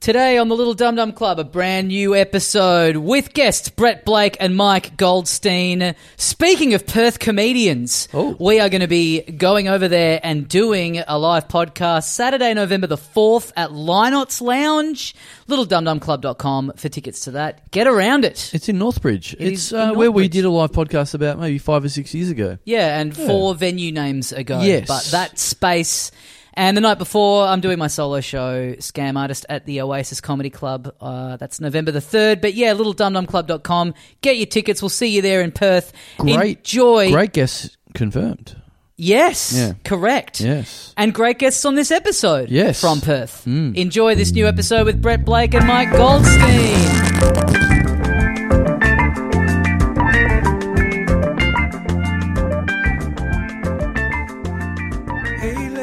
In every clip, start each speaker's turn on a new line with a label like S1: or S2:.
S1: Today on the Little Dum Dum Club, a brand new episode with guests Brett Blake and Mike Goldstein. Speaking of Perth comedians,
S2: Oh.
S1: we are going to be going over there and doing a live podcast Saturday, November the 4th at Linots Lounge. LittleDumDumClub.com for tickets to that. Get around it.
S2: It's in Northbridge. it's
S1: is
S2: uh,
S1: in
S2: where we
S1: Northbridge.
S2: did a live podcast about maybe five or six years ago.
S1: Yeah, and four venue names ago.
S2: Yes.
S1: But that space. And the night before, I'm doing my solo show, Scam Artist, at the Oasis Comedy Club. Uh, that's November the 3rd. But yeah, littledumdumclub.com. Get your tickets. We'll see you there in Perth.
S2: Great-
S1: Enjoy.
S2: Great guess confirmed.
S1: Yes.
S2: Yeah.
S1: Correct.
S2: Yes.
S1: And great guests on this episode
S2: Yes.
S1: from Perth. Enjoy this new episode with Brett Blake and Mike Goldstein.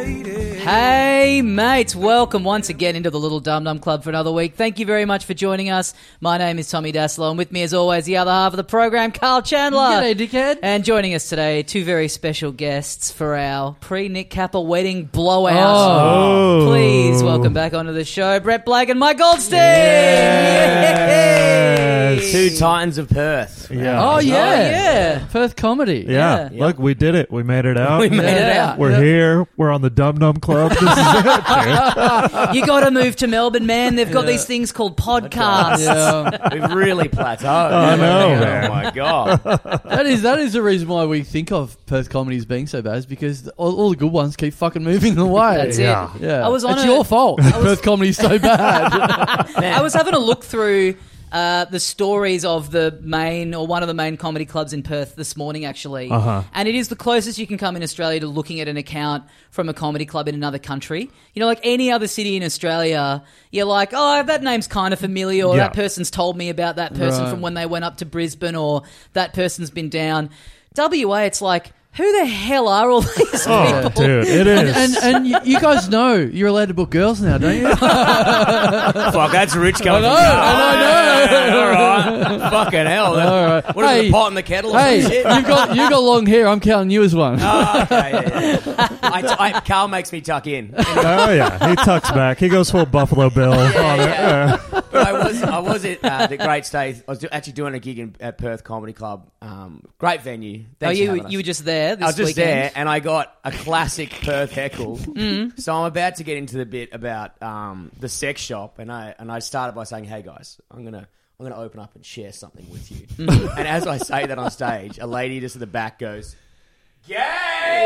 S1: Hey, mates, welcome once again into the Little Dum Dum Club for another week. Thank you very much for joining us. My name is Tommy Daslow, and with me, as always, the other half of the program, Carl Chandler.
S2: G'day, dickhead.
S1: And joining us today, two very special guests for our pre Nick Kappa wedding blowout.
S2: Oh.
S1: Please welcome back onto the show, Brett Blake and Mike Goldstein. Yay.
S3: Two Titans of Perth.
S4: Yeah.
S2: Oh yeah.
S1: Oh, yeah.
S2: Perth comedy.
S4: yeah.
S1: yeah.
S4: Look, we did it. We made it out.
S3: We made
S1: it out.
S4: We're here. We're on the Dum Dum Club. This is it.
S1: You got to move to Melbourne, man. They've got these things called podcasts.
S2: Yeah.
S3: We've really plateaued.
S4: I know,
S3: Oh
S4: man.
S3: my god.
S2: that is that is the reason why we think of Perth comedy as being so bad is because all, all the good ones keep fucking moving away.
S1: That's
S4: Yeah.
S1: it.
S2: Yeah,
S1: I was on
S2: it's
S1: a-
S2: your fault. Perth comedy's so bad.
S1: I was having a look through uh, the stories of the main or one of the main comedy clubs in Perth this morning, actually.
S4: Uh-huh.
S1: And it is the closest you can come in Australia to looking at an account from a comedy club in another country. You know, like any other city in Australia, you're like, oh, that name's kind of familiar, or
S4: Yeah.
S1: that person's told me about that person
S2: Right.
S1: from when they went up to Brisbane, or that person's been down. WA, it's like, who the hell are all these
S4: Oh,
S1: people?
S4: dude, it is.
S2: and and you, you guys know you're allowed to book girls now, don't you?
S3: Fuck, that's rich coming.
S2: I know,
S3: from you.
S2: I know,
S3: All right. Fucking hell. That,
S2: All right.
S3: What is it,
S2: Hey.
S3: the pot and the kettle? or
S2: hey,
S3: some shit?
S2: you've got you got long hair. I'm counting you as one.
S3: Oh, okay, yeah, yeah. I, I, Carl makes me tuck in.
S4: oh yeah, he tucks back. He goes full Buffalo Bill. on it.
S3: yeah. But I was I was at uh, the Great Stay. I was do, actually doing a gig in, at Perth Comedy Club. Um, great venue.
S1: Oh,
S3: Thanks for
S1: you,
S3: having us.
S1: you were just there this
S3: I was just
S1: weekend.
S3: there, and I got a classic Perth heckle. So I'm about to get into the bit about um, the sex shop, and I and I started by saying, "Hey guys, I'm gonna." I'm going to open up and share something with you. and as I say that on stage, a lady just at the back goes, "Gay!"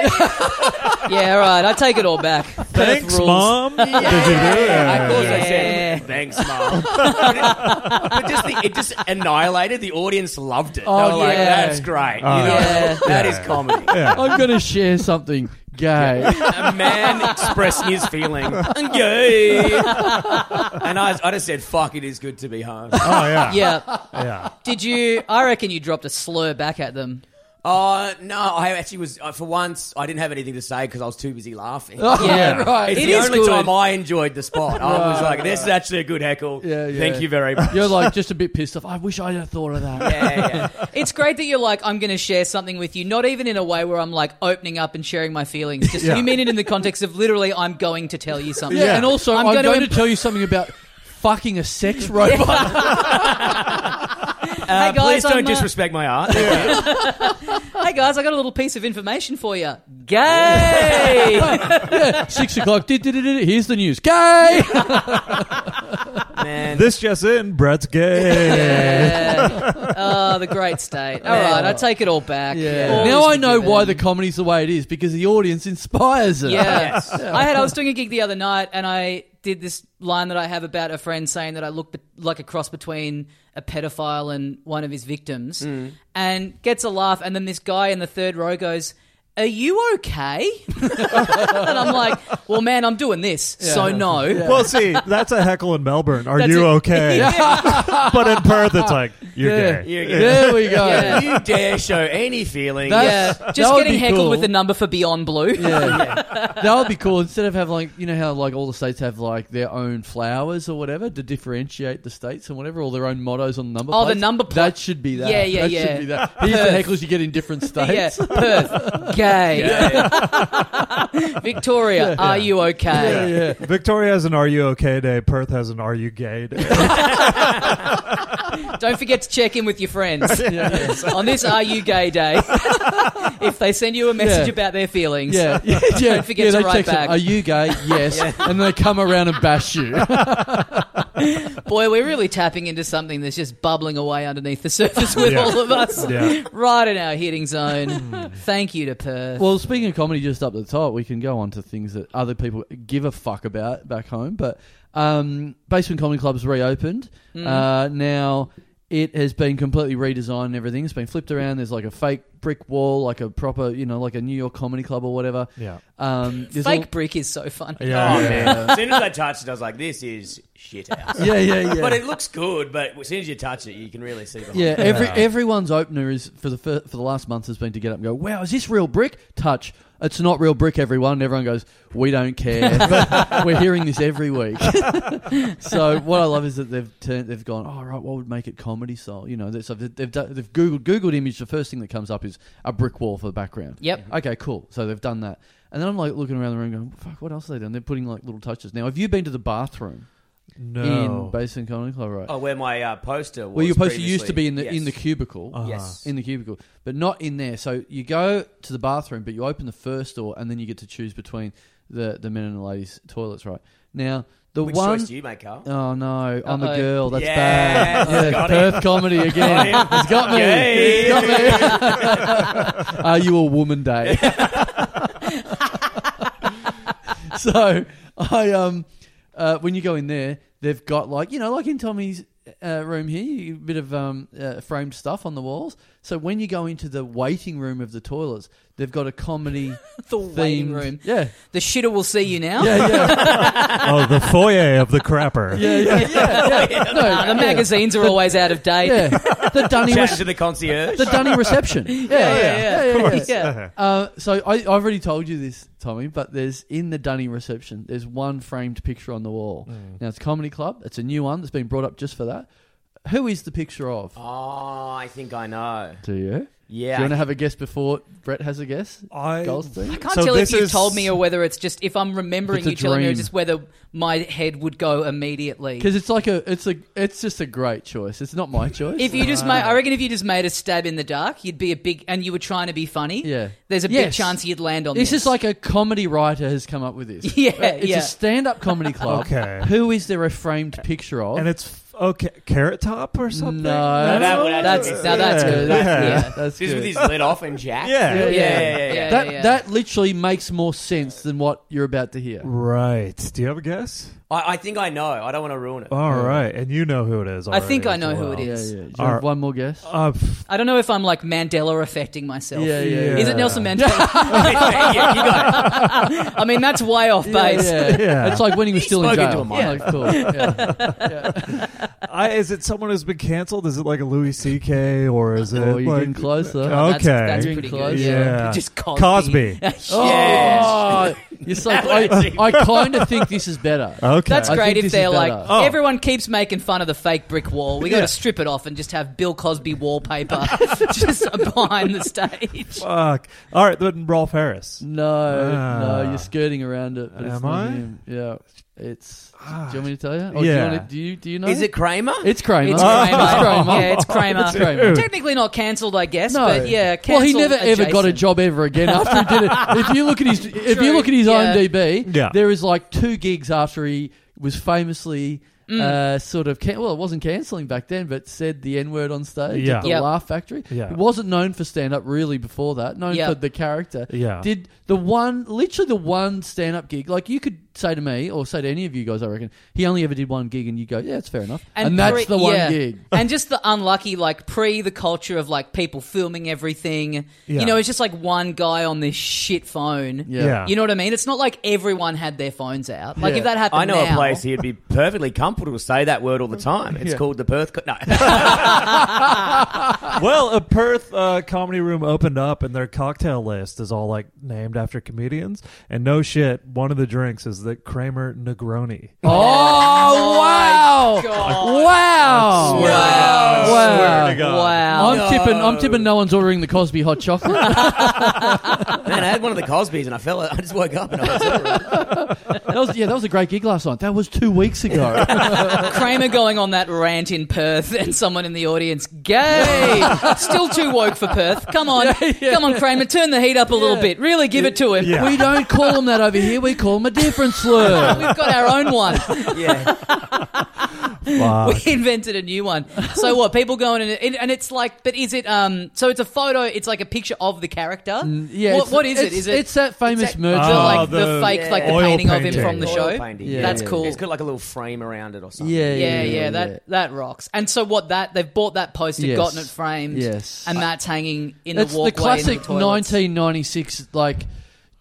S1: Yeah, all right. I take it all back. Perth
S4: Thanks,
S1: rules.
S4: mom. Did you do it?
S3: I also
S1: yeah.
S3: said, "Thanks, mom." but, it, but just the, it just annihilated the audience. Loved it.
S2: Oh,
S3: they were like,
S2: yeah.
S3: "That's great." You
S4: Oh,
S3: know,
S1: yeah.
S3: that
S4: Yeah.
S3: is comedy.
S2: I'm gonna share something gay.
S3: a man expressing his feeling. I'm gay. and I, I just said, fuck, it is good to be home.
S4: Oh yeah.
S1: Yeah.
S4: Yeah.
S1: Did you? I reckon you dropped a slur back at them.
S3: Uh, no, I actually was, uh, for once, I didn't have anything to say because I was too busy laughing.
S2: Oh,
S1: Yeah.
S2: right.
S3: It's
S1: It
S3: the
S1: is
S3: only
S1: good.
S3: time I enjoyed the spot. I was like, this is actually a good heckle.
S2: Yeah, yeah.
S3: Thank you very much.
S2: You're like just a bit pissed off. I wish I had thought of that.
S3: yeah, yeah, yeah.
S1: It's great that you're like, I'm going to share something with you. Not even in a way where I'm like opening up and sharing my feelings. Just
S4: Yeah.
S1: you mean it in the context of literally, I'm going to tell you something.
S2: Yeah, and also I'm,
S1: I'm
S2: going,
S1: gonna
S2: to
S1: imp-
S2: tell you something about fucking a sex robot.
S3: Uh,
S1: guys,
S3: please don't
S1: I'm, uh,
S3: disrespect my art. Thank you.
S1: Hey guys, I got a little piece of information for you. Gay.
S2: Six o'clock. Did, did, did, did. Here's the news. Gay.
S3: Man.
S4: This just in. Brett's gay.
S1: Yeah. Oh, the great state. All
S3: Yeah.
S1: right, I take it all back.
S2: Yeah.
S1: All
S2: Now
S1: is
S2: I know why the
S1: forgiven.
S2: comedy's the way it is because the audience inspires it.
S1: Yeah.
S3: Yes.
S1: I had I was doing a gig the other night and I did this line that I have about a friend saying that I look be- like a cross between a pedophile and one of his victims
S2: Hmm.
S1: and gets a laugh and then this guy in the third row goes are you okay? and I'm like, well, man, I'm doing this, so no.
S4: Well, see, that's a heckle in Melbourne. Are
S1: That's
S4: you
S1: it.
S4: okay? But in Perth, it's like you're
S2: Yeah.
S4: gay.
S3: You're gay.
S2: There we go.
S1: Yeah.
S3: You dare show any feeling.
S2: That's-
S1: Yeah,
S2: that
S1: just
S2: would
S1: getting
S2: be
S1: heckled
S2: cool.
S1: with the number for Beyond Blue.
S2: Yeah. that would be cool. Instead of having like you know how like all the states have like their own flowers or whatever to differentiate the states and whatever, or their own mottos on number.
S1: Oh, the
S2: plates.
S1: number pla-
S2: That should be that.
S1: Yeah, yeah,
S2: that
S1: yeah.
S2: Should be that. These are the heckles you get in different states.
S1: Yeah, Perth, gay. okay? Victoria, are you okay?
S2: yeah.
S4: Victoria has an Are You Okay Day. Perth has an Are You Gay Day.
S1: Don't forget to check in with your friends on this Are You Gay Day. if they send you a message
S2: Yeah.
S1: about their feelings,
S2: Yeah, yeah, yeah.
S1: Don't forget
S2: yeah,
S1: to
S2: they
S1: write
S2: text them,
S1: back.
S2: Are you gay? Yes, and they come around and bash you.
S1: boy, we're really tapping into something that's just bubbling away underneath the surface with
S4: Yeah.
S1: all of us,
S4: Yeah.
S1: right in our hitting zone. Thank you to Perth.
S2: Hmm. well, speaking of comedy, just up the top, we can go on to things that other people give a fuck about back home. But um, Basement Comedy Club's reopened uh, now. It has been completely redesigned and everything. It's been flipped around. There's like a fake brick wall, like a proper, you know, like a New York comedy club or whatever.
S4: Yeah.
S2: Um, there's
S1: Fake
S2: all-
S1: brick is so funny.
S4: Yeah.
S3: Oh,
S4: yeah.
S3: man. As soon as I touched it, I was like, this is shit house.
S2: yeah, yeah, yeah.
S3: But it looks good, but as soon as you touch it, you can really see the
S2: Yeah, every everyone's opener is for the fir- for the last month has been to get up and go. Wow, is this real brick? Touch. It's not real brick. Everyone. And everyone goes. We don't care. We're hearing this every week. so what I love is that they've turned. They've gone. All right, oh, right. What would make it comedy style? You know. They, so they've they've, done, they've googled googled image. The first thing that comes up is a brick wall for the background.
S1: Yep.
S2: Okay. Cool. So they've done that. And then I'm like looking around the room, going, "Fuck, what else have they done?" They're putting like little touches. Now, have you been to the bathroom in
S4: No.
S2: Basin Comedy Club? Right.
S3: Oh, where my uh, poster was.
S2: Well, your poster
S3: previously.
S2: used to be in the
S3: Yes.
S2: in the cubicle,
S3: Yes.
S2: in the cubicle, but not in there. So you go to the bathroom, but you open the first door, and then you get to choose between the the men and the ladies' toilets. Right now, the
S3: Which
S2: one
S3: choice do you make, Carl?
S2: Oh no, I'm a
S1: Uh-oh.
S2: girl. That's
S3: Yes,
S2: bad. Yeah,
S3: got him.
S2: Perth comedy again.
S3: Got him.
S2: He's got me.
S3: Yay.
S2: He's got me. Are you a woman, day? so I um, uh, when you go in there, they've got like you know, like in Tommy's uh, room here, you- a bit of um, uh, framed stuff on the walls. So when you go into the waiting room of the toilets, they've got a comedy
S1: The waiting
S2: themed-
S1: room.
S2: Yeah,
S1: The shitter will see you now.
S2: yeah, yeah,
S4: oh, the foyer of the crapper.
S2: yeah, yeah. yeah, yeah. No,
S1: Ah, the magazines are always out of date.
S2: Yeah, the Dunny
S3: Chatting to the concierge.
S2: the dunny reception. Yeah,
S1: yeah, yeah,
S2: yeah,
S1: of
S2: yeah,
S1: course.
S2: yeah. Uh, so I, I've already told you this, Tommy, but there's in the dunny reception. There's one framed picture on the wall.
S1: Mm.
S2: Now it's comedy club. It's a new one that's been brought up just for that. Who is the picture of?
S3: oh, I think I know.
S2: Do you? Do
S3: Yeah.
S2: you want to have a guess before Brett has a guess?
S4: I-
S2: Goldstein?
S1: I can't
S4: So
S1: tell if
S4: this
S1: you
S4: is-
S1: told me or whether it's just if I'm remembering
S2: It's a
S1: you telling me or
S2: dream.
S1: just whether my head would go immediately.
S2: Because it's like a, it's a, it's just a great choice. It's not my choice.
S1: If you just made, I reckon if you just made a stab in the dark, you'd be a big, and you were trying to be funny.
S2: Yeah.
S1: there's a big
S2: Yes.
S1: chance you'd land on
S2: this
S1: this.
S2: is like a comedy writer has come up with this.
S1: Yeah,
S2: it's
S1: yeah.
S2: a stand-up comedy club.
S4: Okay.
S2: who is there a framed picture of?
S4: And it's f- okay, carrot top or something.
S2: No,
S3: that would
S1: that's
S3: actually-
S1: now that's good.
S4: Uh, Yeah.
S1: That's- yeah.
S2: That's
S3: This
S2: good.
S3: with his lid off and Jack.
S4: Yeah.
S3: Yeah, yeah, yeah. yeah,
S1: Yeah.
S2: that that literally makes more sense than what you're about to hear.
S4: Right. Do you have a guess?
S3: I, I think I know. I don't want to ruin it.
S2: Oh.
S4: All right, And you know who it is.
S1: I think
S4: already
S1: I
S4: as
S1: know who it
S4: well.
S2: Yeah, yeah.
S1: is.
S2: Do you
S4: All
S2: have
S4: right.
S2: one more guess?
S4: Uh, pff,
S1: I don't know if I'm like Mandela affecting myself.
S2: yeah, yeah, yeah.
S1: Is it Nelson Mandela?
S3: yeah, you got it.
S1: I mean, that's way off
S2: Yeah,
S1: base.
S2: yeah.
S4: Yeah.
S2: It's like when he was still in
S3: spoke
S2: jail.
S3: into a mic.
S2: Yeah, cool. Yeah.
S4: I, is it someone who's been canceled? Is it like a Louis C.K. or is it
S2: Oh, you're
S4: like
S2: getting closer.
S4: Oh,
S1: That's,
S4: Okay.
S1: that's
S2: You're
S1: pretty
S2: close.
S1: good.
S4: Yeah.
S1: just Cosby.
S4: Cosby?
S2: Oh,
S3: Yes.
S2: you're so- I, I kind of think this is better.
S4: Okay.
S1: That's
S2: I
S1: great
S2: think
S1: if
S2: this
S1: they're
S2: is
S1: like
S2: better.
S4: Oh.
S1: everyone keeps making fun of the fake brick wall. We got to
S4: Yeah.
S1: strip it off and just have Bill Cosby wallpaper just behind the stage.
S4: Fuck. All right, then Rolf Harris.
S2: No,
S4: Ah.
S2: no, you're skirting around it. But it's
S4: Am
S2: not
S4: I?
S2: Him. Yeah, it's.
S4: Ah.
S2: Do you want me to tell you? Or Do
S4: Yeah.
S2: you, want to, do you? Do you know?
S3: Is it Kramer?
S2: It's Kramer.
S1: It's Kramer. Yeah, it's Kramer.
S2: It's Kramer.
S1: Technically not cancelled, I guess,
S2: No.
S1: but yeah,
S2: Well, he
S1: cancelled
S2: never ever got a
S1: adjacent.
S2: job ever again after he did it. If you look at his, if
S1: True,
S2: you look at his
S1: yeah.
S2: IMDb,
S4: Yeah.
S2: there is like two gigs after he was famously
S1: Mm.
S2: uh, sort of can- well, it wasn't cancelling back then, but said the N word on stage
S4: Yeah.
S2: at the
S1: Yep.
S2: Laugh Factory.
S4: Yeah.
S2: He wasn't known for stand up really before that. Known
S1: Yeah.
S2: for the character.
S4: Yeah.
S2: Did the one literally the one stand up gig? Like you could say to me or say to any of you guys, I reckon he only ever did one gig, and you go, yeah, it's fair enough, and,
S1: pre-
S2: that's the one
S1: yeah.
S2: gig.
S1: and just the unlucky, like pre the culture of like people filming everything.
S4: Yeah.
S1: You know, it's just like one guy on this shit phone.
S4: Yeah.
S1: You know what I mean? It's not like everyone had their phones out. Like
S2: Yeah.
S1: if that happened,
S3: I know
S1: now,
S3: a place he'd be perfectly comfortable to say that word all the time. It's
S2: Yeah.
S3: called the Perth. Co- no,
S4: well, a Perth uh, comedy room opened up, and their cocktail list is all like named after comedians. And no shit, one of the drinks is the Kramer Negroni.
S2: Oh, wow!
S1: God.
S2: Wow!
S4: Swear to God.
S2: Oh, Wow.
S4: Oh, Swear to God.
S1: Wow.
S2: I'm tipping tipping. I'm tipping. No one's ordering the Cosby hot chocolate.
S3: Man, I had one of the Cosbys and I fell. I just woke up and I was
S2: that was, yeah, that was a great gig last night. That was two weeks ago. Oh.
S1: Kramer going on that rant in Perth, and someone in the audience, gay, still too woke for Perth. Come on, come on, Kramer, turn the heat up a little bit. Really, give it to him.
S4: Yeah.
S2: We don't call them that over here. We call them a different slur.
S1: We've got our own one.
S3: yeah.
S4: Fuck.
S1: We invented a new one. So what? People going and it, and it's like, but is it? Um, so it's a photo. It's like a picture of the character.
S2: Yeah,
S1: What,
S2: it's-
S1: what is it?
S2: it's-
S1: Is it?
S2: It's that famous
S1: that-
S2: merger.
S4: Oh,
S1: like the,
S4: the
S1: fake, like the
S4: oil
S1: painting, of
S4: painting.
S1: him from the
S4: Oil
S1: show.
S3: Painting.
S2: Yeah.
S1: That's cool.
S3: It's got like a little frame around it or something.
S2: yeah,
S1: Yeah, yeah, that that rocks. And so what? That they've bought that poster,
S2: Yes.
S1: gotten it framed,
S2: Yes.
S1: and that's hanging in
S2: It's
S1: the
S2: the
S1: walkway.
S2: classic
S1: in the toilets.
S2: 1996 like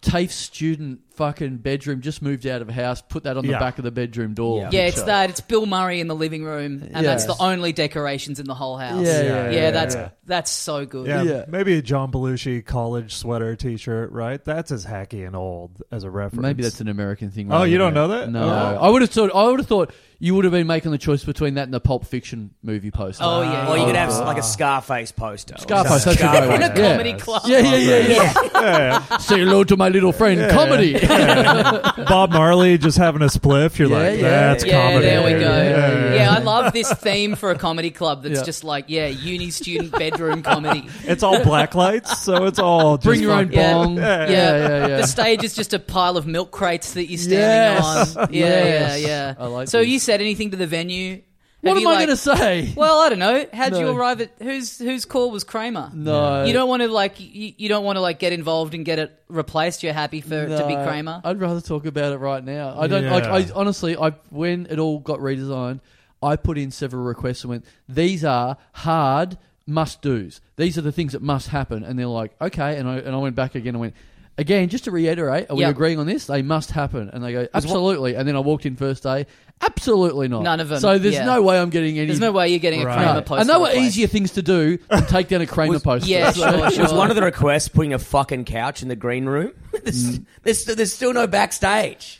S2: TAFE student fucking bedroom. Just moved out of house. Put that on the
S4: Yeah.
S2: back of the bedroom door.
S3: Yeah.
S1: Yeah, it's
S2: picture.
S1: that. It's Bill Murray in the living room, and that's
S2: Yes.
S1: the only decorations in the whole house.
S2: Yeah, yeah,
S4: yeah,
S1: that's
S4: yeah.
S1: that's so good.
S4: Yeah,
S2: Yeah.
S4: maybe a John Belushi college sweater T-shirt, right? That's as hacky and old as a reference.
S2: Maybe that's an American thing.
S4: Oh,
S2: rather
S4: you
S2: than
S4: don't
S2: a-
S4: know that?
S2: No,
S4: Oh.
S2: I would have thought. I would have thought you would have been making the choice between that and the Pulp Fiction movie poster.
S1: Oh yeah,
S3: Or you
S1: yeah.
S3: could have like a Scarface poster.
S2: Ah. Scarface, that's a
S3: Scarface.
S2: great
S1: in
S2: one.
S1: a
S2: Yeah.
S1: comedy club.
S2: Yeah, yeah, yeah, yeah.
S4: Yeah,
S2: Say hello to my little friend, comedy.
S4: Bob Marley just having a spliff. You're
S2: Yeah,
S4: like,
S2: yeah.
S4: that's
S1: Yeah,
S4: comedy.
S1: there we go.
S2: Yeah, yeah,
S1: Yeah,
S2: yeah.
S1: I love this theme for a comedy club. That's
S2: Yeah.
S1: just like yeah, uni student bedroom comedy.
S4: It's all black lights, so it's all just
S2: Bring your own
S4: fucking-
S1: Yeah.
S2: bong. Yeah,
S4: Yeah.
S2: yeah, yeah.
S1: The stage is just a pile of milk crates that you're standing
S2: Yes.
S1: on. Yeah,
S2: Yes.
S1: yeah, yeah.
S2: I like
S1: so
S2: this.
S1: you said anything to the venue?
S2: What
S1: Have
S2: am
S1: you,
S2: I
S1: like-
S2: going to say?
S1: Well, I don't know. How'd you
S2: No.
S1: arrive at whose whose call was Kramer?
S2: No,
S1: You don't want to like you, you don't want to like get involved and get it replaced. You're happy for it to be
S2: No,
S1: Kramer.
S2: I'd rather talk about it right now. I don't
S4: Yeah.
S2: like. I honestly, I when it all got redesigned, I put in several requests and went, "These are hard must dos. These are the things that must happen." And they're like, "Okay." And I and I went back again and went. Again, just to reiterate, are we
S1: Yeah.
S2: agreeing on this? They must happen. And they go, absolutely. And then I walked in first day, absolutely not.
S1: None of 'em,
S2: So there's
S1: yeah.
S2: no way I'm getting any.
S1: There's no way you're getting a
S4: Right.
S1: Kramer
S2: No.
S1: poster.
S2: And they were
S1: replaced.
S2: easier things to do than take down a Kramer poster.
S1: yeah,
S2: So-
S1: sure, sure.
S3: Was one of the requests putting a fucking couch in the green room? there's, there's, there's still no backstage.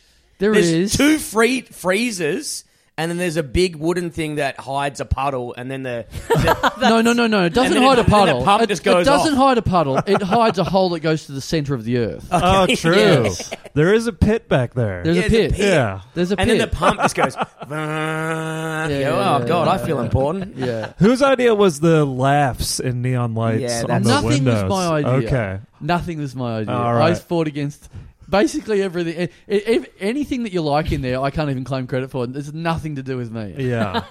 S2: Mm. There
S3: there's
S2: is.
S3: two free freezers, and then there's a big wooden thing that hides a puddle, and then the, the
S2: No, no, no, no. It doesn't
S3: then
S2: hide
S3: it-
S2: a
S3: and then
S2: puddle.
S3: the pump
S2: it,
S3: just
S2: it
S3: goes
S2: doesn't
S3: off.
S2: hide a puddle. It hides a hole that goes to the center of the earth.
S4: Oh, true.
S1: Yes.
S4: There is a pit back there.
S2: There's
S3: Yeah,
S2: a
S3: it's a
S2: pit.
S3: pit.
S4: yeah.
S2: There's a
S3: and
S2: pit.
S3: then the pump just goes. "Vroom." You
S2: yeah,
S3: go, oh
S2: yeah,
S3: god, I
S2: yeah,
S3: feel important.
S2: yeah.
S4: Whose idea was the laughs in neon lights
S3: Yeah,
S4: on
S3: that's-
S4: the
S2: Nothing was
S4: windows?
S2: my idea.
S4: Okay.
S2: Nothing was my idea.
S4: All right.
S2: I fought against basically everything. i- i- if- anything that you like in there, I can't even claim credit for. It's nothing to do with me.
S4: Yeah.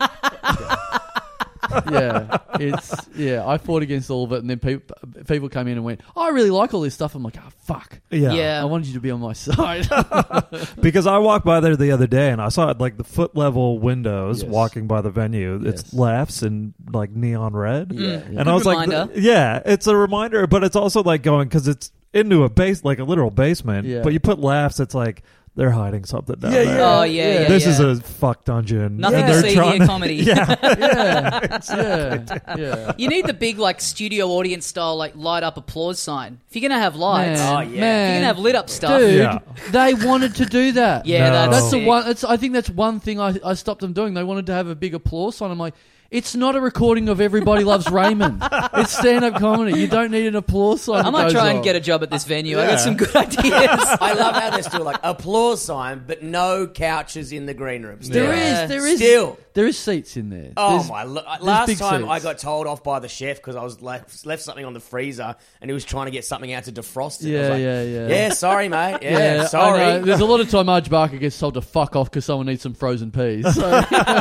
S2: Yeah. It's yeah. I fought against all of it, and then people people came in and went, "I really like all this stuff." I'm like, "Ah, fuck."
S4: Yeah.
S1: Yeah.
S2: I wanted you to be on my side.
S4: Because I walked by there the other day and I saw it like the foot level windows
S2: Yes.
S4: walking by the venue. It's
S2: Yes.
S4: laughs and like neon red.
S2: yeah.
S4: And
S1: Good
S4: I was like,
S1: reminder.
S4: th- yeah, it's a reminder, but it's also like going because it's into a base, like a literal basement.
S2: Yeah.
S4: But you put laughs, it's like they're hiding something down there.
S1: yeah. Oh, yeah, yeah.
S4: This is a fuck dungeon.
S1: Nothing
S4: and
S1: to
S4: they're
S1: see
S4: trying
S1: here, comedy.
S4: yeah,
S2: yeah, yeah, yeah.
S1: You need the big like studio audience style like light up applause sign. If you're gonna have lights,
S2: Man,
S3: Oh, yeah.
S1: if you're
S2: man.
S1: gonna have lit up stuff.
S2: Dude,
S4: Yeah.
S2: they wanted to do that.
S1: Yeah,
S4: No.
S1: that's,
S2: That's the
S1: sick.
S2: one. That's, I think that's one thing I, I stopped them doing. They wanted to have a big applause sign. I'm like, it's not a recording of Everybody Loves Raymond. It's stand up comedy. You don't need an applause sign.
S1: I might try and get a job at this venue. I got some good ideas.
S3: I love how there's still like applause sign, but no couches in the green room. Still.
S2: There is,
S1: Yeah.
S2: there is,
S3: Still.
S2: there is seats in there.
S3: Oh
S2: There's-
S3: my! Lo-
S2: there's
S3: last
S2: big
S3: time
S2: seats.
S3: I got told off by the chef because I was left, left something on the freezer and he was trying to get something out to defrost it. I was
S2: Yeah, yeah,
S3: like,
S2: yeah.
S3: Yeah, sorry, mate. Yeah,
S2: I know.
S3: sorry.
S2: There's a lot of time Arj Barker gets told to fuck off because someone needs some frozen peas.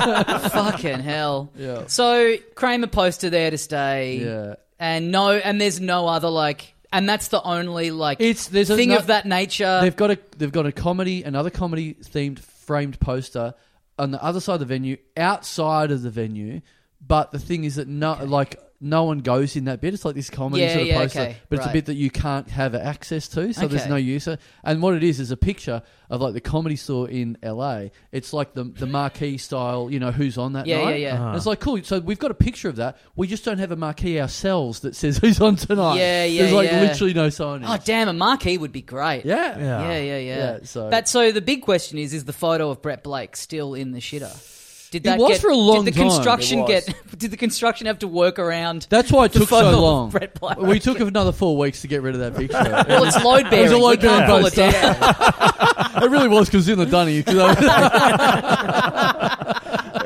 S1: Fucking hell.
S2: Yeah.
S1: So Kramer poster there to stay.
S2: Yeah.
S1: And no, and there's no other like, and that's the only like
S2: It's- there's a-
S1: thing
S2: no-
S1: of that nature.
S2: they've got a they've got a comedy another comedy themed framed poster on the other side of the venue outside of the venue but the thing is that no like no one goes in that bit it's like this comedy
S1: Yeah,
S2: sort of
S1: yeah,
S2: poster
S1: okay,
S2: but it's
S1: right.
S2: a bit that you can't have access to so
S1: Okay.
S2: there's no use of- and what it is is a picture of like the comedy store in LA it's like the the marquee style you know who's on that
S1: Yeah, yeah,
S2: night
S1: yeah.
S2: And it's like cool so we've got a picture of that we just don't have a marquee ourselves that says who's on tonight
S1: Yeah, yeah,
S2: there's like
S1: yeah.
S2: literally no sign
S1: oh damn, a marquee would be great.
S2: yeah
S4: Yeah.
S1: Yeah, yeah, yeah.
S2: Yeah, so-
S1: That so the big question is: is the photo of Brett Blake still in the shitter? Did
S2: It
S1: that
S2: was
S1: get,
S2: for a long
S1: Did the
S2: time.
S1: construction
S3: It was.
S1: get? Did the construction have to work around?
S2: That's why it
S1: The
S2: took
S1: photo
S2: so
S1: of
S2: long.
S1: Brett Blair,
S2: we took another four weeks to get rid of that picture.
S1: well, it's load bearing.
S2: load
S1: we can't
S2: bearing
S1: pull it
S2: post.
S1: down.
S2: it really was because in the dunny. 'cause I-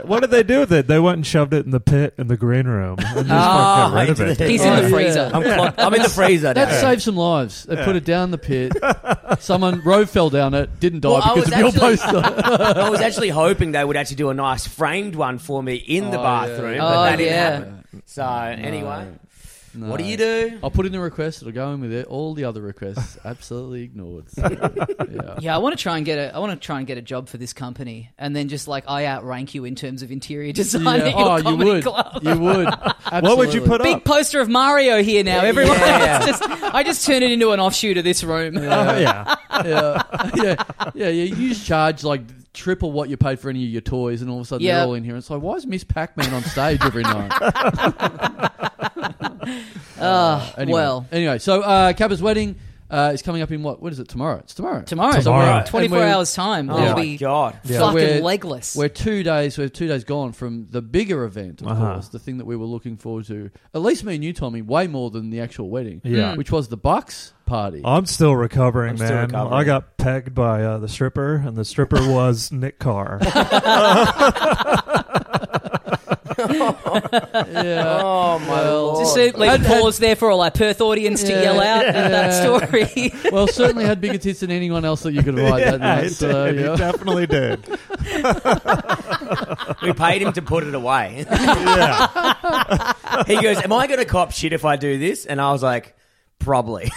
S4: What did they do with it? They went and shoved it in the pit in the green room. And just
S3: Ah,
S4: fucking got rid
S3: into
S4: of
S3: the-
S4: it.
S1: He's in
S2: Oh,
S1: the
S2: yeah.
S1: freezer.
S3: I'm, clo- I'm in the freezer now.
S2: that saved some lives. They put it down the pit. Someone road fell down it, didn't die
S3: Well, I
S2: because of your
S3: was actually-
S2: poster.
S3: I was actually hoping they would actually do a nice framed one for me in the
S2: Oh,
S3: bathroom,
S2: yeah.
S3: but
S1: Oh,
S3: that didn't
S1: yeah.
S3: happen. So anyway,
S2: No.
S3: what do you do?
S2: I'll put in a request. It'll go in with it. All the other requests absolutely ignored. So, yeah.
S1: Yeah, I want to try and get a. I want to try and get a job for this company, and then just like I outrank you in terms of interior design.
S2: Yeah.
S1: At your
S2: Oh, you
S1: comedy
S2: would.
S1: Club.
S2: You would.
S4: What would you put
S1: Big
S4: up?
S1: poster of Mario here now. Everyone,
S3: Yeah.
S1: it's just, I just turn it into an offshoot of this room.
S4: Oh, yeah.
S2: yeah, yeah, yeah. You just charge like triple what you paid for any of your toys, and all of a sudden
S1: Yeah.
S2: they're all in here. It's like, why is Miss Pac Man on stage every night?
S1: Ah,
S2: Anyway,
S1: well,
S2: anyway, so uh, Cabba's wedding uh, is coming up in what? What is it? Tomorrow. It's tomorrow.
S1: tomorrow,
S4: Tomorrow.
S1: twenty four
S2: And we're-
S1: hours time,
S3: Oh
S1: we'll
S3: my
S1: be
S3: god!
S4: Yeah.
S1: fucking
S2: We're-
S1: legless.
S2: We're two days. We're two days gone from the bigger event, of
S4: Uh-huh.
S2: course, the thing that we were looking forward to. At least me and you, Tommy, way more than the actual wedding,
S4: Yeah.
S3: Hmm.
S4: Oh.
S2: which was the Bucks party.
S4: I'm still recovering,
S3: I'm
S4: man.
S3: still recovering.
S4: I got pegged by uh, the stripper, and the stripper was Nick Carr.
S3: Oh,
S2: yeah.
S3: Oh my
S2: Well,
S3: lord!
S1: just so, let's pause there for all our Perth audience to
S2: Yeah.
S1: yell out at that story.
S2: Well, certainly had bigger tits than anyone else that you could have had that night.
S4: it
S3: Uh,
S2: So,
S4: did. It
S2: yeah.
S4: definitely did.
S3: we paid him to put it away. he goes, "Am I going to cop shit if I do this?" And I was like, "Probably."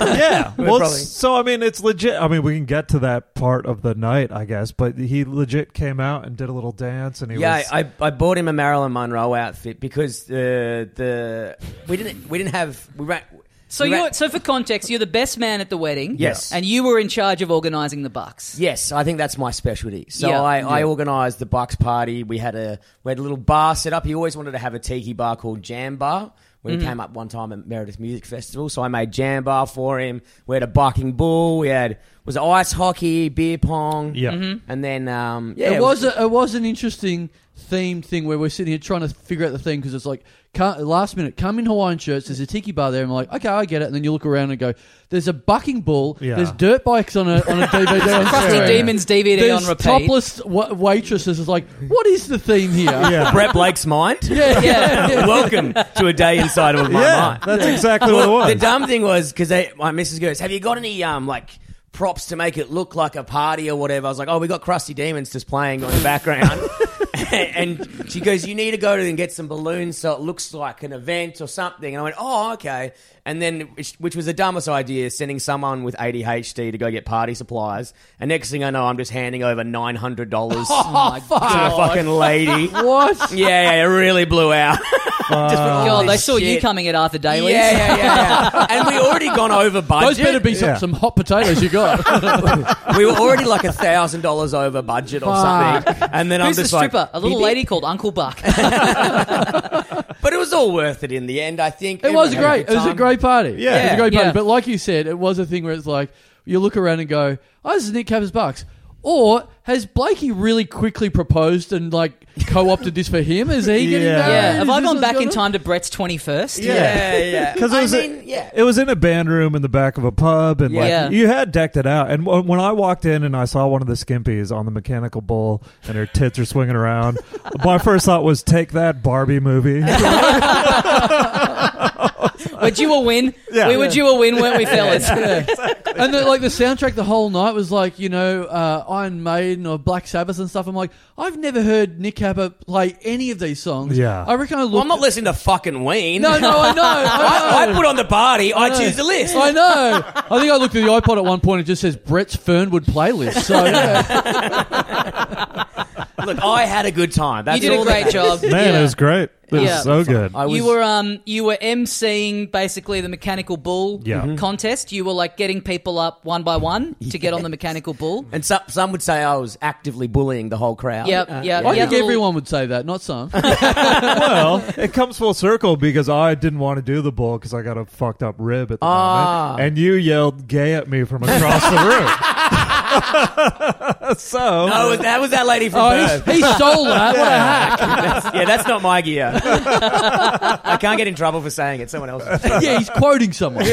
S4: yeah.
S3: We're
S4: Well,
S3: probably-
S4: so I mean, it's legit. I mean, we can get to that part of the night, I guess. But he legit came out and did a little dance, and he
S3: yeah,
S4: was.
S3: I, I bought him a Marilyn Monroe outfit because the the we didn't we didn't have we ran.
S1: So
S3: we ran-
S1: you're so for context, you're the best man at the wedding.
S3: Yes.
S1: and you were in charge of organising the bucks.
S3: Yes, I think that's my specialty. So
S1: Yeah.
S3: I, I
S2: Yeah.
S3: organised the Bucks party. We had a we had a little bar set up. He always wanted to have a tiki bar called Jam Bar. We came up one time at Meredith Music Festival, so I made Jam Bar for him. We had a barking bull. We had was it ice hockey, beer pong.
S4: Yeah. Mhm.
S3: and then um, yeah,
S2: it was a, it was an interesting themed thing where we're sitting here trying to figure out the theme because it's like ca- last minute come in Hawaiian shirts. There's a tiki bar there, and we're like, okay, I get it. And then you look around and go, there's a bucking bull.
S4: Yeah.
S2: There's dirt bikes on a on a DVD. on
S1: Crusty
S2: stereo.
S1: Demons DVD
S2: There's
S1: on repeat.
S2: topless wa- waitresses. It's like, what is the theme here?
S4: yeah.
S3: Brett Blake's mind.
S2: yeah, yeah.
S3: Welcome to a day inside of my
S4: yeah,
S3: mind.
S4: that's exactly what it
S3: Well,
S4: was.
S3: the dumb thing was because my missus goes, "Have you got any um like props to make it look like a party or whatever?" I was like, "Oh, we got Krusty Demons just playing on the background." and she goes, "You need to go to and get some balloons so it looks like an event or something." And I went, "Oh, okay." And then, which, which was the dumbest idea, sending someone with ADHD to go get party supplies. And next thing I know, I'm just handing over nine hundred dollars to
S1: Oh, my
S3: a
S1: god!
S3: fucking lady.
S2: What?
S3: Yeah, yeah, it really blew out. Just went,
S1: God,
S3: "Holy
S1: they saw you
S3: shit."
S1: coming at Arthur Daly's.
S3: Yeah, yeah, yeah, yeah. and we already gone over budget.
S2: Those better be some,
S4: Yeah.
S2: some hot potatoes you got.
S3: we were already like a thousand dollars over budget or something. And then I'm
S1: Who's the
S3: just like,
S1: stripper? a little lady called Uncle Buck.
S3: but it was all worth it in the end. I think
S2: It was
S3: Everyone had
S2: great.
S3: good
S2: It was a
S3: time.
S2: great party.
S4: Yeah.
S2: It was a great party.
S1: Yeah.
S2: But like you said, it was a thing where it's like you look around and go, "Oh, this is Nick Cabba's bucks." Or has Blakey really quickly proposed and like co-opted this for him? Is he getting
S4: Yeah.
S2: married?
S1: yeah,
S2: Is
S1: have
S2: this
S1: I gone
S2: what's
S1: back in
S2: going on?
S1: time to Brett's twenty first?
S4: Yeah.
S3: Yeah, yeah.
S4: Because it
S3: I
S4: was,
S3: mean, yeah.
S4: it was in a band room in the back of a pub, and
S1: Yeah.
S4: like you had decked it out. And w- when I walked in and I saw one of the skimpies on the mechanical bull, and her tits are swinging around, my first thought was, "Take that Barbie movie."
S1: We're due a win.
S4: Yeah.
S1: We were due a win, weren't we, fellas?
S2: And the, like the soundtrack the whole night was like you know uh, Iron Maiden or Black Sabbath and stuff. I'm like, I've never heard Nick Cabba play any of these songs.
S4: Yeah.
S2: I reckon I looked.
S3: Well, I'm not listening to fucking Ween.
S2: no, no, I know. I,
S3: I,
S2: know.
S3: I put on the party. I
S2: know.
S3: choose the list.
S2: I know. I think I looked at the iPod at one point. It just says Brett's Fernwood playlist. So yeah.
S3: Look, I had a good time. That's
S1: you did a
S3: all that
S1: great job.
S4: Man,
S1: yeah.
S4: it was great. It
S1: Yeah.
S4: was so good.
S3: I was,
S1: you were um you were emceeing basically the mechanical bull
S4: Yeah. Mhm.
S1: contest. You were like getting people up one by one to get on the mechanical bull.
S3: and some some would say I was actively bullying the whole crowd.
S1: Yep,
S3: Uh,
S1: yep,
S2: I
S1: yep.
S2: think everyone would say that, not some.
S4: well, it comes full circle because I didn't want to do the bull because I got a fucked up rib at the
S3: Ah.
S4: moment, and you yelled "gay" at me from across the room. so
S3: Oh, was that was that lady from
S2: Oh,
S3: Perth.
S2: he, he stole that. What a hack.
S3: That's- yeah, that's not my gear. I can't get in trouble for saying it. Someone else.
S2: Yeah, he's quoting someone.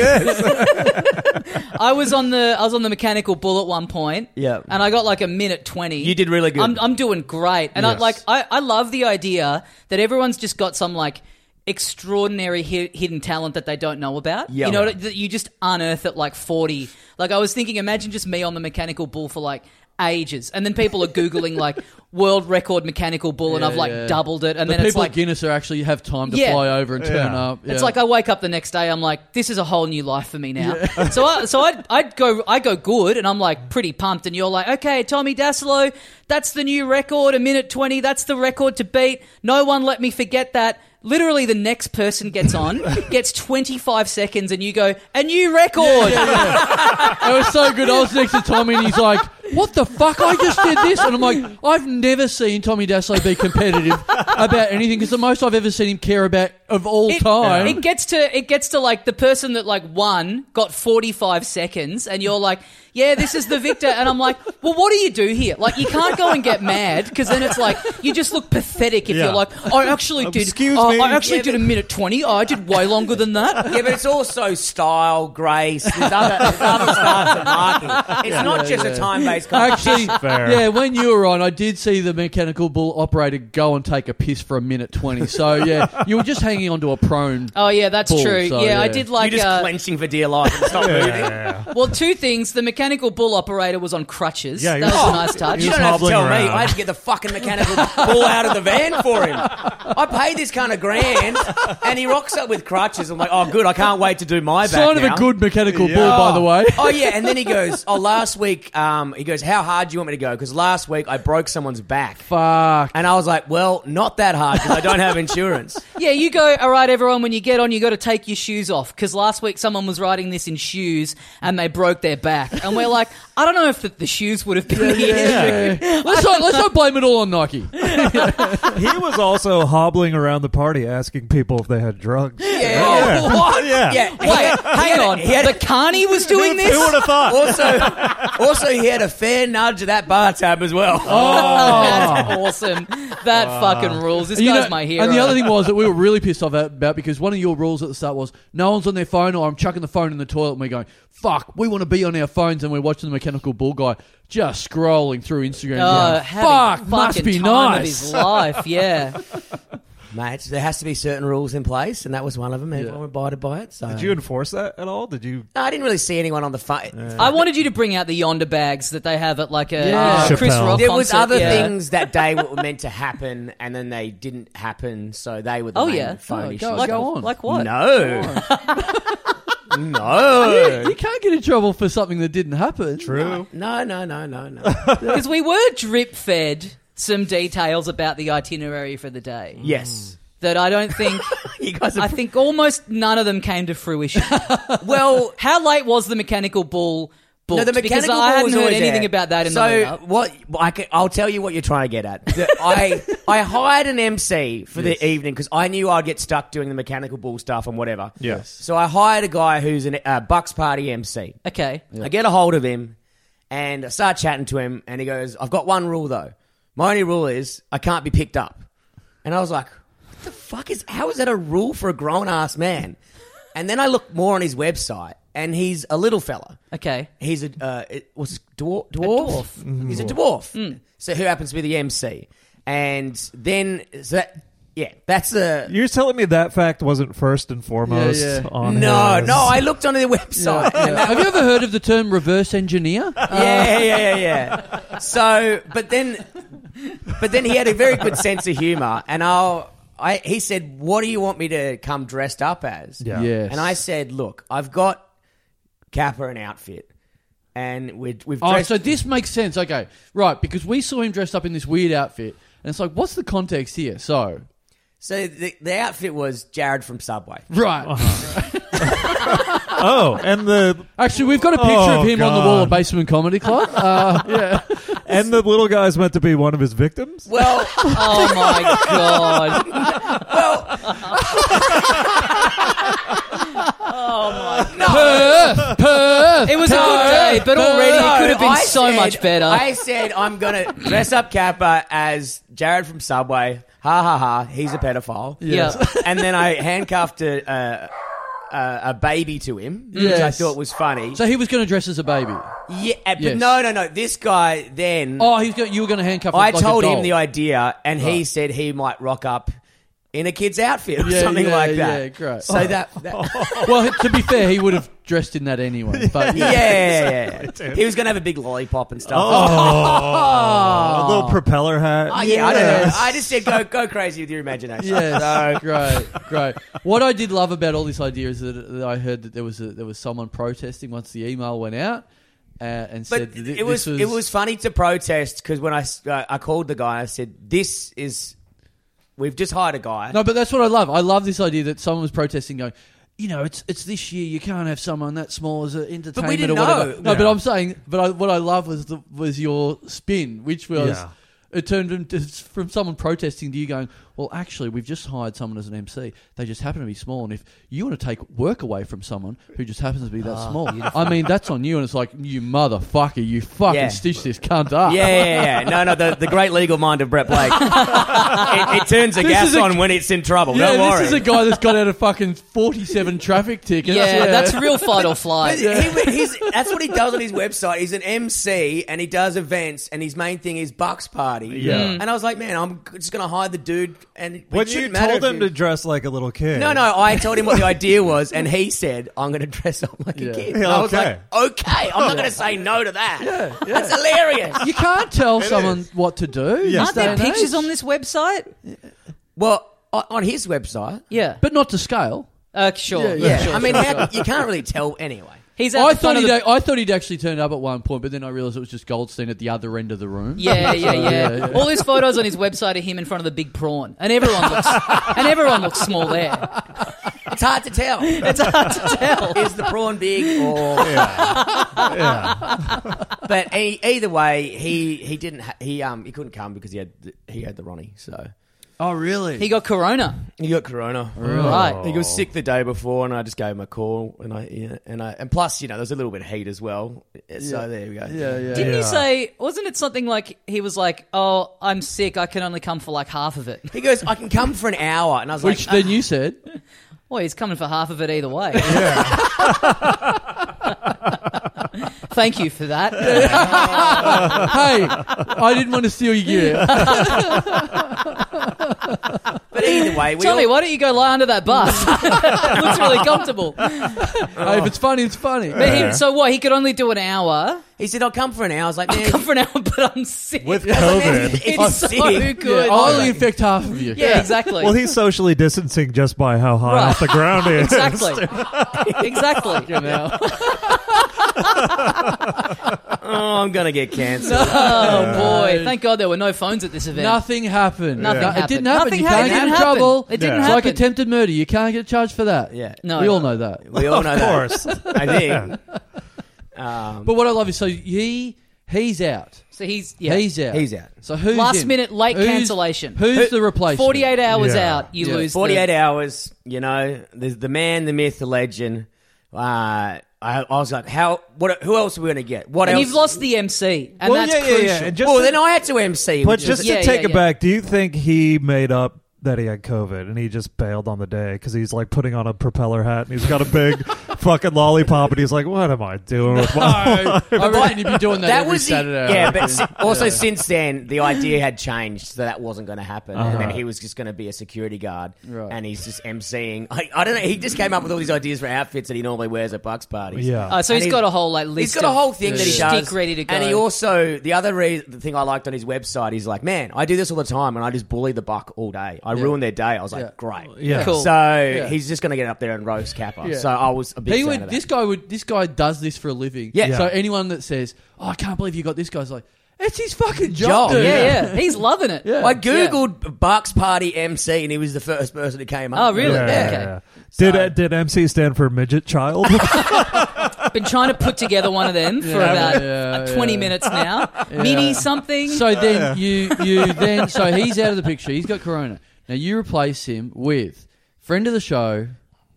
S1: I was on the I was on the mechanical bull at one point,
S3: Yeah.
S1: and I got like a minute twenty.
S3: You did really good.
S1: I'm, I'm doing great, and I
S4: Yes.
S1: like I, I love the idea that everyone's just got some like extraordinary hi- hidden talent that they don't know about.
S3: Yeah.
S1: You know that you just unearth at like forty. Like I was thinking, imagine just me on the mechanical bull for like ages, and then people are googling like world record mechanical bull, and
S2: Yeah,
S1: I've like
S2: yeah.
S1: doubled it, and
S2: the
S1: then
S2: people
S1: it's like
S2: at Guinness are actually have time to
S1: Yeah.
S2: fly over and turn
S4: Yeah.
S2: up.
S1: It's
S2: yeah.
S1: like I wake up the next day. I'm like, this is a whole new life for me now. so, I, so I'd, I'd go, I go good, and I'm like pretty pumped. And you're like, okay, Tommy Dasilo, that's the new record, a minute twenty. That's the record to beat. No one let me forget that. Literally, the next person gets on, gets 25 seconds, and you go, a new record.
S2: It was so good. I was next to Tommy and he's like, What the fuck? I just did this. And I'm like, I've never seen Tommy Daslow be competitive about anything because the most I've ever seen him care about of all
S1: It-
S2: time.
S1: It gets to it gets to like the person that like won got forty five seconds, and you're like, yeah, this is the victor, and I'm like, well, what do you do here? Like, you can't go and get mad because then it's like you just look pathetic if
S4: Yeah.
S1: you're like, I actually did,
S4: Excuse
S1: oh,
S4: me.
S1: I actually
S3: Yeah,
S1: did a minute twenty. Oh, I did way longer than that.
S3: Yeah, but it's also style, grace. There's other, there's other styles of marking. It's not just a time-based competition.
S2: Actually,
S4: Fair.
S2: yeah, when you were on, I did see the mechanical bull operator go and take a piss for a minute 20. So, yeah, you were just hanging onto a prone.
S1: Oh yeah, that's
S2: Bull,
S1: true.
S2: so,
S1: yeah, I
S2: yeah.
S1: did like
S3: You're just
S1: uh,
S3: clenching for dear life and stop moving.
S4: yeah.
S1: well two things. The mechanical bull operator was on crutches.
S4: Yeah, he
S1: that was
S4: was-
S1: a nice touch.
S4: he
S3: You
S4: was
S3: don't have to
S4: hobbling
S3: tell me.
S4: around.
S3: I had to get the fucking mechanical ball out of the van for him. I paid this kind of grand, and he rocks up with crutches. I'm like, oh, good. I can't wait to do my back
S2: Sign of
S3: now.
S2: a good mechanical bull,
S4: Yeah.
S2: by the way.
S3: Oh yeah, and then he goes, oh, last week, um, he goes, how hard do you want me to go? Because last week I broke someone's back,
S2: Fuck.
S3: and I was like, well, not that hard because I don't have insurance.
S1: Yeah, you go, all right, everyone, when you get on, you got to take your shoes off. Because last week someone was riding this in shoes and they broke their back. And we're like, I don't know if the, the shoes would have been the issue.
S2: Yeah. Let's, not, let's not blame it all on Nike.
S4: He was also hobbling around the party asking people if they had drugs.
S3: Yeah.
S1: Oh, what?
S4: Yeah.
S3: Yeah.
S1: Wait, hang on.
S3: he had a-
S1: the carney was doing
S4: Who would
S1: this?
S4: have thought?
S3: Also, also he had a fair nudge at that bar tab as well.
S1: Oh. That's awesome. That fucking rules. This
S2: And you
S1: guy's
S2: know-
S1: my hero.
S2: And the other thing was that we were really pissed off at- about because one of your rules at the start was no one's on their phone or I'm chucking the phone in the toilet and we're going, fuck, we want to be on our phones and we're watching the mechanical bull guy just scrolling through Instagram.
S1: Oh,
S2: going,
S1: having
S2: fuck, must
S1: fucking
S2: be
S1: time of
S2: nice.
S1: his life, yeah.
S3: Mate, there has to be certain rules in place, and that was one of them. Everyone abided by it. So
S4: Did you enforce that at all? Did you?
S3: No, I didn't really see anyone on the phone.
S1: I wanted you to bring out the yonder bags that they have at like a
S2: Yeah.
S1: uh, Chris
S4: Chappelle.
S1: Rock
S3: There was
S1: concert,
S3: other
S1: yeah.
S3: things that day what were meant to happen, and then they didn't happen. So they were the
S1: Oh
S3: main
S1: yeah,
S3: phone
S2: Oh,
S3: issues.
S2: go-
S1: like,
S2: go on.
S1: like what?
S3: No,
S2: You
S3: no,
S2: can't get in trouble for something that didn't happen.
S4: True.
S3: no, no, no, no, no.
S1: Because we were drip fed some details about the itinerary for the day
S3: Yes,
S1: that I don't think.
S3: you guys. Are,
S1: I think almost none of them came to fruition. well, how late was the mechanical bull booked?
S3: no, the mechanical
S1: because
S3: ball
S1: I hadn't
S3: was
S1: heard
S3: always
S1: anything
S3: there.
S1: about that in
S3: so
S1: the lead-up.
S3: what? I can, I'll tell you what you're trying to get at. The- I I hired an MC for the evening because I knew I'd get stuck doing the mechanical ball stuff and whatever.
S4: Yes.
S3: So I hired a guy who's a uh, Bucks Party MC.
S1: Okay.
S3: I get a hold of him and I start chatting to him, and he goes, I've got one rule though. My only rule is I can't be picked up. And I was like, what the fuck is, how is that a rule for a grown ass man? And then I look more on his website, and he's a little fella.
S1: Okay.
S3: He's a, uh, it- what's it, dwarf? dwarf? Mm-hmm. He's a dwarf. So who happens to be the MC? And then, so that, yeah, that's a,
S4: You're telling me that fact wasn't first and foremost
S2: Yeah, yeah.
S4: on
S3: no,
S4: his-
S3: no, I looked onto the website.
S2: Yeah. Have you ever heard of the term reverse engineer?
S3: yeah, yeah, yeah, yeah. So, but then, but then he had a very good sense of humor, and I'll, I he said, "What do you want me to come dressed up as?"
S4: Yeah.
S2: Yes.
S3: and I said, "Look, I've got Kappa and outfit, and we're, we've
S2: Oh,
S3: dressed."
S2: so this makes sense. Okay, right, because we saw him dressed up in this weird outfit, and it's like, what's the context here? So,
S3: so the, the outfit was Jared from Subway.
S2: right,
S4: Oh, and the
S2: actually, we've got a picture
S4: Oh,
S2: of him on the wall at
S4: God.
S2: Basement Comedy Club. Uh, yeah,
S4: and the little guy's meant to be one of his victims.
S3: Well,
S1: Oh my god.
S2: Perth, Perth.
S1: It was a good day, but already it could have been
S3: I
S1: so
S3: said-
S1: much better.
S3: I said I'm gonna dress up Kappa as Jared from Subway. Ha ha ha! He's a pedophile.
S1: Yes. Yeah.
S3: and then I handcuffed a, a, a, a baby to him, which I
S2: Yes.
S3: thought was funny.
S2: So he was going to dress as a baby.
S3: yeah, but
S2: Yes.
S3: no, no, no. This guy then.
S2: Oh, he was gonna, you were going to handcuff. him
S3: I
S2: like a
S3: told
S2: doll.
S3: him the idea, and he
S2: Right.
S3: said he might rock up in a kid's outfit or
S2: Yeah,
S3: something
S2: yeah,
S3: like that.
S2: yeah, great. Oh.
S3: So that, that
S2: Well, to be fair, he would have dressed in that anyway. But
S3: yeah, yeah, yeah, yeah. he was gonna have a big lollipop and stuff.
S2: Oh,
S4: a little propeller hat.
S3: Oh, yeah, I don't know.
S2: Yes.
S3: I just said go go crazy with your imagination.
S2: Yes,
S3: So,
S2: great, great. What I did love about all this idea is that, that I heard that there was a, there was someone protesting once the email went out uh, and
S3: but
S2: said that thi-
S3: it was,
S2: this was
S3: it was funny to protest because when I s- uh, I called the guy, I said this is we've just hired a guy.
S2: No, but that's what I love. I love this idea that someone was protesting, going, you know, it's it's this year. You can't have someone that small as an entertainment
S3: didn't
S2: or whatever.
S3: know.
S2: No, but
S4: Yeah.
S2: I'm saying, but I, what I love was the, was your spin, which was.
S4: Yeah.
S2: It turned into, from someone protesting to you going, "Well, actually, we've just hired someone as an MC. They just happen to be small, and if you want to take work away from someone who just happens to be that
S3: Ah,
S2: small, I mean, that's on you." And it's like, "You motherfucker, you fucking
S3: Yeah.
S2: stitch this cunt up."
S3: Yeah, yeah, yeah. No, no, the, the great legal mind of Brett Blake. it, it turns a
S2: This
S3: gas
S2: is a-
S3: on when it's in trouble.
S2: Yeah,
S3: Don't worry.
S2: this is a guy that's got out of fucking forty-seven traffic tickets.
S1: yeah, that's real fight or flight.
S3: He- he's- that's what he does on his website. He's an MC and he does events, and his main thing is Bucks Party.
S4: Yeah. Mm.
S3: And I was like, man, I'm just going to hire the dude. And it
S4: What
S3: didn't
S4: you
S3: matter
S4: told
S3: if
S4: him to dress like a little kid?
S3: No, no, I told him what the idea was, and he said, I'm going to dress up like
S2: Yeah.
S3: a kid.
S4: Yeah,
S3: And I was
S4: okay.
S3: like, okay, I'm not going to say no to that. That's hilarious.
S2: You can't tell someone what to do.
S4: Yeah.
S2: Yeah.
S1: Aren't
S4: Aren't
S1: there pictures on this website?
S3: Well, on on his website,
S1: Yeah.
S2: But not to scale.
S1: Uh, sure.
S2: Yeah,
S3: yeah.
S2: sure,
S3: I mean,
S2: sure,
S3: how, you can't really tell anyway.
S1: He's at
S2: I
S1: the
S2: thought,
S1: front of
S2: he'd,
S1: the-
S2: ac- I thought he'd actually turned up at one point, but then I realised it was just Goldstein at the other end of the room.
S1: Yeah, yeah, yeah.
S2: yeah, yeah.
S1: All his photos on his website are him in front of the big prawn, and everyone looks and everyone looks small there.
S3: It's hard to tell.
S1: It's hard to tell.
S3: is the prawn big or uh, but e- either way he he didn't ha- he um he couldn't come because he had the, he had the ronnie so
S2: Oh, really?
S1: He got corona.
S3: he got corona
S4: Oh,
S1: Right.
S3: he was sick the day before and i just gave him a call and i yeah, and i and plus you know there's a little bit of heat as well so there we go
S2: yeah, yeah.
S1: Didn't
S4: Yeah.
S1: you say? Wasn't it something like he was like, "Oh, I'm sick. I can only come for like half of it."
S3: he goes i can come for an hour and i was
S2: Which
S3: like "Uh,
S2: then you said.
S1: Well, he's coming for half of it either way. Thank you for that.
S2: hey, I didn't want to steal your gear.
S3: but either way we
S1: Tommy,
S3: all,
S1: why don't you go lie under that bus? Looks really comfortable.
S2: hey, if it's funny, it's funny.
S1: But he, so what? He could only do an hour.
S3: he said i'll come for an hour i was like man
S1: Come for an hour, but I'm sick.
S4: With
S3: man,
S4: COVID.
S3: if
S1: it's
S3: you're
S1: so
S3: sick-
S1: good.
S2: Yeah, I'll only infect half of you.
S1: Yeah, exactly.
S4: Well, he's socially distancing just by how high
S1: Right.
S4: off the ground he is.
S1: exactly. exactly.
S2: You know?
S3: oh i'm gonna get cancer
S1: Oh boy! Thank God there were no phones at this event.
S2: Nothing happened.
S1: Nothing
S2: No, It
S1: happened.
S2: didn't happen.
S1: Nothing
S2: you
S1: happened.
S2: can't get in
S1: It didn't
S2: trouble.
S1: happen. It didn't
S2: It's like
S1: happen.
S2: attempted murder. You can't get charged for that.
S3: yeah
S1: No,
S2: We all know that.
S3: we all know
S4: Of
S3: that
S4: course.
S3: i think um,
S2: But what I love is so he he's out.
S1: So he's yeah.
S2: He's out.
S3: He's out.
S2: So who's
S1: Last
S2: in?
S1: minute late
S2: Who's-
S1: cancellation.
S2: Who's the replacement?
S1: Forty-eight hours
S4: Yeah.
S1: out, you
S2: Yeah.
S1: lose. the-
S3: 48 hours, you know, the, the man, the myth, the legend. Uh, I, I was like, how? What? Who else are we going to get? What
S1: and
S3: else?
S1: you've lost the MC, and
S4: Well,
S1: that's
S4: yeah, yeah,
S1: crucial.
S4: yeah. And just
S3: well,
S4: to-
S3: then I had to MC.
S4: But
S3: which is-
S4: just to
S1: Yeah,
S4: take
S1: yeah,
S4: it
S1: yeah.
S4: back, do you think he made up that he had COVID and he just bailed on the day because he's like putting on a propeller hat and he's got a big fucking lollipop and he's like, "What am I doing with my?"
S2: I reckon you'd be doing that, every
S3: was the-
S2: Saturday.
S3: yeah. But si- also since then, the idea had changed, so that wasn't going to happen. And then he was just going to be a security guard,
S2: Right.
S3: and he's just MCing. I, I don't know. He just came up with all these ideas for outfits that he normally wears at Bucks parties.
S4: Yeah.
S1: Uh, so
S3: And
S1: he's
S3: he's-
S1: got a whole like list.
S3: He's got a whole thing
S1: of
S3: that he
S1: shtick
S3: does,
S1: ready to go.
S3: and he also the other re- the thing I liked on his website, he's like, "Man, I do this all the time, and I just bully the buck all day. I ruin their day." I was like,
S2: Yeah.
S3: "Great,
S4: yeah.
S1: Cool.
S3: So
S2: Yeah.
S3: he's just going to get up there and roast Kappa.
S2: Yeah.
S3: So I was a big
S2: he
S3: fan
S2: would.
S3: of
S2: This
S3: that.
S2: guy would. This guy does this for a living.
S3: Yeah.
S4: Yeah.
S2: So anyone that says, "Oh, I can't believe you got this guy's like, it's his fucking job.
S3: Job.
S1: yeah, yeah,
S2: dude.
S1: he's loving it.
S2: Yeah.
S3: I googled Bucks Party MC, and he was the first person who came up.
S1: Oh, really?
S4: Yeah, yeah,
S1: Okay.
S4: yeah. Did uh, did MC stand for midget child?
S1: Been trying to put together one of them for
S2: Yeah,
S1: about
S2: yeah,
S1: uh, twenty
S2: yeah.
S1: minutes now. Mini something.
S2: So then you you then so he's out of the picture. He's got corona. Now you replace him with friend of the show,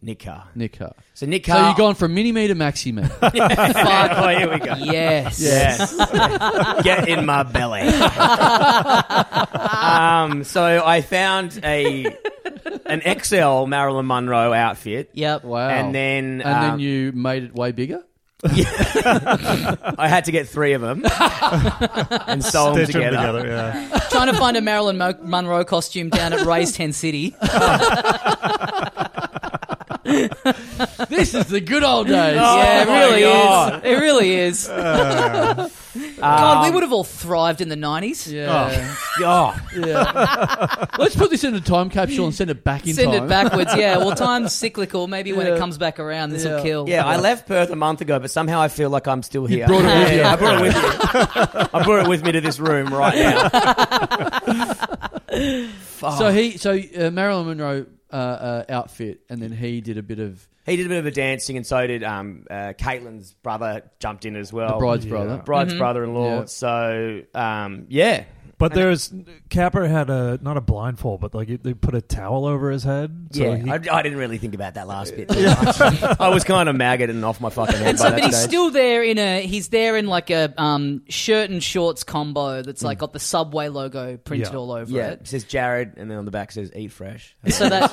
S3: Nick Carr.
S2: Nick Carr.
S3: So Nick
S2: So
S3: Carr.
S2: you've gone from mini me to maxi me.
S1: Fuck.
S3: Oh, here we go.
S1: Yes.
S3: Yes. Get in my belly. um, so I found a an XL Marilyn Monroe outfit.
S1: Yep.
S2: Wow.
S3: And
S2: and
S3: then, um,
S2: then you made it way bigger.
S3: I had to get three of them and sew them
S4: Stitch
S3: together.
S4: them together. Yeah.
S1: Trying to find a Marilyn Mo- Monroe costume down at Ray's Ten City.
S3: Oh
S2: this is the good old days.
S3: Oh
S1: yeah, it
S3: my
S1: really
S3: God.
S1: is. It really is. God, we would have all thrived in the nineties.
S2: Uh, um, Yeah.
S3: Oh,
S2: yeah. Let's put this in a time capsule and send it back in
S1: Send
S2: time.
S1: it backwards, yeah. Well, time's cyclical. Maybe when it
S2: Yeah.
S1: comes back around, this will
S2: Yeah.
S1: kill.
S3: yeah. I left Perth a month ago, but somehow I feel like I'm still here.
S2: brought it with
S3: Yeah,
S2: you.
S3: I brought it with me. I brought it with me to this room right now.
S2: So he, so uh, Marilyn Monroe uh, uh, outfit, and then he did a bit of
S3: He did a bit of a dancing, and so did um, uh, Caitlin's brother. Jumped in as well.
S2: the bride's
S4: yeah.
S2: brother.
S3: bride's brother-in-law.
S2: Yeah.
S3: So um, yeah,
S4: But there's Capper had a not a blindfold, but like they put a towel over his head. So
S3: yeah.
S4: he-
S3: I, I didn't really think about that last bit. too much. I was kind of maggot and off my fucking head.
S1: And
S3: by
S1: so,
S3: that
S1: but he's
S3: stage.
S1: still there in a. He's there in like a um, shirt and shorts combo that's
S2: Hmm.
S1: like got the subway logo printed
S4: Yeah.
S1: all over
S3: Yeah, it
S1: it.
S3: says Jared, and then on the back says "Eat Fresh."
S1: So that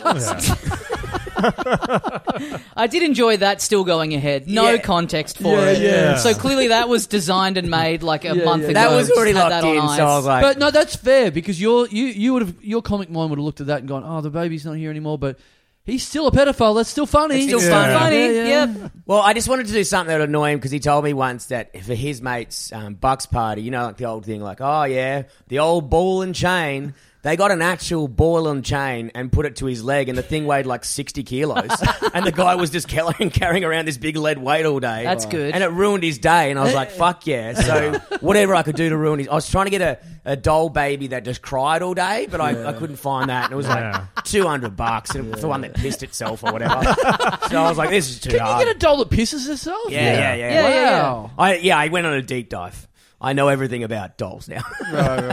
S4: yeah.
S1: I did enjoy that. Still going ahead, no
S3: Yeah.
S1: context for
S4: Yeah,
S1: it.
S4: yeah.
S1: So clearly that was designed and made like a
S2: Yeah,
S1: month
S2: yeah.
S1: ago.
S3: That was
S1: Just
S3: already
S1: had
S3: locked
S1: that on
S3: in,
S1: ice.
S3: so I was like,
S2: But no, that's fair because your you you would have your comic mind would have looked at that and gone, "Oh, the baby's not here anymore," but he's still a pedophile. That's still funny.
S3: It's still
S1: It's
S3: Yeah.
S1: funny.
S2: Yeah, yeah.
S1: Yep.
S3: Well, I just wanted to do something that would annoy him because he told me once that for his mate's um, Bucks party, you know, like the old thing, like, oh yeah, the old ball and chain. They got an actual ball and chain and put it to his leg, and the thing weighed like sixty kilos. and the guy was just carrying, carrying around this big lead weight all day.
S1: That's good.
S3: And it ruined his day. And I was like, "Fuck yeah!" So whatever I could do to ruin his, I was trying to get a, a doll baby that just cried all day, but I, I couldn't find that, and it was
S4: Yeah.
S3: like two hundred bucks and for one that pissed itself or whatever. so I was like, "This is too
S2: Can
S3: hard."
S2: you get a doll that pisses herself?
S3: Yeah, yeah, yeah.
S1: Yeah, yeah, yeah.
S2: Wow.
S3: I yeah, I went on a deep dive. I know everything about dolls now.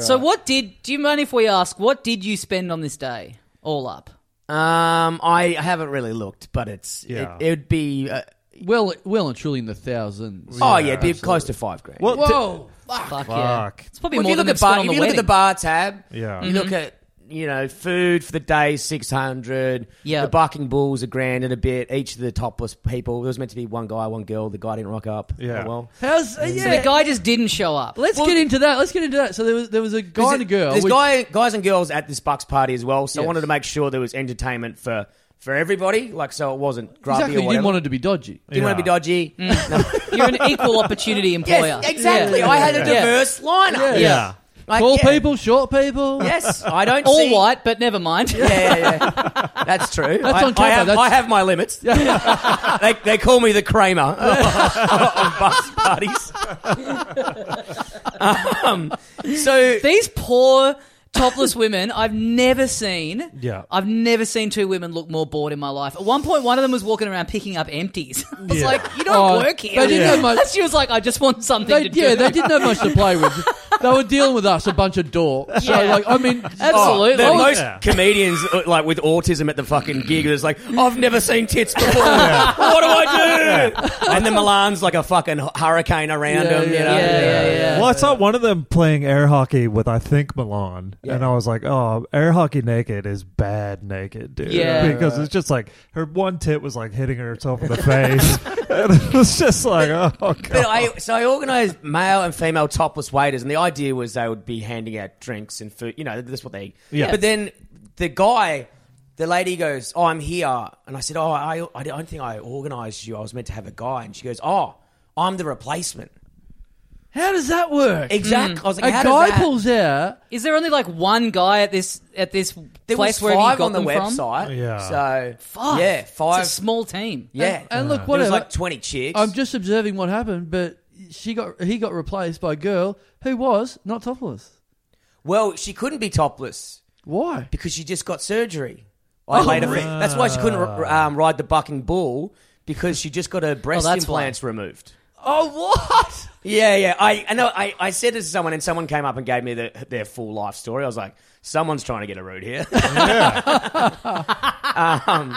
S1: So what did? Do you mind if we ask what did you spend on this day all up?
S3: um, I haven't really looked, but it's
S4: Yeah.
S3: it, it would be uh,
S2: Well, well and truly in the thousands.
S3: oh yeah, it'd be close to five grand.
S4: Well, t-
S2: Whoa.
S1: Fuck,
S4: Fuck.
S1: yeah. It's probably
S3: Well, if
S1: more
S3: you
S1: than
S3: look at
S1: it's
S3: bar,
S1: on
S3: if
S1: the
S3: you look at the
S1: wedding.
S3: bar tab,
S4: Yeah.
S3: you look at you know food for the day six hundred.
S1: Yeah.
S3: the barking bulls a grand and a bit. Each of the topless people. There was meant to be one guy, one girl. The guy didn't rock up.
S4: Yeah.
S3: Oh, well.
S2: How's yeah?
S1: So the guy just didn't show up.
S2: Let's get into that. Let's get into that. So there was there was a guy and a girl.
S3: There's
S2: which-
S3: guy, guys and girls at this Bucks party as well. So I
S2: Yes.
S3: wanted to make sure there was entertainment for for everybody. Like so, it wasn't grubby
S2: exactly.
S3: or
S2: You
S3: whatever.
S2: didn't want it to be dodgy.
S3: Didn't want to be dodgy.
S1: Mm. You're an equal opportunity employer.
S3: Yes, exactly.
S1: Yeah.
S3: I had a
S1: Yeah.
S3: diverse lineup.
S2: Yeah.
S4: yeah.
S3: Like,
S2: Tall
S3: yeah.
S2: people, short people.
S3: Yes, I don't
S1: All
S3: see.
S1: white, but never mind.
S3: Yeah, yeah, yeah. That's true.
S2: on
S3: I, I
S2: Kappa,
S3: have,
S2: that's-
S3: I have my limits. they, they call me the Kramer of bus parties. um, so
S1: These poor topless women, I've never seen.
S4: Yeah.
S1: I've never seen two women look more bored in my life. At one point, one of them was walking around picking up empties. I was
S4: Yeah.
S1: like, you don't
S2: Oh,
S1: work here.
S2: they didn't have much-
S1: She was like, I just want something
S2: They,
S1: to do.
S2: yeah, they didn't have much to play with. They were dealing with us, a bunch of dorks. So,
S1: Yeah.
S2: like, I mean,
S4: Oh,
S1: Absolutely.
S2: Oh,
S1: Oh,
S3: The most
S4: yeah.
S3: comedians, uh, like with autism at the fucking gig, is like, I've never seen tits before. What do I do? And the Milan's like a fucking hurricane around
S2: Yeah,
S3: him. You
S2: yeah,
S3: know?
S1: yeah, yeah, yeah.
S4: Well, I saw one of them playing air hockey with I think Milan, and I was like, "Oh, air hockey naked is bad naked, dude."
S1: Yeah.
S4: because it's just like her one tit was like hitting herself in the face, and it was just like, "Oh god."
S3: But I so I organised male and female topless waiters, and the idea was they would be handing out drinks and food. You know, that's what they.
S4: Yeah.
S3: But then the guy, the lady goes, "Oh, I'm here," and I said, "Oh, I, I don't think I organised you. I was meant to have a guy," and she goes, "Oh, I'm the replacement."
S2: how does that work?
S3: Exactly. I was like,
S2: Hmm. a
S3: "How
S2: guy
S3: does that-"
S2: pulls out.
S1: Is there only like one guy at this at this
S3: There
S1: place
S3: was
S1: where
S3: five
S1: you got
S3: on the
S1: them from?
S3: website.
S4: Yeah.
S3: So
S1: Five.
S3: Yeah, five.
S1: It's a small team.
S3: yeah.
S2: And look,
S3: there was
S2: whatever.
S3: like twenty chicks.
S2: I'm just observing what happened, but she got he got replaced by a girl who was not topless.
S3: well, she couldn't be topless.
S2: Why?
S3: because she just got surgery.
S1: Oh,
S3: I later, that's why she couldn't r- um, ride the bucking bull because she just got her breast
S1: Oh, that's
S3: implants removed.
S2: Oh, what?
S3: Yeah, yeah. I I know. I, I said this to someone, and someone came up and gave me the, their full life story. I was like, someone's trying to get a root here. um,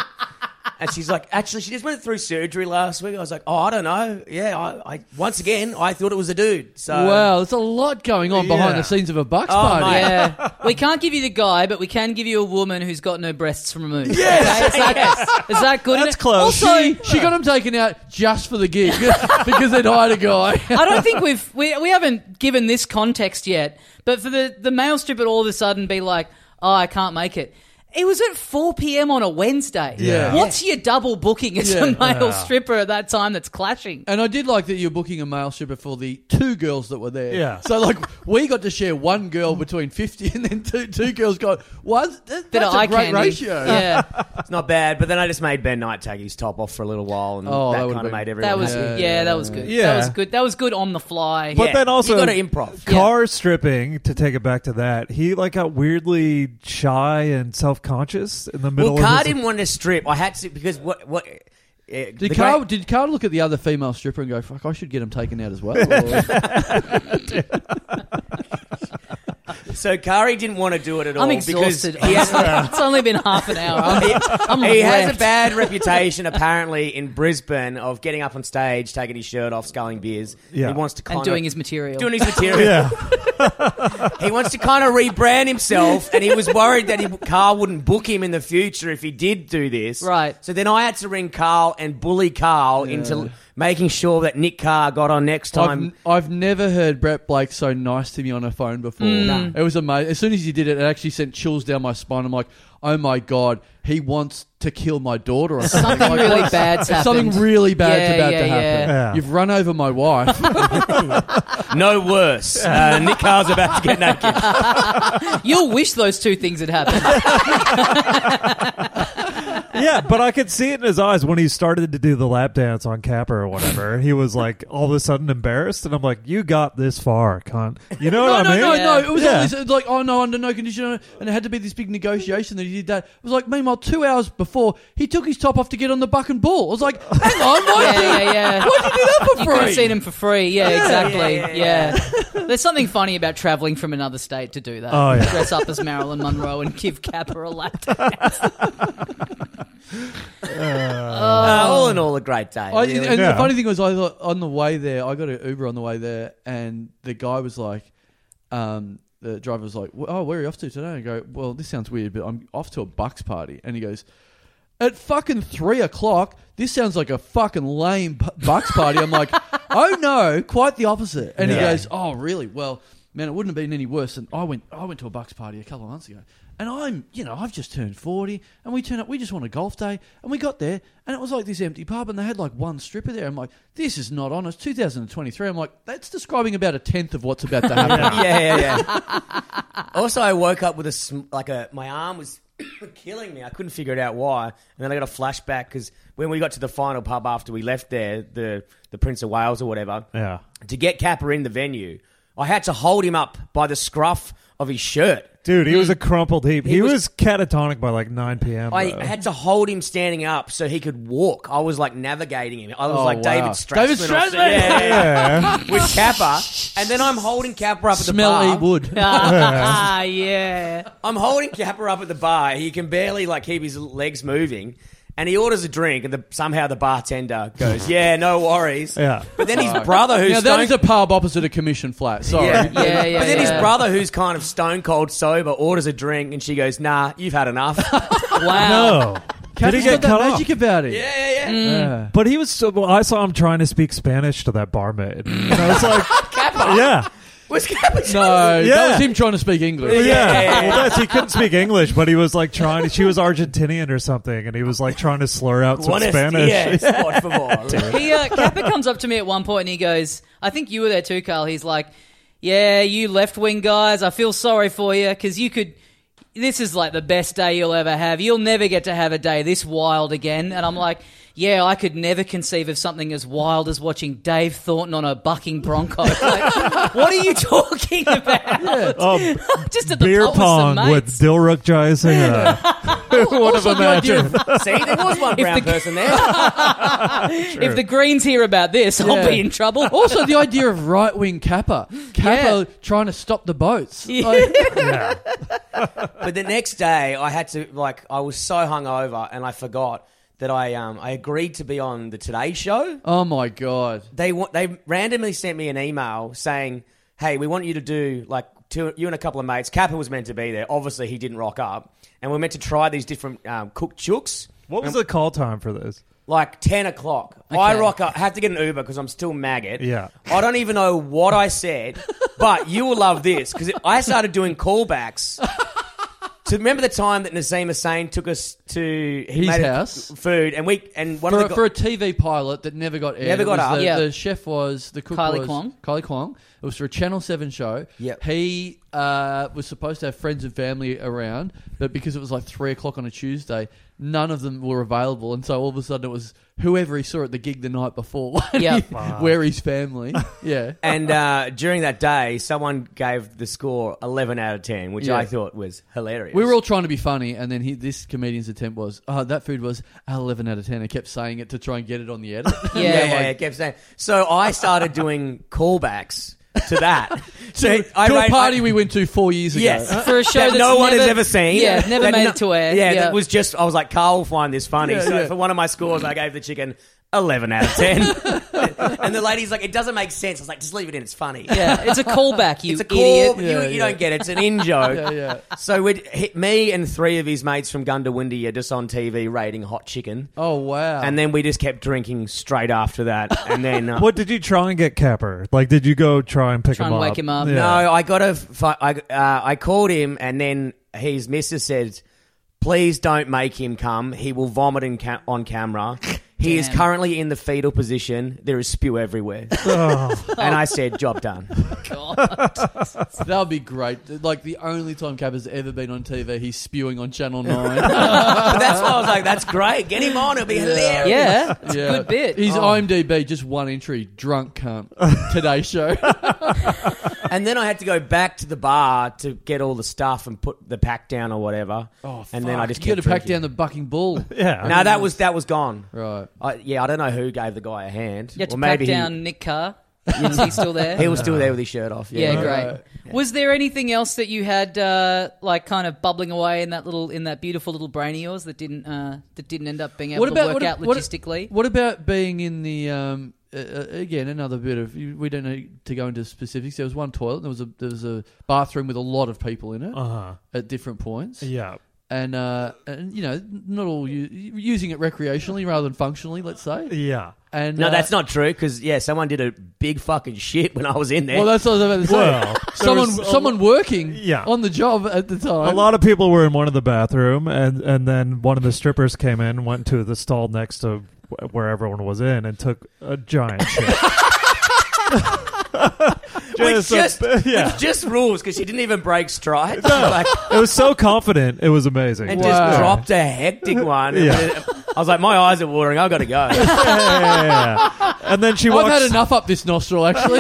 S3: And she's like, actually, she just went through surgery last week. I was like, oh, I don't know. Yeah, I, I once again, I thought it was a dude. So
S2: wow, there's a lot going on behind
S4: Yeah.
S2: the scenes of a Bucks
S3: Uh, Oh,
S2: party.
S3: mate.
S1: Yeah. we can't give you the guy, but we can give you a woman who's got no breasts removed.
S3: Yes!
S1: Okay, is, that, is that good?
S4: That's
S1: enough?
S4: close.
S1: Also,
S2: She, she got him taken out just for the gig because they'd hired a guy.
S1: I don't think we've we, we haven't given this context yet. But for the the male stripper to all of a sudden be like, "Oh, I can't make it." It was at 4 p.m. on a Wednesday.
S4: Yeah.
S1: What's your double booking as a
S2: Yeah.
S1: male
S4: Yeah.
S1: stripper at that time that's clashing?
S2: And I did like that you're booking a male stripper for the two girls that were there.
S4: Yeah.
S2: So like we got to share one girl between fifty, and then two two girls got one. That,
S1: Bit
S2: that's
S1: of
S2: a
S1: eye
S2: great
S1: candy.
S2: ratio.
S1: Yeah.
S3: it's not bad. But then I just made Ben Knight take his top off for a little while, and
S2: Oh, that
S3: that,
S2: would've
S3: kind of
S2: been-
S3: made everyone.
S1: That was
S3: happy.
S1: yeah,
S2: Yeah,
S1: that was good.
S4: yeah.
S1: That was good. That was good on the fly.
S4: But
S3: Yeah.
S4: then also,
S3: You gotta improv.
S4: Car stripping. To take it back to that, he like got weirdly shy and self conscious in the middle.
S3: Well, Carr
S4: of his,
S3: didn't want to strip. I had to because what what. uh, the
S2: Did
S3: great-
S2: Carl, did Carl look at the other female stripper and go, "Fuck, I should get him taken out as well"? Or-
S3: so Kari didn't want to do it at all.
S1: I'm
S3: because
S1: exhausted.
S3: He has,
S1: it's only been half an hour.
S3: he-
S1: I'm
S3: he has a
S1: wrecked.
S3: bad reputation apparently in Brisbane of getting up on stage, taking his shirt off, sculling beers.
S4: Yeah.
S3: He wants to kind
S1: and doing
S3: of,
S1: his material.
S3: doing his material.
S4: yeah,
S3: He wants to kind of rebrand himself, and he was worried that he, Carl wouldn't book him in the future if he did do this.
S1: Right.
S3: So then I had to ring Carl and bully Carl into making sure that Nick Carr got on next
S2: I've,
S3: time.
S2: I've never heard Brett Blake so nice to me on a phone before.
S1: Mm.
S2: It was amazing. As soon as he did it, it actually sent chills down my spine. I'm like, oh my god, he wants to kill my daughter. Or something,
S1: Something
S2: Like,
S1: really
S2: what's-
S1: bad's happened.
S2: Something really bad's
S1: Yeah,
S2: about
S1: yeah,
S2: to happen.
S4: yeah. Yeah.
S2: You've run over my wife.
S3: no worse. Uh, Nick Carr's about to get naked.
S1: You'll wish those two things had happened.
S4: yeah. But I could see it in his eyes when he started to do the lap dance on Kappa or whatever. He was like all of a sudden embarrassed, and I'm like, "You got this far, cunt." You know
S2: No,
S4: what
S2: no,
S4: I mean?
S2: no,
S1: Yeah.
S2: no. It was
S4: Yeah.
S2: all this, it was like, oh no, under no condition, and it had to be this big negotiation that he did that. It was like, meanwhile, two hours before he took his top off to get on the buck and ball. I was like, hang on, why
S1: yeah,
S2: did
S1: yeah,
S2: you-
S1: yeah.
S2: why'd you do that for
S1: You could
S2: free?
S1: have seen him for free. Yeah, exactly.
S3: yeah,
S1: Yeah,
S3: yeah,
S1: There's something funny about traveling from another state to do that.
S4: Oh, yeah.
S1: Dress up as Marilyn Monroe and give Kappa a lap. Oh.
S3: Uh, all in all, a great day.
S2: I,
S3: really.
S2: and
S4: Yeah.
S2: the funny thing was, I thought on the way there, I got an Uber on the way there, and the guy was like, um, the driver was like, "Oh, where are you off to today?" And I go, "Well, this sounds weird, but I'm off to a Bucks party." And he goes, "At fucking three o'clock, this sounds like a fucking lame bu- Bucks party." I'm like, "Oh no, quite the opposite." And he
S4: Yeah.
S2: goes, "Oh, really? Well." Man, it wouldn't have been any worse than I went. I went to a Bucks party a couple of months ago, and I'm, you know, I've just turned forty, and we turn up. We just want a golf day, and we got there, and it was like this empty pub, and they had like one stripper there. I'm like, this is not honest. 2023. I'm like, that's describing about a tenth of what's about to happen.
S3: yeah, yeah, yeah. also, I woke up with a sm- like a my arm was killing me. I couldn't figure it out why, and then I got a flashback because when we got to the final pub after we left there, the the Prince of Wales or whatever,
S4: Yeah.
S3: to get Capper in the venue, I had to hold him up by the scruff of his shirt.
S4: Dude, he was a crumpled heap. He, was,
S3: was-
S4: catatonic by like 9 p.m. though.
S3: I had to hold him standing up so he could walk. I was like navigating him. I was
S2: Oh,
S3: like
S2: wow.
S3: David Strathman.
S2: David
S3: or
S2: Strathman!
S3: something. Yeah, yeah,
S4: yeah.
S3: yeah. With Capper. And then I'm holding Capper up at the
S2: Smell
S3: bar.
S2: E wood.
S1: ah, yeah.
S3: I'm holding Capper up at the bar. He can barely like keep his legs moving, and he orders a drink. And the, somehow the bartender goes, "Yeah, no worries."
S4: Yeah.
S3: But then his brother, who's
S2: Now
S3: stone-
S2: that is a pub opposite a commission flat. Sorry.
S3: yeah.
S1: Yeah, yeah,
S3: But then his
S1: yeah.
S3: brother, who's kind of stone cold sober, orders a drink, and she goes, "Nah, you've had enough." yeah,
S1: Wow.
S4: No. Did he
S2: Cat's
S4: get
S2: got
S4: cut
S2: that
S4: off? Mm.
S2: magic about it.
S3: yeah, yeah.
S1: Mm.
S2: Yeah.
S4: But he was so, well, I saw him trying to speak Spanish to that barmaid. And I was like, yeah.
S3: Was Capper?
S2: No,
S4: Yeah.
S2: that was him trying to speak
S4: Yeah.
S2: English.
S3: yeah, yeah.
S4: Well, that's, he couldn't speak English, but he was like trying she was Argentinian or something, and he was like trying to slur out some
S3: Buenos
S4: Spanish.
S3: dias, por favor.
S1: He, uh, Kappa comes up to me at one point and he goes, I think you were there too, Carl. He's like, Yeah, you left wing guys, I feel sorry for you because you could. This is like the best day you'll ever have. You'll never get to have a day this wild again. And I'm like, Yeah, I could never conceive of something as wild as watching Dave Thornton on a bucking bronco. Like, what are you talking about?
S4: Oh,
S1: Just at the
S4: beer
S1: pub
S4: pong with
S1: with some mates.
S4: Dilruk Jayasinghe. Who would have
S2: Also, the idea
S4: imagined?
S2: of-
S3: See, there was one
S1: the-
S3: brown person there.
S1: If the Greens hear about this, I'll
S2: Yeah.
S1: be in trouble.
S2: also, the idea of right wing Kappa. Kappa trying to stop the boats. Like,
S4: Yeah.
S3: But the next day, I had to like I was so hungover and I forgot that I um I agreed to be on the Today Show.
S2: Oh my god.
S3: They wa- they randomly sent me an email saying, "Hey, we want you to do like two, you and a couple of mates. Kappa was meant to be there. Obviously, he didn't rock up, and we're meant to try these different um, cooked chooks."
S4: What was the call time for this?
S3: like 10 o'clock. I rock up, have to get an Uber because I'm still maggot.
S4: Yeah.
S3: I don't even know what I said, but you will love this because I started doing callbacks. To remember the time that Nazim Hussain took us to he
S2: His
S3: made
S2: house?
S3: food, and we and one
S2: For,
S3: of
S2: a-
S3: the
S2: for
S3: go-
S2: a TV pilot that never got aired,
S3: Never
S2: it
S3: got
S2: was
S3: up.
S2: The,
S1: Yeah.
S2: the chef was the cook
S1: Kylie
S2: was
S1: Kwong.
S2: Kylie Kwong. It was for a Channel Seven show.
S3: Yep.
S2: He uh, was supposed to have friends and family around, but because it was like three o'clock on a Tuesday, none of them were available, and so all of a sudden it was whoever he saw at the gig the night before.
S1: Yeah.
S2: where his family? Yeah.
S3: and uh, during that day, someone gave the score eleven out of ten, which
S2: Yeah.
S3: I thought was hilarious.
S2: We were all trying to be funny, and then he, this comedian's attempt was, "Oh, that food was 11 out of 10." I kept saying it to try and get it on the edit.
S1: Yeah.
S3: yeah, yeah, yeah, kept saying. So I started doing callbacks to that. so I
S2: to a
S3: rate-
S2: party
S3: I-
S2: we went to four years ago.
S3: Yes,
S1: For a show
S3: that
S1: that's
S3: no one has
S1: never-
S3: ever seen.
S1: Yeah, never
S3: That
S1: made
S3: no-
S1: it to air.
S3: Yeah,
S1: Yeah.
S3: that was just. I was like, Carl will find this funny. so
S2: yeah.
S3: for one of my scores, I gave the chicken eleven out of ten, and the lady's like, "It doesn't make sense." I was like, "Just leave it in. It's funny."
S1: Yeah, it's a callback, you
S3: It's a
S1: idiot.
S3: call. but You,
S2: Yeah,
S3: you
S2: yeah.
S3: don't get it. It's an in joke.
S2: Yeah, yeah.
S3: So we'd, hit me and three of his mates from Gundawindi are just on TV rating hot chicken,
S2: Oh wow!
S3: and then we just kept drinking straight after that. And then uh,
S4: What did you try and get Capper? Like, did you go try and pick
S1: Try
S4: him
S1: and
S4: up?
S1: wake him up.
S3: No, I got a. fi- I uh, I called him, and then his missus said, "Please don't make him come. He will vomit in ca- on camera. He is
S1: Damn.
S3: currently in the fetal position. There is spew everywhere." and I said, "Job done."
S1: God.
S2: that would be great. Like the only time Cap has ever been on TV, he's spewing on Channel Nine.
S3: but that's why I was like, "That's great. Get him on. It'll be hilarious."
S1: Yeah, it's a good bit.
S2: His
S3: Oh.
S2: IMDb just one entry: drunk cunt. Today show.
S3: And then I had to go back to the bar to get all the stuff and put the pack down or whatever. Oh, and then I just
S2: you
S3: kept
S2: got to pack
S3: drinking.
S2: down the bucking bull.
S4: Yeah.
S3: No, that was that was gone.
S2: Right.
S3: I, yeah, I don't know who gave the guy a hand.
S1: You had to
S3: Or
S1: pack
S3: maybe he-
S1: down Nick Carr. Is he still there?
S3: He was still there with his shirt off.
S1: yeah,
S2: Yeah.
S1: great.
S2: Right.
S1: Was there anything else that you had uh, like kind of bubbling away in that little in that beautiful little brain of yours that didn't uh, that didn't end up being able to work out logistically?
S2: What, about being in the um, uh, uh, again another bit of you- we don't need to go into specifics. There was one toilet. There was a there was a bathroom with a lot of people in it
S3: Oh.
S4: Uh huh.
S2: at different points.
S4: Yeah.
S2: And uh, and you know not all u- using it recreationally rather than functionally. Let's say.
S4: Yeah.
S2: And
S3: No,
S2: uh,
S3: that's not true. Because yeah, someone did a big fucking shit when I was in there.
S2: Well, that's what I was about to say.
S4: Well, there
S2: someone
S4: was a
S2: someone working
S4: Yeah.
S2: on the job at the time.
S4: A lot of people were in one of the bathroom, and and then one of the strippers came in, went to the stall next to wh- where everyone was in, and took a giant shit.
S3: which
S4: a
S3: just
S4: b- yeah.
S3: which just rules because she didn't even break stride. like,
S4: it was so confident. It was amazing.
S3: and
S2: Wow.
S3: just dropped a hectic one.
S4: Yeah.
S3: I was like, my eyes are watering. I've got to go.
S4: Yeah, yeah, yeah, yeah. And then she
S2: I've
S4: walks.
S2: had enough up this nostril, actually.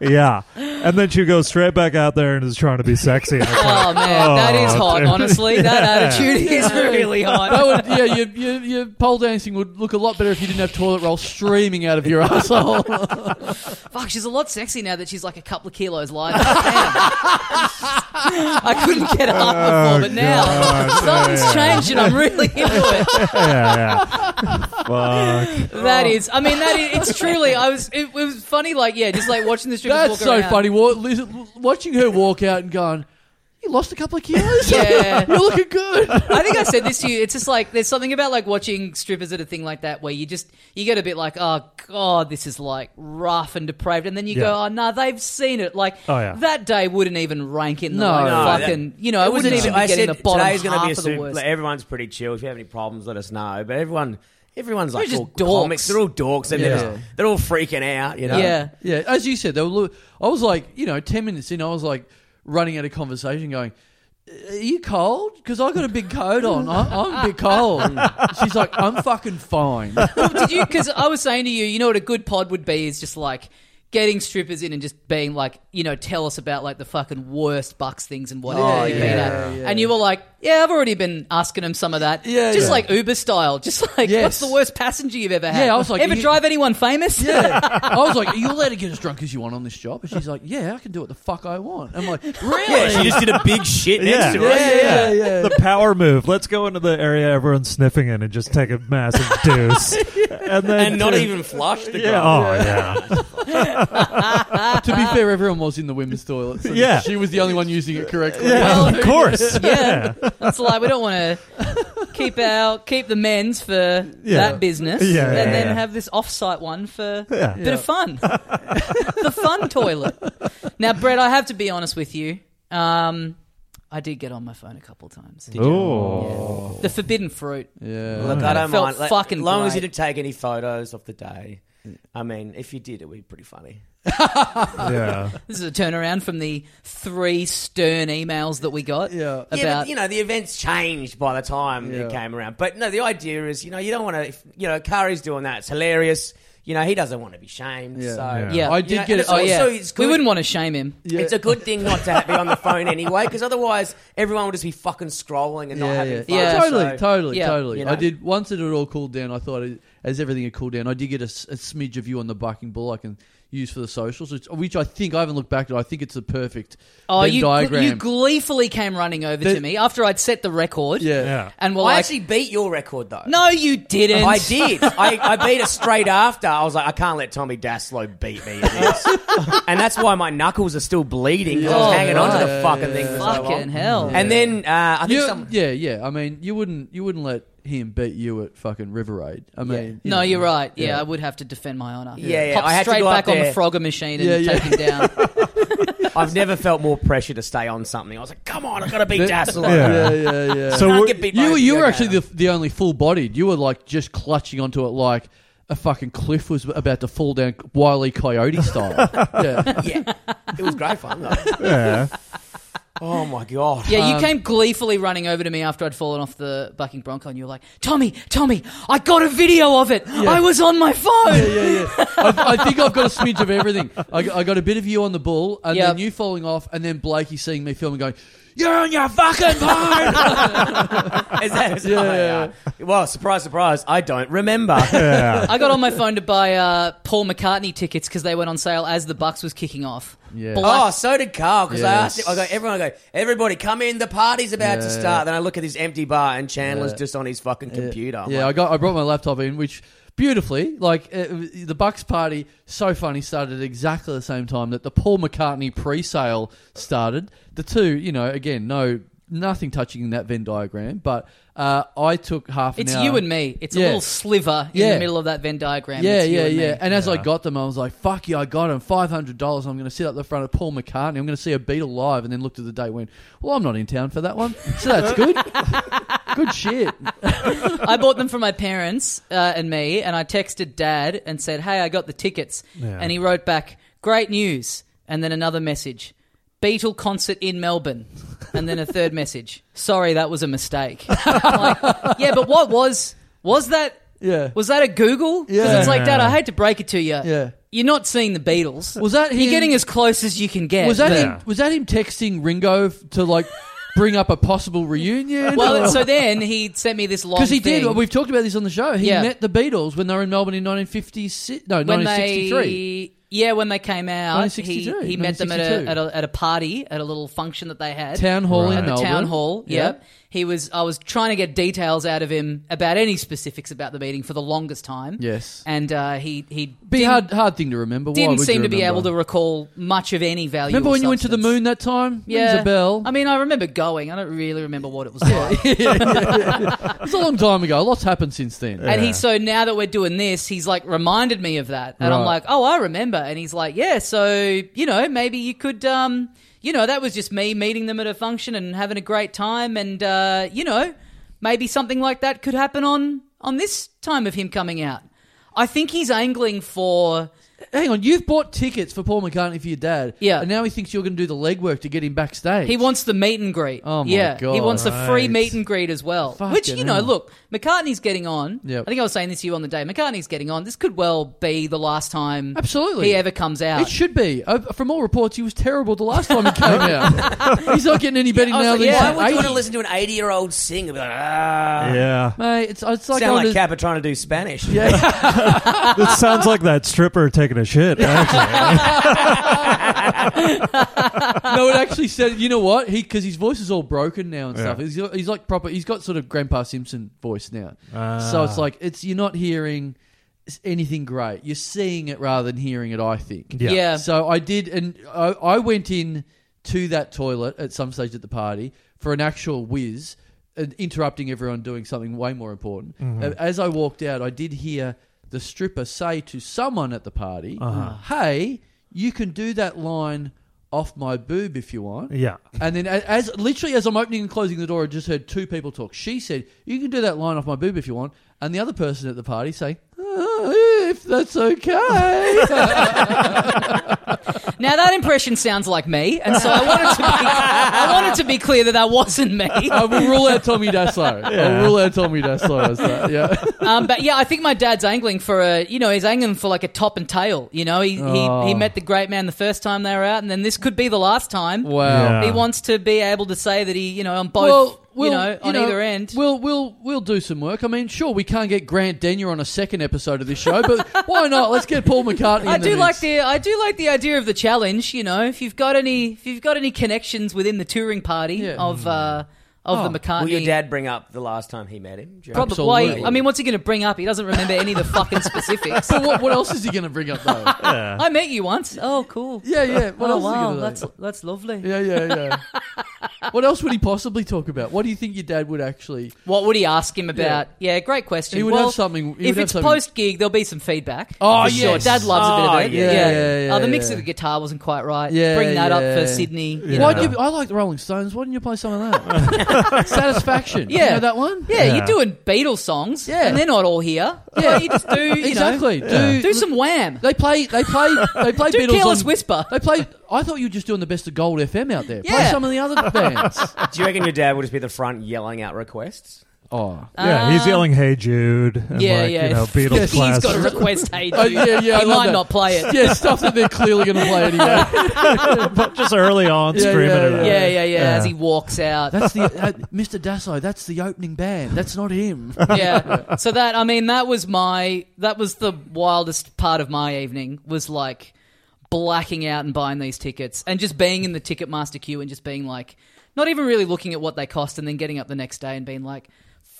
S4: yeah. And then she goes straight back out there and is trying to be sexy. And it's like,
S1: Oh man, that is
S4: Oh,
S1: hot.
S4: dude.
S1: Honestly, that attitude is really
S2: that
S1: hot.
S2: would, yeah, your, your, your pole dancing would look a lot better if you didn't have toilet roll streaming out of your asshole.
S1: Fuck, she's a lot sexy now that she's like a couple of kilos lighter. Damn. I couldn't get it up before, but now
S4: Oh, God.
S1: something's changed, and I'm really into it.
S4: yeah, yeah. Fuck.
S1: That is, I mean, that is, it's truly. I was, it, it was funny, like yeah, just like watching the strippers
S2: That's
S1: walk
S2: so
S1: around.
S2: funny. Wa- Liz- Watching her walk out and going, "You lost a couple of kilos.
S1: Yeah.
S2: you're looking good."
S1: I think I said this to you. It's just like there's something about like watching strippers at a thing like that where you just you get a bit like, oh god, this is like rough and depraved, and then you go,
S4: Yeah.
S1: oh no, they've seen it. Like
S4: Oh, yeah.
S1: that day wouldn't even rank in the
S2: No.
S1: like,
S2: No,
S3: that-
S1: fucking. you know, it,
S3: was
S1: wouldn't
S3: a-
S1: even
S3: I
S1: get in
S3: said,
S1: the bottom
S3: today's gonna
S1: half
S3: be a
S1: of the
S3: super-
S1: worst.
S3: like, everyone's pretty chill. If you have any problems, let us know. But everyone, everyone's like
S1: They're just
S3: all
S1: dorks.
S3: comics. They're all dorks. They're,
S2: Yeah.
S3: just- they're all freaking out. You know.
S1: yeah.
S2: Yeah, as you said, they were. Lo- I was like, you know, ten minutes in, I was like running out of conversation, going, "Are you cold? Because I got a big coat on. I- I'm a bit cold." She's like, "I'm fucking fine."
S1: Well, did you? Because I was saying to you, you know what a good pod would be is just like getting strippers in and just being like, you know, tell us about like the fucking worst bucks things and whatever
S2: Oh,
S1: you've been
S2: yeah,
S1: at.
S2: yeah.
S1: And you were like, yeah, I've already been asking them some of that.
S2: Yeah,
S1: just
S2: yeah.
S1: like Uber style. Just like,
S2: Yes.
S1: what's the worst passenger you've ever had?
S2: Yeah, I was like,
S1: ever
S2: you-
S1: drive anyone famous?
S2: Yeah. I was like, Are you allowed to get as drunk as you want on this job? And she's like, Yeah, I can do what the fuck I want. I'm like,
S3: Yeah,
S2: Really?
S3: she just did a big shit next to
S2: Yeah,
S3: us.
S2: yeah, yeah.
S4: The power move. Let's go into the area everyone's sniffing in and just take a massive deuce, and then
S3: And not even flush the
S4: Yeah.
S3: girl.
S4: Oh yeah.
S2: to be fair, everyone was in the women's toilet. So
S4: Yeah.
S2: She was the only one using it correctly.
S1: Well,
S4: of course.
S1: yeah. That's like we don't want to keep our keep the men's for that business,
S4: Yeah,
S1: and
S4: yeah,
S1: then
S4: yeah.
S1: have this off-site one for
S4: Yeah.
S1: a bit of fun, the fun toilet. Now, Brett, I have to be honest with you. Um, I did get on my phone a couple times.
S4: Oh.
S1: The forbidden fruit.
S2: Yeah.
S3: Look, I don't
S1: Felt
S3: mind. Like,
S1: fucking
S3: as long as you
S1: great.
S3: didn't take any photos of the day. I mean, if you did, it would be pretty funny.
S4: Yeah.
S1: This is a turnaround from the three stern emails that we got.
S2: Yeah.
S1: about
S3: yeah, but, you know, the events changed by the time
S2: Yeah.
S3: it came around. But no, the idea is, you know, you don't want to. You know, Kari's doing that. It's hilarious. You know, he doesn't want to be shamed.
S2: Yeah.
S3: So
S4: Yeah.
S1: yeah.
S2: I did
S3: You know,
S2: get
S3: and
S2: it.
S3: it's
S1: oh
S2: I-
S1: yeah,
S3: also- it's
S1: we
S3: good-
S1: wouldn't want to shame him.
S2: yeah.
S3: It's a good thing not to ha- be on the phone anyway, because otherwise everyone will just be fucking scrolling and not
S2: yeah,
S3: having
S2: yeah.
S3: fun.
S1: Yeah.
S2: totally,
S3: so-
S2: totally,
S1: yeah,
S2: totally.
S3: you know.
S2: I did once it had all cooled down. I thought it, as everything had cooled down, I did get a, s- a smidge of you on the barking bull I can use for the socials, which, which I think I haven't looked back at. I think it's the perfect
S1: Oh,
S2: Venn
S1: you,
S2: diagram.
S1: you gleefully came running over
S2: The-
S1: to me after I'd set the record.
S2: yeah,
S4: Yeah.
S1: And we're
S3: I
S1: like,
S3: actually beat your record though.
S1: no, you didn't.
S3: I did. I, I beat it straight after. I was like, I can't let Tommy Daslow beat me in this. and that's why my knuckles are still bleeding. 'cause I
S1: Oh,
S3: was hanging onto the
S2: right.
S3: fucking
S2: Yeah,
S3: thing for so long.
S1: Fucking hell.
S3: And then uh, I think
S2: You-
S3: some.
S2: yeah, yeah. I mean, you wouldn't, you wouldn't let him beat you at fucking Riverade. I mean, you
S1: No,
S2: know.
S1: you're right. Yeah,
S2: Yeah.
S1: I would have to defend my honor.
S3: Yeah, yeah,
S1: Hop
S3: I had to
S1: straight
S3: go up
S1: back on the
S3: there.
S1: Frogger machine and
S2: Yeah, yeah.
S1: take him down.
S3: I've never felt more pressure to stay on something. I was like, come on, I've got to beat
S2: Yeah.
S3: Daslow.
S2: yeah,
S4: Yeah.
S2: yeah, yeah.
S4: So
S3: I can't
S4: we're-
S3: get beat by
S2: you,
S3: a
S2: you were
S3: video
S2: actually
S3: game.
S2: the, the only full bodied. You were like just clutching onto it like a fucking cliff was about to fall down, wily coyote style. yeah,
S3: Yeah. It was great fun, though.
S4: Yeah.
S3: Oh, my God.
S1: Yeah,
S2: Um,
S1: you came gleefully running over to me after I'd fallen off the bucking bronco, and you were like, "Tommy, Tommy, I got a video of it. I was on my phone."
S2: yeah, yeah. yeah. I, I think I've got a smidge of everything. I, got- I got a bit of you on the bull, and
S1: Yep.
S2: then you falling off, and then Blakey seeing me film and going, "You're on your fucking phone."
S3: Is that, is
S2: Yeah,
S3: oh,
S2: yeah.
S3: Well, surprise, surprise, I don't remember.
S4: Yeah.
S1: I got on my phone to buy uh, Paul McCartney tickets because they went on sale as the Bucks was kicking off.
S2: Yeah.
S1: Bluff.
S3: Oh, so did Carl because I
S2: Yes.
S3: asked him. I go, everyone, I go, everybody, come in. The party's about to
S2: Yeah.
S3: start. Then I look at this empty bar and Chandler's
S2: Yeah.
S3: just on his fucking computer. I'm
S2: yeah, I
S3: like,
S2: got. I brought my laptop in, which beautifully, like uh, the Bucks party, so funny, started at exactly the same time that the Paul McCartney pre-sale started. The two, you know, again, no, nothing touching in that Venn diagram, but uh, I took half. an
S1: It's
S2: hour-
S1: you and me. It's a
S2: Yeah.
S1: little sliver in
S2: Yeah.
S1: the middle of that Venn diagram.
S2: Yeah,
S1: It's you
S2: yeah,
S1: and me.
S2: yeah. And as I got them, I was like, "Fuck yeah, I got them. Five hundred dollars. I'm going to sit up the front of Paul McCartney. I'm going to see a Beatle live." And then looked at the date, and went, "Well, I'm not in town for that one, so that's good. good shit."
S1: I bought them for my parents uh, and me, and I texted dad and said, "Hey, I got the tickets,"
S4: Yeah.
S1: and he wrote back, "Great news!" And then another message, "Beatle concert in Melbourne," and then a third message, "Sorry, that was a mistake." I'm like, yeah, but what was was that?
S2: Yeah.
S1: Was that a Google? 'Cause
S2: Yeah.
S1: it's like, Dad, I hate to break it to you.
S2: Yeah.
S1: You're not seeing the Beatles.
S2: Was that
S1: You're
S2: him-
S1: getting as close as you can get.
S2: Was that
S4: Yeah.
S2: him? Was that him texting Ringo f- to like bring up a possible reunion?
S1: well, so then he sent me this long
S2: because he did.
S1: thing.
S2: We've talked about this on the show. He
S1: Yeah.
S2: met the Beatles when they were in Melbourne in 1956. No,
S1: when
S2: 1963.
S1: they yeah when they came out he,
S2: 1962,
S1: he met them at a,
S2: 1962.
S1: at a at a party at a little function that they had
S2: Town hall
S4: Right.
S2: in
S1: at the
S2: Melbourne.
S1: town hall
S2: Yeah.
S1: yep he was i was trying to get details out of him about any specifics about the meeting for the longest time
S2: Yes.
S1: and uh, he he
S2: Be
S1: didn't,
S2: hard, hard thing to remember. Why
S1: didn't
S2: would you
S1: seem to be
S2: remember?
S1: able to recall much of any value
S2: Remember
S1: or
S2: when you went to the
S1: substance.
S2: moon that time?
S1: yeah
S2: Rings a bell.
S1: i mean i remember going i don't really remember what it was like
S2: It's a long time ago. Lots happened since then.
S1: And he so now that we're doing this, he's like reminded me of that, and I'm
S2: Right.
S1: like, oh, I remember. And he's like, yeah, so you know, maybe you could, um, you know, that was just me meeting them at a function and having a great time, and uh, you know, maybe something like that could happen on on this time of him coming out. I think he's angling for
S2: hang on, you've bought tickets for Paul McCartney for your dad.
S1: Yeah.
S2: And now he thinks you're going to do the legwork to get him backstage.
S1: He wants the meet and greet.
S2: Oh my
S1: yeah,
S2: God.
S1: he wants the free
S4: Right.
S1: meet and greet as well.
S2: Fucking
S1: Which you know,
S2: hell.
S1: look, McCartney's getting on.
S2: Yep.
S1: I think I was saying this to you on the day. McCartney's getting on. This could well be the last time
S2: Absolutely.
S1: he ever comes out.
S2: It should be. Uh, from all reports, he was terrible the last time he came out. He's not getting any better
S3: I was
S2: now
S3: like,
S2: than
S1: yeah,
S3: why
S2: yeah,
S3: would you want to
S2: he's
S3: listen to an 80 year old sing? I'd be like, ah.
S4: Yeah.
S2: Mate, it's, it's like
S3: Sound
S2: going
S3: like
S2: to-
S3: Kappa trying to do Spanish.
S2: Yeah,
S4: This sounds like that stripper taking a shit. Actually.
S2: no, it actually said. You know what? He because his voice is all broken now and stuff.
S4: Yeah.
S2: He's, he's like proper. He's got sort of Grandpa Simpson voice now. so
S4: Ah.
S2: it's like it's you're not hearing s- anything great. You're seeing it rather than hearing it. I think.
S4: Yeah.
S1: yeah.
S2: So I did, and I, I went in to that toilet at some stage at the party for an actual whiz, and interrupting everyone doing something way more important. Uh, As I walked out, I did hear the stripper say to someone at the party, "Hey, you can do that line off my boob if you want."
S4: Yeah.
S2: And then, a- as literally as I'm opening and closing the door, I just heard two people talk. She said, "You can do that line off my boob if you want," and the other person at the party saying, "Oh, "If that's okay."
S1: Now that impression sounds like me, and so I wanted to be, I wanted to be clear that that wasn't me.
S2: I will rule out Tommy Daslow. I'll
S4: Yeah.
S2: rule out Tommy Daslow as that. Yeah.
S1: Um, but yeah, I think my dad's angling for a, you know, he's angling for like a top and tail. You know, he
S2: Oh.
S1: he, he met the great man the first time they were out, and then this could be the last time.
S2: Wow.
S4: Yeah.
S1: He wants to be able to say that he, you know, on both, you know, on either end.
S2: We'll we'll we'll do some work. I mean, sure, we can't get Grant Denyer on a second episode of this show, but why not? Let's get Paul McCartney.
S1: I
S2: in the
S1: do
S2: mix.
S1: like the I do like the idea of the challenge. You know, if you've got any if you've got any connections within the touring party
S2: Yeah.
S1: of uh, of
S2: Oh.
S1: the McCartney.
S3: Will your dad bring up the last time he met him? Jerry?
S1: Probably.
S2: Absolutely.
S1: Why- I mean, what's he going to bring up? He doesn't remember any of the fucking specifics.
S2: But what, what else is he going to bring up though?
S4: Yeah.
S1: I met you once. Oh, cool.
S2: Yeah, yeah. What
S1: oh,
S2: else
S1: wow.
S2: is
S1: That's
S2: he going to do?
S1: that's lovely.
S2: Yeah, yeah, yeah. what else would he possibly talk about? What do you think your dad would actually?
S1: What would he ask him about? Yeah, great question.
S2: He would
S1: well,
S2: have something. He
S1: if
S2: would have
S1: it's
S2: something-
S1: post gig, there'll be some feedback.
S2: Oh,
S1: For sure.
S2: yes.
S1: Dad loves a bit of
S3: Oh,
S1: it.
S3: yeah.
S1: yeah.
S2: Yeah, yeah,
S1: oh, the mix
S2: yeah.
S1: of the guitar wasn't quite right.
S2: Yeah,
S1: Bring that up
S2: yeah.
S1: for Sydney. you
S4: Yeah.
S1: know.
S2: Why do you, I like the Rolling Stones. Why didn't you play some of that? Satisfaction. You
S1: Yeah.
S2: know that one.
S1: Yeah,
S4: Yeah.
S1: you're doing Beatles songs,
S2: Yeah.
S1: and they're not all here. Yeah, you just do, you
S2: exactly.
S1: know,
S2: Do,
S1: do some Wham,
S2: They play. They play. They play
S1: do
S2: Beatles.
S1: Careless
S2: on- Oh
S1: Whisper.
S2: They play. I thought you were just doing the best of Gold FM out there. Play
S1: Yeah.
S2: some of the other bands.
S3: Do you reckon your dad would just be at the front yelling out requests?
S2: Oh.
S4: Yeah, he's yelling, "Hey Jude!" And
S1: Yeah,
S4: like,
S1: yeah.
S4: you know, Beatles
S2: Yes.
S1: He's got a
S4: classics.
S1: request. Hey,
S2: Oh,
S1: dude.
S2: yeah, yeah, I
S1: He
S2: love
S1: might
S2: that.
S1: not play it.
S2: Yeah, stuff that they're clearly going to play anyway.
S4: but just early on,
S2: Yeah,
S4: screaming
S2: Uh, yeah,
S4: it out.
S1: Yeah, yeah, yeah. As he walks out.
S2: That's the uh, Mr. Dasso. That's the opening band. That's not him.
S1: yeah. So that I mean that was my that was the wildest part of my evening was like blacking out and buying these tickets and just being in the Ticketmaster queue and just being like not even really looking at what they cost and then getting up the next day and being like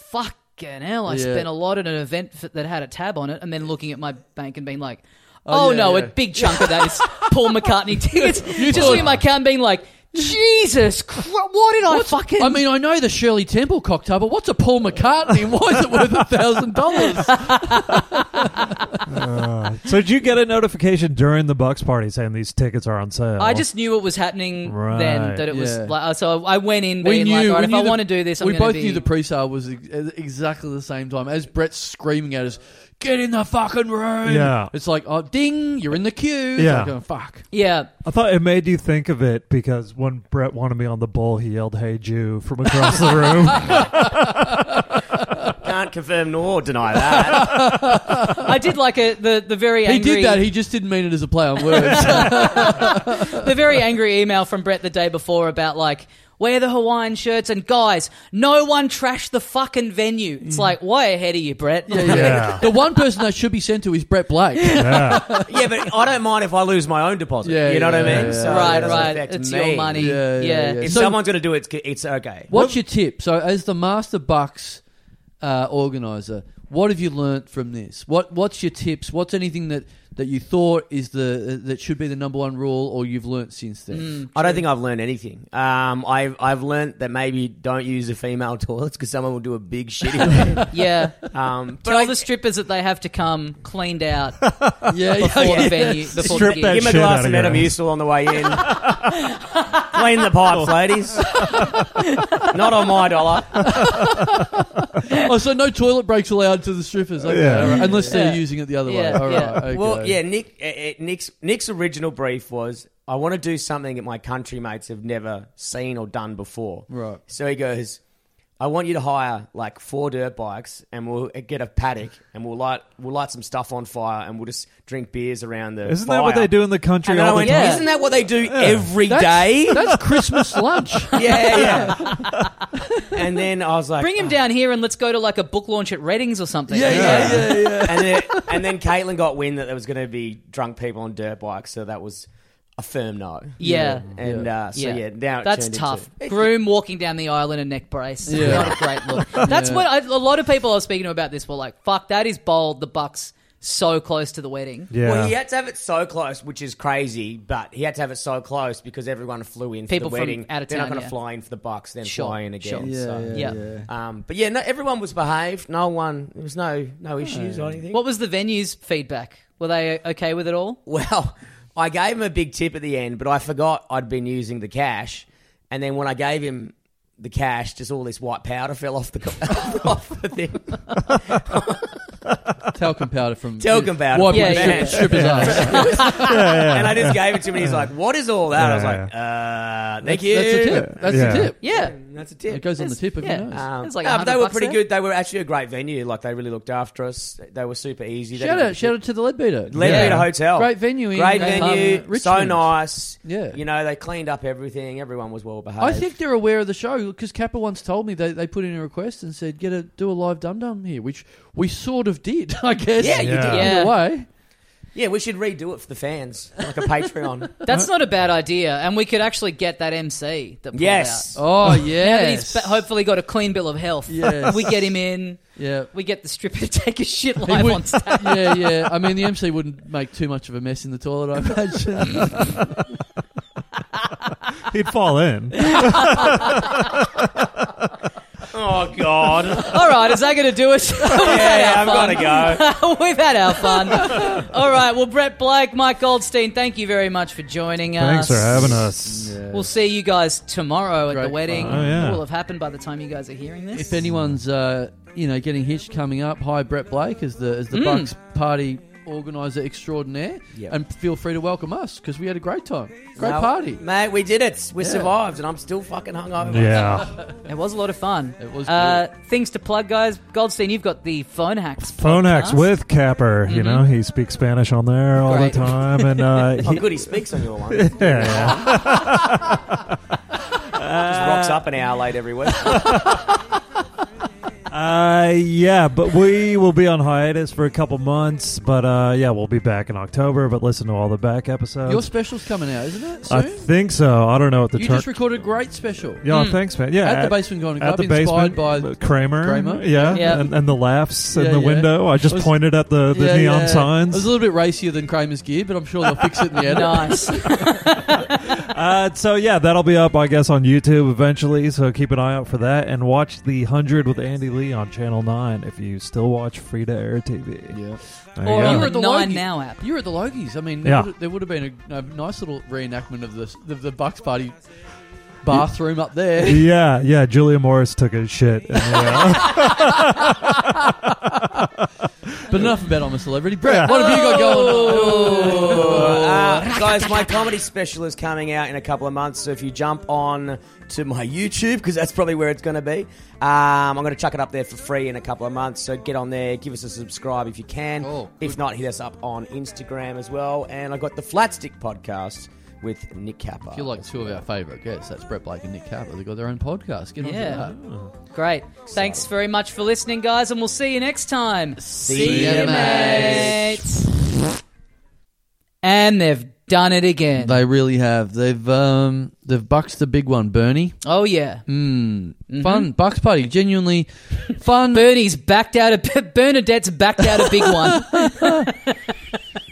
S1: fucking hell I
S2: Yeah.
S1: spent a lot at an event f- that had a tab on it and then looking at my bank and being like
S2: Oh,
S1: oh,
S2: yeah,
S1: no
S2: yeah.
S1: a big chunk of that is Paul McCartney tickets just
S2: thought-
S1: looking at my account and being like Jesus Christ what did I fucking
S2: I mean, I know the Shirley Temple cocktail, but what's a Paul McCartney? Why is it worth a thousand dollars?
S4: Uh, so did you get a notification during the Bucks party saying these tickets are on sale?
S1: I just knew it was happening then
S4: Right.
S1: that it was
S2: Yeah.
S1: like so I went in being like all right, if I
S2: the-
S1: want to do this I'm
S2: we
S1: gonna
S2: both
S1: be-
S2: knew the pre-sale was ex- exactly the same time as Brett's screaming at us, "Get in the fucking room!"
S4: Yeah.
S2: it's like, oh, ding, you're in the queue. It's
S4: Yeah.
S2: like, oh, fuck.
S1: yeah
S4: I thought it made you think of it because when Brett wanted me on the bull, he yelled, "Hey Jew!" from across the room.
S3: Can't confirm nor deny that.
S1: I did like a the the very
S2: He
S1: angry
S2: did that. He just didn't mean it as a play on words.
S1: the very angry email from Brett the day before about like wear the Hawaiian shirts and guys no one trash the fucking venue
S2: Mm.
S1: it's like way ahead of you Brett
S4: Yeah.
S2: The one person that should be sent to is Brett Blake.
S4: yeah.
S3: yeah, but I don't mind if I lose my own deposit.
S2: Yeah,
S3: you know what
S2: yeah,
S3: I mean?
S2: yeah,
S3: So
S2: yeah.
S3: it
S1: right
S3: doesn't
S1: right
S3: affect
S1: it's
S3: me.
S1: your money yeah,
S2: Yeah, yeah, yeah.
S3: If
S2: So-
S3: someone's going to do it, it's, it's okay.
S2: What's your tip? So, as the master bucks uh, organizer, what have you learnt from this? What What's your tips? What's anything that, that you thought is the uh, that should be the number one rule, or you've learnt since then?
S1: Mm.
S3: I don't think I've learned anything. Um, I've I've learned that maybe don't use the female toilets because someone will do a big shitty. one.
S1: yeah.
S3: Um, but
S1: tell
S3: I-
S1: the strippers that they have to come cleaned out
S2: Yeah,
S1: before
S2: yeah,
S1: the
S2: yeah.
S1: venue before
S4: Strip
S1: the
S4: that
S1: gig.
S3: give me a
S4: shit
S3: glass
S4: outta
S3: of
S4: here.
S3: Metamucil on the way in. Clean the pipes, ladies. Not on my dollar.
S2: oh, so no toilet breaks allowed to the strippers. Okay,
S4: Yeah.
S2: all right. unless they're
S1: Yeah.
S2: using it the other
S1: Yeah,
S2: way. All
S1: yeah.
S2: right. Okay.
S3: Well, yeah, Nick, eh, eh, Nick's Nick's original brief was, "I want to do something that my country mates have never seen or done before."
S2: Right.
S3: So he goes, "I want you to hire like four dirt bikes, and we'll eh, get a paddock, and we'll light we'll light some stuff on fire, and we'll just drink beers around the."
S4: Isn't that what
S3: fire."
S4: they do in the country?
S3: And then I
S4: all the
S3: went,
S1: time?
S3: "Isn't that what they do every day?"
S2: That's- That's Christmas lunch.
S3: yeah, yeah. and then I was like,
S1: Bring him
S3: "Oh."
S1: down here and let's go to like a book launch at Reddings or something.
S2: Yeah, yeah, yeah, yeah.
S3: and then and then Caitlin got wind that there was going to be drunk people on dirt bikes, so that was a firm no.
S1: Yeah.
S3: and Uh, so
S1: Yeah.
S3: yeah, now it
S1: That's
S3: turned
S1: tough.
S3: into-
S1: Groom walking down the aisle in a neck brace.
S2: Yeah.
S1: Not a great look. That's
S2: Yeah.
S1: what I, a lot of people I was speaking to about this were like, fuck, that is bold. The Bucks so close to the wedding.
S4: Yeah.
S3: Well, he had to have it so close, which is crazy, but he had to have it so close because everyone flew in for
S1: People
S3: the
S1: from
S3: wedding.
S1: out of
S3: They're
S1: town,
S3: not going to
S1: yeah.
S3: fly in for the Bucks, then
S1: Sure,
S3: fly in again.
S1: sure.
S2: Yeah,
S3: so.
S1: Yeah.
S3: Um, but yeah, no, everyone was behaved. No one, there was no no issues or anything.
S1: What was the venue's feedback? Were they okay with it all?
S3: Well, I gave him a big tip at the end, but I forgot I'd been using the cash. And then when I gave him the cash, just all this white powder fell off the co- off the thing.
S2: Talcum powder from
S3: Talcum powder.
S2: Wiping
S1: Yeah,
S2: the
S1: yeah.
S2: strip- stripper's ass.
S3: And I just gave it to him, and he's like, "What is all that?" I was like, "Uh, thank you."
S2: That's a tip. That's
S4: Yeah.
S2: a tip.
S1: Yeah.
S3: That's a
S2: It
S3: tip.
S2: goes on the tip of
S1: Yeah.
S2: your
S3: Ah,
S2: nose.
S1: Uh, It's like
S3: no, but Um, they
S1: 100
S3: were
S1: bucks
S3: pretty
S1: there.
S3: good. They were actually a great venue. Like they really looked after us. They were super easy. They
S2: shout
S3: didn't-
S2: out, shout out to the Leadbeater.
S3: Leadbeater
S4: Yeah.
S3: Hotel.
S2: Great venue in,
S3: Great
S2: um,
S3: venue. so
S2: Richmond.
S3: nice.
S2: Yeah.
S3: You know, they cleaned up everything. Everyone was well behaved.
S2: I think they're aware of the show because Kappa once told me they, they put in a request and said get a do a live dum dum here, which we sort of did, I guess.
S3: Yeah, you
S4: Yeah.
S3: did.
S2: in
S1: Yeah.
S2: a way.
S3: Yeah, we should redo it for the fans, like a Patreon.
S1: That's not a bad idea. And we could actually get that MC that pulled
S3: yes.
S1: out.
S2: Oh
S1: Now that
S2: yeah,
S1: he's ba- hopefully got a clean bill of health.
S2: Yes.
S1: We get him in.
S2: yeah.
S1: We get the stripper to take a shit
S2: He
S1: live
S2: would-
S1: on stage.
S2: yeah, yeah. I mean, the MC wouldn't make too much of a mess in the toilet, I imagine.
S4: He'd fall in.
S3: Oh God.
S1: All right, is that going to do it? We've had
S3: yeah,
S1: our
S3: I've got to
S1: fun.
S3: go.
S1: We've had our fun. All right, well, Brett Blake, Mike Goldstein, thank you very much for joining
S4: Thanks
S1: us.
S4: for having us.
S1: We'll see you guys tomorrow at the
S2: Great
S1: wedding.
S4: fun. Oh, yeah.
S1: It will have happened by the time you guys are hearing this.
S2: if anyone's, uh, you know, getting hitched coming up, hi Brett Blake as the as the Bucks party organizer extraordinaire,
S3: Yep.
S2: and feel free to welcome us because we had a great time, great
S3: No,
S2: party.
S3: mate. We did it. We
S2: Yeah.
S3: survived, and I'm still fucking hungover.
S4: Yeah.
S1: It was a lot of fun.
S2: It was
S1: Uh, things to plug, guys. Goldstein, you've got the phone hacks.
S4: Phone hacks
S1: podcast.
S4: with Capper.
S2: Mm-hmm.
S4: You know, he speaks Spanish on there all
S1: Great.
S4: the time, and uh,
S3: Oh,
S4: he,
S3: good. He speaks on your one. Just
S4: yeah, yeah.
S3: rocks up an hour late every week.
S4: Uh, yeah. But we will be on hiatus for a couple months. But uh, yeah, we'll be back in October. But listen to all the back episodes.
S2: Your special's coming out, isn't it? Soon.
S4: um, I think so. I don't know what the
S2: you
S4: turn.
S2: just recorded a great special.
S4: yeah,
S1: Mm.
S4: thanks, man. Yeah,
S2: At the basement garden
S4: at
S2: club,
S4: the
S2: inspired
S4: basement
S2: by
S4: uh, Kramer,
S2: Kramer.
S4: yeah,
S1: Yeah.
S4: And, and the laughs in
S2: Yeah,
S4: the
S2: yeah.
S4: window. I just
S2: Was-
S4: pointed at the, the
S2: Yeah,
S4: neon
S2: yeah. It was
S4: signs.
S2: a little bit racier than Kramer's gear, but I'm sure they'll fix it in the edit.
S1: Nice.
S4: Uh, so yeah, that'll be up, I guess, on YouTube eventually. So keep an eye out for that, and watch the Hundred with Andy Lee on Channel Nine if you still watch free to air TV.
S2: Yeah.
S1: Or
S4: There you go.
S1: Oh, you were
S2: at
S1: the
S2: the
S1: Nine
S2: Logie.
S1: Now app.
S2: You were at the Logies. I mean, there,
S4: Yeah.
S2: would, there would have been a, a nice little reenactment of the, the, the Bucks party bathroom up there.
S4: yeah, yeah. Julia Morris took a shit. And, yeah.
S2: But enough about I'm a Celebrity. Brett, what have you got
S1: Oh.
S2: going on?
S3: Uh, guys, my comedy special is coming out in a couple of months. So if you jump on to my YouTube, because that's probably where it's going to be, um, I'm going to chuck it up there for free in a couple of months. So get on there, give us a subscribe if you can.
S2: Oh,
S3: if not, hit us up on Instagram as well. And I've got the Flatstick podcast with Nick Kappa.
S2: If you like two of our favourite guests, that's Brett Blake and Nick Carver. They've got their own podcast. Get on
S1: Yeah.
S2: to that.
S1: Great. Thanks very much for listening, guys, and we'll see you next time. See,
S2: ya,
S1: mates. And they've done it again.
S2: They really have. They've um, they've bucked the big one, Bernie.
S1: oh, yeah.
S2: Mm. Fun Bucks party, genuinely fun.
S1: Bernie's backed out of Bernadette's backed out a big one.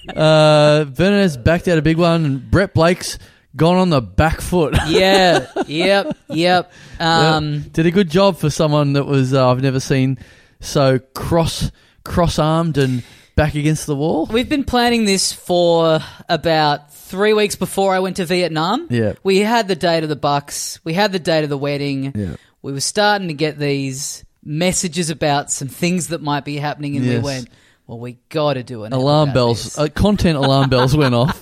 S2: Uh, Venice backed out a big one, and Brett Blake's gone on the back foot.
S1: yeah. Yep. Yep. Um,
S2: Did a good job for someone that was uh, I've never seen so cross cross armed and back against the wall.
S1: We've been planning this for about three weeks before I went to Vietnam.
S2: Yeah.
S1: We had the date of the Bucks. We had the date of the wedding.
S2: Yeah.
S1: We were starting to get these. messages about some things that might be happening, and we
S2: Yes.
S1: went, "Well, we got to do an app
S2: alarm
S1: about
S2: bells.
S1: this."
S2: Uh, content alarm bells went off.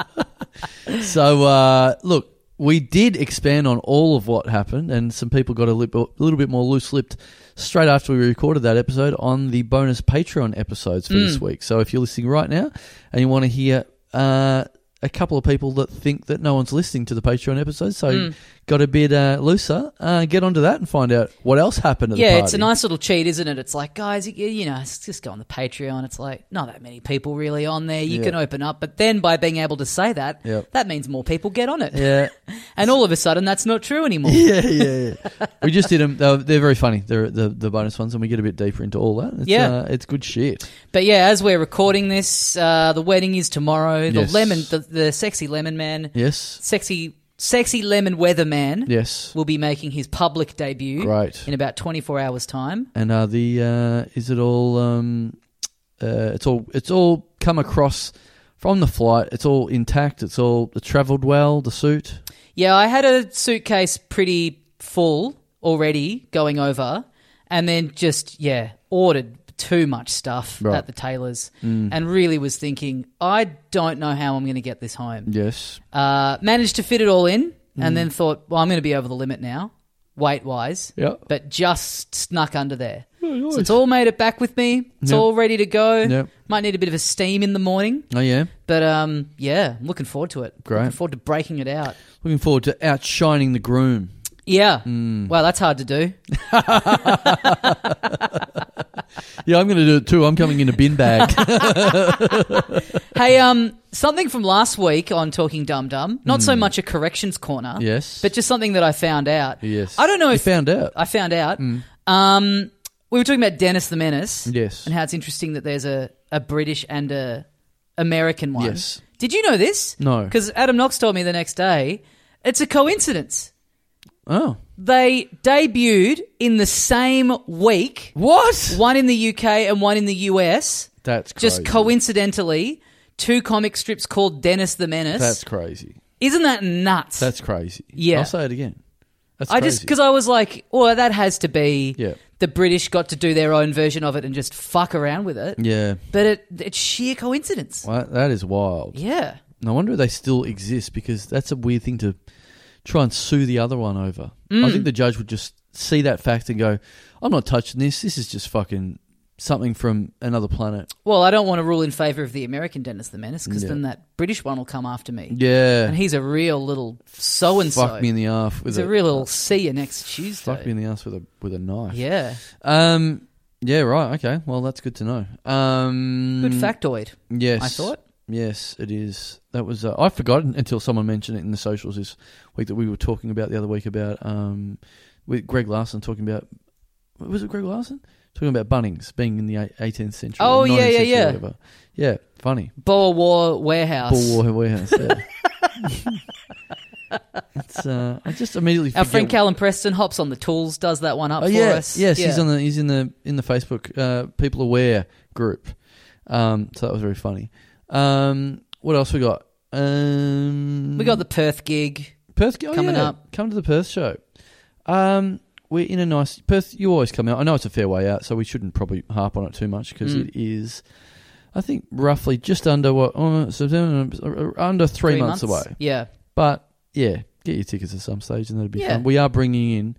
S2: so uh, look, we did expand on all of what happened, and some people got a little, a little bit more loose lipped straight after we recorded that episode on the bonus Patreon episodes for
S1: Mm.
S2: this week. So if you're listening right now and you want to hear. Uh, a couple of people that think that no one's listening to the Patreon episodes, so
S1: Mm.
S2: got a bit uh, looser. Uh, get onto that and find out what else happened at the
S1: yeah,
S2: party.
S1: it's a nice little cheat, isn't it? It's like, guys, you, you know, it's just go on the Patreon. It's like not that many people really on there. You
S2: Yeah.
S1: can open up, but then by being able to say that,
S2: Yep.
S1: that means more people get on it,
S2: Yeah,
S1: and all of a sudden, that's not true anymore.
S2: yeah, yeah, yeah. we just did them. They're, they're very funny. They're the, the bonus ones, and we get a bit deeper into all that. It's,
S1: Yeah.
S2: uh, it's good shit.
S1: But yeah, as we're recording this, uh, the wedding is tomorrow. The
S2: Yes.
S1: lemon, the, the sexy lemon man,
S2: Yes,
S1: sexy, sexy lemon weatherman,
S2: yes,
S1: will be making his public debut
S2: great.
S1: in about 24 hours' time.
S2: And uh, the uh, is it all? Um, uh, it's all. It's all come across from the flight. It's all intact. It's all it travelled well. The suit.
S1: Yeah, I had a suitcase pretty full already going over, and then just, yeah, ordered too much stuff
S2: Right. Mm.
S1: at the tailor's and really was thinking, I don't know how I'm going to get this home.
S2: Yes.
S1: Uh, managed to fit it all in,
S2: Mm.
S1: and then thought, well, I'm going to be over the limit now, weight wise.
S2: Yep.
S1: but just snuck under there. So it's all made it back with me. It's
S2: Yep.
S1: all ready to go.
S2: Yep.
S1: Might need a bit of a steam in the morning,
S2: Oh yeah.
S1: but um, yeah, I'm looking forward to it.
S2: Great.
S1: Looking forward to breaking it out.
S2: Looking forward to outshining the groom.
S1: Yeah.
S2: Mm.
S1: Well, that's hard to do.
S2: Yeah, I'm going to do it too. I'm coming in a bin bag.
S1: hey, um, something from last week on Talking Dum Dum. Not so much a corrections corner.
S2: Mm. Yes.
S1: But just something that I found out.
S2: yes.
S1: I don't know
S2: You
S1: if
S2: found out.
S1: I found out. Um, we were talking about Dennis the Menace.
S2: Yes.
S1: And how it's interesting that there's a, a British and a American one.
S2: Yes.
S1: Did you know this?
S2: No.
S1: Because Adam Knox told me the next day it's a coincidence.
S2: Oh.
S1: They debuted in the same week,
S2: What?
S1: one in the UK and one in the US.
S2: That's crazy.
S1: Just coincidentally, two comic strips called Dennis the Menace.
S2: That's crazy.
S1: Isn't that nuts?
S2: That's crazy.
S1: Yeah.
S2: I'll say it again. That's
S1: I
S2: crazy.
S1: just because I was like, well, that has to be
S2: Yeah.
S1: the British got to do their own version of it and just fuck around with it.
S2: yeah,
S1: But it, it's sheer coincidence.
S2: well, that is wild.
S1: Yeah.
S2: No wonder they still exist because that's a weird thing to try and sue the other one over. I
S1: Mm.
S2: think the judge would just see that fact and go, "I'm not touching this. This is just fucking something from another planet."
S1: Well, I don't want to rule in favor of the American Dennis the Menace because
S2: Yeah.
S1: then that British one will come after me.
S2: Yeah,
S1: And he's a real little so and so.
S2: fuck me in the ass with
S1: He's a real little see you next Tuesday.
S2: fuck me in the ass with a with a knife.
S1: yeah.
S2: Um. Yeah. Right. Okay. Well, that's good to know. Um.
S1: Good factoid,
S2: Yes.
S1: I thought.
S2: Yes, it is. That was uh, I forgotten until someone mentioned it in the socials this week that we were talking about the other week about um with Greg Larson talking about was it Greg Larson talking about Bunnings being in the eight- 18th century?
S1: Oh,
S2: or
S1: yeah, yeah,
S2: 19th century or
S1: yeah.
S2: whatever. yeah. Funny.
S1: Boer War Warehouse.
S2: Bull War Warehouse. Yeah. it's uh, I just immediately
S1: Our
S2: forget
S1: friend Callum Preston hops on the tools, does that one up
S2: Oh
S1: for
S2: yeah,
S1: us.
S2: yes,
S1: Yeah.
S2: he's on the he's in the in the Facebook uh, People Aware group. Um, so that was very funny. Um, what else we got? Um,
S1: we got the Perth gig.
S2: Perth oh,
S1: coming
S2: yeah.
S1: up.
S2: Come to the Perth show. Um, we're in a nice Perth. You always come out. I know it's a fair way out, so we shouldn't probably harp on it too much because
S1: Mm.
S2: it is. I think roughly just under what uh, September, uh, under three, months, away.
S1: Yeah.
S2: But yeah, get your tickets at some stage, and that'd be
S1: Yeah.
S2: fun. We are bringing in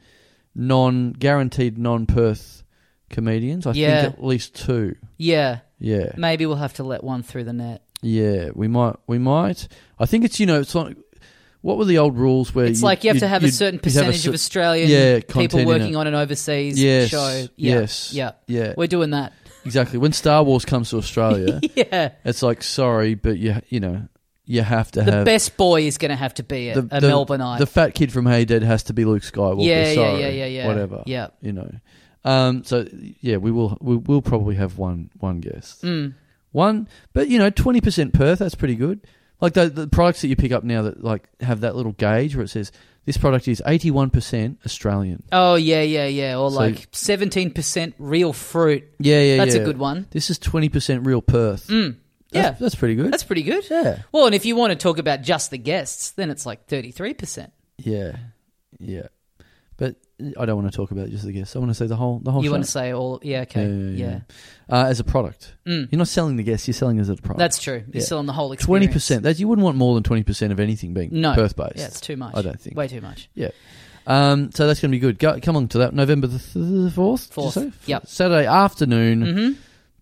S2: non guaranteed non Perth comedians. I
S1: Yeah.
S2: think at least two.
S1: Yeah.
S2: Yeah,
S1: Maybe we'll have to let one through the net.
S2: yeah. We might. We might. I think it's you know it's like what were the old rules where
S1: It's
S2: Uh, you-
S1: like you have
S2: you'd-
S1: to have a
S2: you'd-
S1: certain
S2: you'd have a
S1: percentage
S2: cer-
S1: of Australian
S2: yeah,
S1: people
S2: content in
S1: working
S2: it.
S1: on an overseas
S2: Yes,
S1: show. Yeah.
S2: yes.
S1: Yeah.
S2: Yeah,
S1: We're doing that.
S2: exactly. When Star Wars comes to Australia,
S1: Yeah.
S2: it's like sorry, but you you know you have to
S1: The
S2: have
S1: best boy is going to have to be a, a Melbourneite.
S2: Uh, The fat kid from Hey Dead has to be Luke Skywalker.
S1: yeah, yeah,
S2: sorry,
S1: yeah, yeah, yeah.
S2: Whatever.
S1: Yeah.
S2: You know. Um. So yeah, we will we will probably have one one guest.
S1: Mm.
S2: One, but you know, twenty percent Perth. That's pretty good. Like the, the products that you pick up now that like have that little gauge where it says this product is eighty one percent Australian.
S1: Oh, yeah, yeah, yeah. Or
S2: So-
S1: like 17% real fruit.
S2: Yeah, yeah,
S1: That's a
S2: yeah.
S1: good one.
S2: This is twenty percent real Perth.
S1: Mm.
S2: That's,
S1: Yeah.
S2: that's pretty good.
S1: That's pretty good.
S2: yeah.
S1: Well, and if you want to talk about just the guests, then it's like 33%.
S2: Yeah, yeah. But I don't want to talk about just the guest. I want to say the whole the whole.
S1: you
S2: show.
S1: want to say all? Yeah, okay, yeah.
S2: Uh, as a product,
S1: Mm.
S2: you're not selling the guest. You're selling it as a product.
S1: That's true. You're
S2: Yeah.
S1: still on the whole
S2: twenty
S1: experience.
S2: percent. That you wouldn't want more than twenty percent of anything being
S1: No.
S2: birth based.
S1: Yeah, it's too much.
S2: I don't think.
S1: Way too much.
S2: Um, so that's going to be good. Go, come on to that. November the th- fourth.
S1: Fourth, yep.
S2: Saturday afternoon.
S1: hmm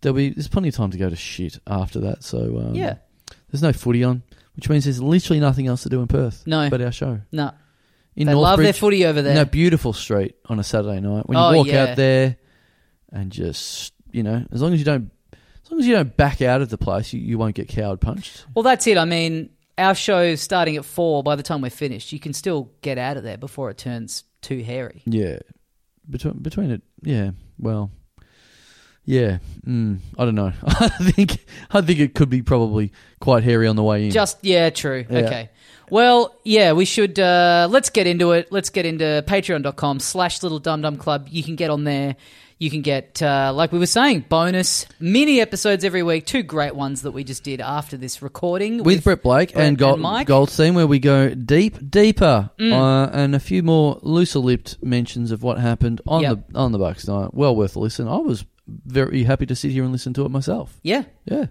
S2: There'll be there's plenty of time to go to shit after that. So um,
S1: yeah.
S2: there's no footy on, which means there's literally nothing else to do in Perth
S1: No.
S2: but our show
S1: no.
S2: in
S1: they
S2: Northbridge.
S1: love their footy over
S2: in
S1: there.
S2: that beautiful street on a Saturday night. When you
S1: Oh,
S2: walk
S1: yeah.
S2: out there and just you know, as long as you don't as long as you don't back out of the place, you, you won't get coward punched.
S1: Well, that's it. I mean, our show's starting at four. By the time we're finished, you can still get out of there before it turns too hairy.
S2: Yeah. Between between it yeah, well yeah, mm, I don't know. I think I think it could be probably quite hairy on the way in.
S1: Just yeah, true.
S2: Yeah.
S1: Okay. Well, yeah, we should uh let's get into it. Let's get into patreon.com slash little dum dum club. You can get on there. You can get uh like we were saying, bonus mini episodes every week. Two great ones that we just did after this recording
S2: with, Brett Blake
S1: Brett
S2: and, Gold,
S1: and Mike. Mm.
S2: Goldstein, where we go deep, deeper, uh, and a few more looser-lipped mentions of what happened on
S1: Yep.
S2: the on the Bucks night. Well worth a listen. I was very happy to sit here and listen to it myself.
S1: Yeah.
S2: Yeah.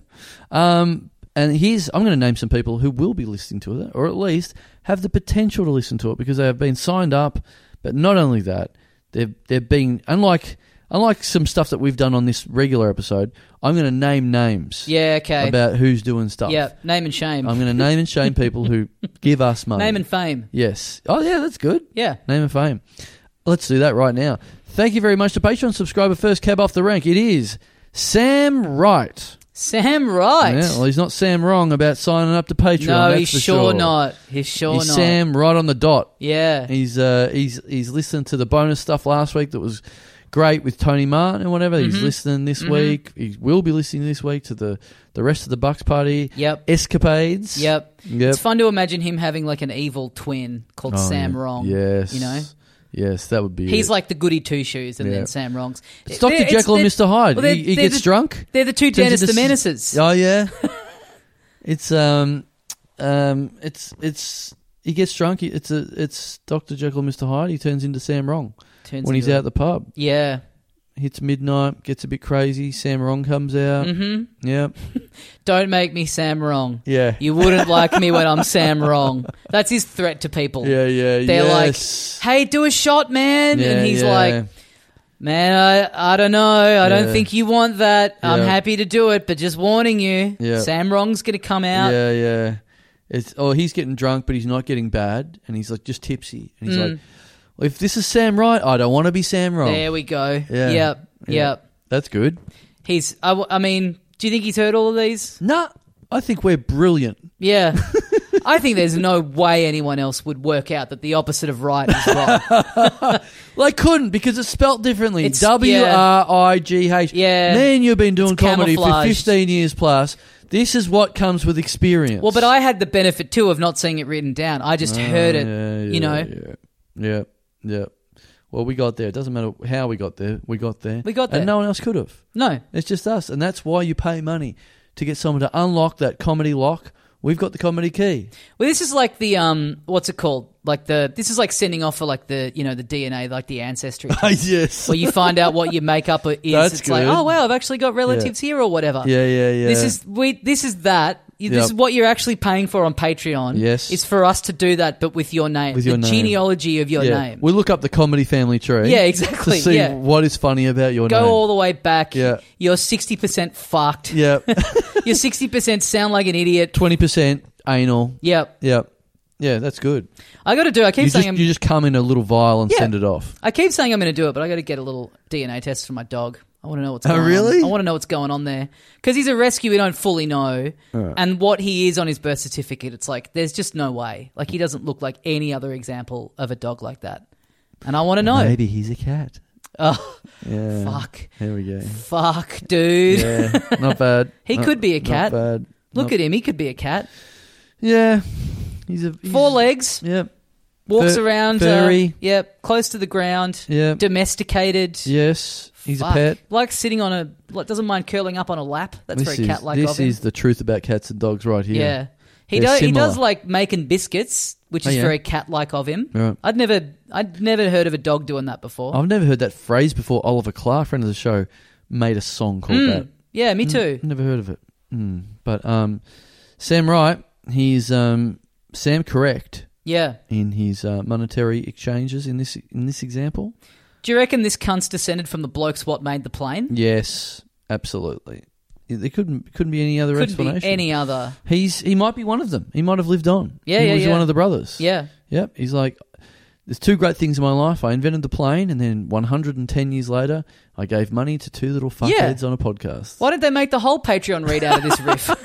S2: Um, and here's I'm going to name some people who will be listening to it, or at least have the potential to listen to it because they have been signed up. But not only that, they've they've been unlike unlike some stuff that we've done on this regular episode. I'm going to name names.
S1: Yeah, okay.
S2: About who's doing stuff.
S1: yeah, name and shame.
S2: I'm going to name and shame people who give us money.
S1: name and fame.
S2: yes. Oh yeah, that's good.
S1: Yeah.
S2: Name and fame. Let's do that right now. Thank you very much to Patreon subscriber first cab off the rank. It is Sam Wright.
S1: Sam Wright.
S2: Yeah, well, he's not Sam wrong about signing up to Patreon.
S1: no,
S2: that's
S1: he's
S2: for
S1: sure, not. He's sure
S2: he's
S1: not.
S2: Sam right on the dot.
S1: Yeah.
S2: He's uh, he's he's listened to the bonus stuff last week that was great with Tony Martin and whatever. He's
S1: Mhm.
S2: listening this
S1: Mhm.
S2: week. He will be listening this week to the the rest of the Bucks party
S1: Yep.
S2: escapades.
S1: Yep.
S2: Yep.
S1: It's fun to imagine him having like an evil twin called
S2: Oh,
S1: Sam
S2: yeah.
S1: Wrong.
S2: Yes.
S1: You know?
S2: Yes, that would be.
S1: He's
S2: it.
S1: like the goody two shoes, and
S2: Yeah.
S1: then Sam Wrongs.
S2: It's Dr. Jekyll and Mr. Hyde.
S1: well, they're-
S2: he he
S1: they're
S2: gets
S1: the-
S2: drunk.
S1: They're the two
S2: Turns
S1: Dennis the
S2: into s-
S1: Menaces.
S2: Oh yeah. it's um um it's it's he gets drunk. He- It's a it's Dr. Jekyll and Mr. Hyde. He turns into Sam Wrong
S1: Turns
S2: when he's
S1: into-
S2: out at the pub.
S1: Yeah.
S2: Hits midnight, gets a bit crazy. Sam Wrong comes out.
S1: hmm
S2: Yeah.
S1: Don't make me Sam Wrong.
S2: Yeah.
S1: You wouldn't like me when I'm Sam Wrong. That's his threat to people.
S2: Yeah, yeah,
S1: They're like,
S2: yes.
S1: Hey, do a shot, man. and he's
S2: yeah.
S1: like, Man, I, I don't know. I don't
S2: Yeah.
S1: think you want that. I'm
S2: Yeah.
S1: happy to do it, but just warning you,
S2: Yeah.
S1: Sam Wrong's going to come out.
S2: Yeah, yeah. It's oh, he's getting drunk, but he's not getting bad, and he's like just tipsy, and he's
S1: Mm.
S2: like, well, if this is Sam Wright, I don't want to be Sam Wrong.
S1: There we go.
S2: Yeah.
S1: Yep.
S2: Yeah.
S1: Yep.
S2: That's good.
S1: He's. I, w- I mean, do you think he's heard all of these?
S2: Nah, I think we're brilliant.
S1: Yeah. I think there's no way anyone else would work out that the opposite of right is wrong.
S2: Well, I couldn't because it's spelt differently.
S1: It's-
S2: W
S1: yeah.
S2: R I G H.
S1: Yeah.
S2: Me and you've been doing
S1: It's
S2: comedy for
S1: camouflaged.
S2: 15 years plus. This is what comes with experience. Oh,
S1: well, but I had the benefit too of not seeing it written down. I just heard it.
S2: Yeah,
S1: you
S2: yeah,
S1: know.
S2: Yeah, yeah, yeah. Well, we got there. It doesn't matter how we got there. We got there.
S1: We got there.
S2: And no one else could have.
S1: No.
S2: It's just us. And that's why you pay money to get someone to unlock that comedy lock. We've got the comedy key.
S1: Well, this is like the um, what's it called? Like the this is like sending off for like the you know the DNA, like the ancestry. test,
S2: yes.
S1: Where you find out what your makeup is.
S2: That's
S1: it's like,
S2: good.
S1: oh wow, I've actually got relatives here or whatever.
S2: yeah, yeah, yeah.
S1: This is we. This is that. You- This
S2: Yep.
S1: is what you're actually paying for on Patreon.
S2: Yes.
S1: is for us to do that, but with your name,
S2: With your
S1: the
S2: name.
S1: genealogy of your
S2: yeah.
S1: name.
S2: We look up the comedy family tree.
S1: yeah,
S2: to
S1: exactly.
S2: see
S1: yeah,
S2: what is funny about your
S1: go
S2: name.
S1: all the way back.
S2: Yeah.
S1: you're sixty percent fucked.
S2: yeah,
S1: You're sixty percent sound like an idiot.
S2: twenty percent anal.
S1: Yep,
S2: Yeah, yeah, that's good.
S1: I got to do. I keep
S2: You
S1: saying
S2: just,
S1: I'm.
S2: you just come in a little vial and
S1: Yeah.
S2: send it off.
S1: I keep saying I'm going to do it, but I got to get a little DNA test for my dog. I want to know what's
S2: Oh,
S1: going
S2: really?
S1: on. I want to know what's going on there because he's a rescue. We don't fully know, and what he is on his birth certificate. It's like there's just no way. Like he doesn't look like any other example of a dog like that, and I want to know.
S2: Maybe he's a cat.
S1: Oh,
S2: Yeah.
S1: fuck,
S2: There we go.
S1: fuck, dude.
S2: Yeah, not bad.
S1: He
S2: Not-
S1: could be a
S2: not
S1: cat.
S2: bad.
S1: Look
S2: Not-
S1: at him. He could be a cat.
S2: Yeah, he's a he's,
S1: Four legs,
S2: Yeah,
S1: walks
S2: Fur-
S1: around.
S2: furry.
S1: Uh, yep, close to the ground.
S2: yeah.
S1: Domesticated.
S2: yes, he's
S1: Fuck.
S2: a pet.
S1: Likes sitting on a. Like, doesn't mind curling up on a lap. That's
S2: this
S1: very
S2: is
S1: cat like
S2: this
S1: of him.
S2: is the truth about cats and dogs right here.
S1: Yeah. He
S2: They're
S1: does. He
S2: similar.
S1: does like making biscuits, which
S2: Oh,
S1: is
S2: yeah.
S1: very cat-like of him.
S2: Right.
S1: I'd never, I'd never heard of a dog doing that before.
S2: I've never heard that phrase before. Oliver Clark, friend of the show, made a song called
S1: Mm.
S2: that. Hmm.
S1: Yeah, me too.
S2: Never heard of it. Mm. But um, Sam Wright, he's um, Sam correct
S1: Yeah.
S2: in his uh, monetary exchanges in this in this example.
S1: Do you reckon this cunt's descended from the blokes what made the plane?
S2: Yes, absolutely. There couldn't couldn't be any other
S1: Could be
S2: explanation.
S1: any other.
S2: He's he might be one of them. He might have lived on.
S1: Yeah,
S2: he
S1: yeah,
S2: was
S1: yeah.
S2: one of the brothers.
S1: Yeah.
S2: Yep. He's like, there's two great things in my life. I invented the plane, and then 110 years later, I gave money to two little fuckheads on a podcast.
S1: Why did they make the whole Patreon read out of this riff?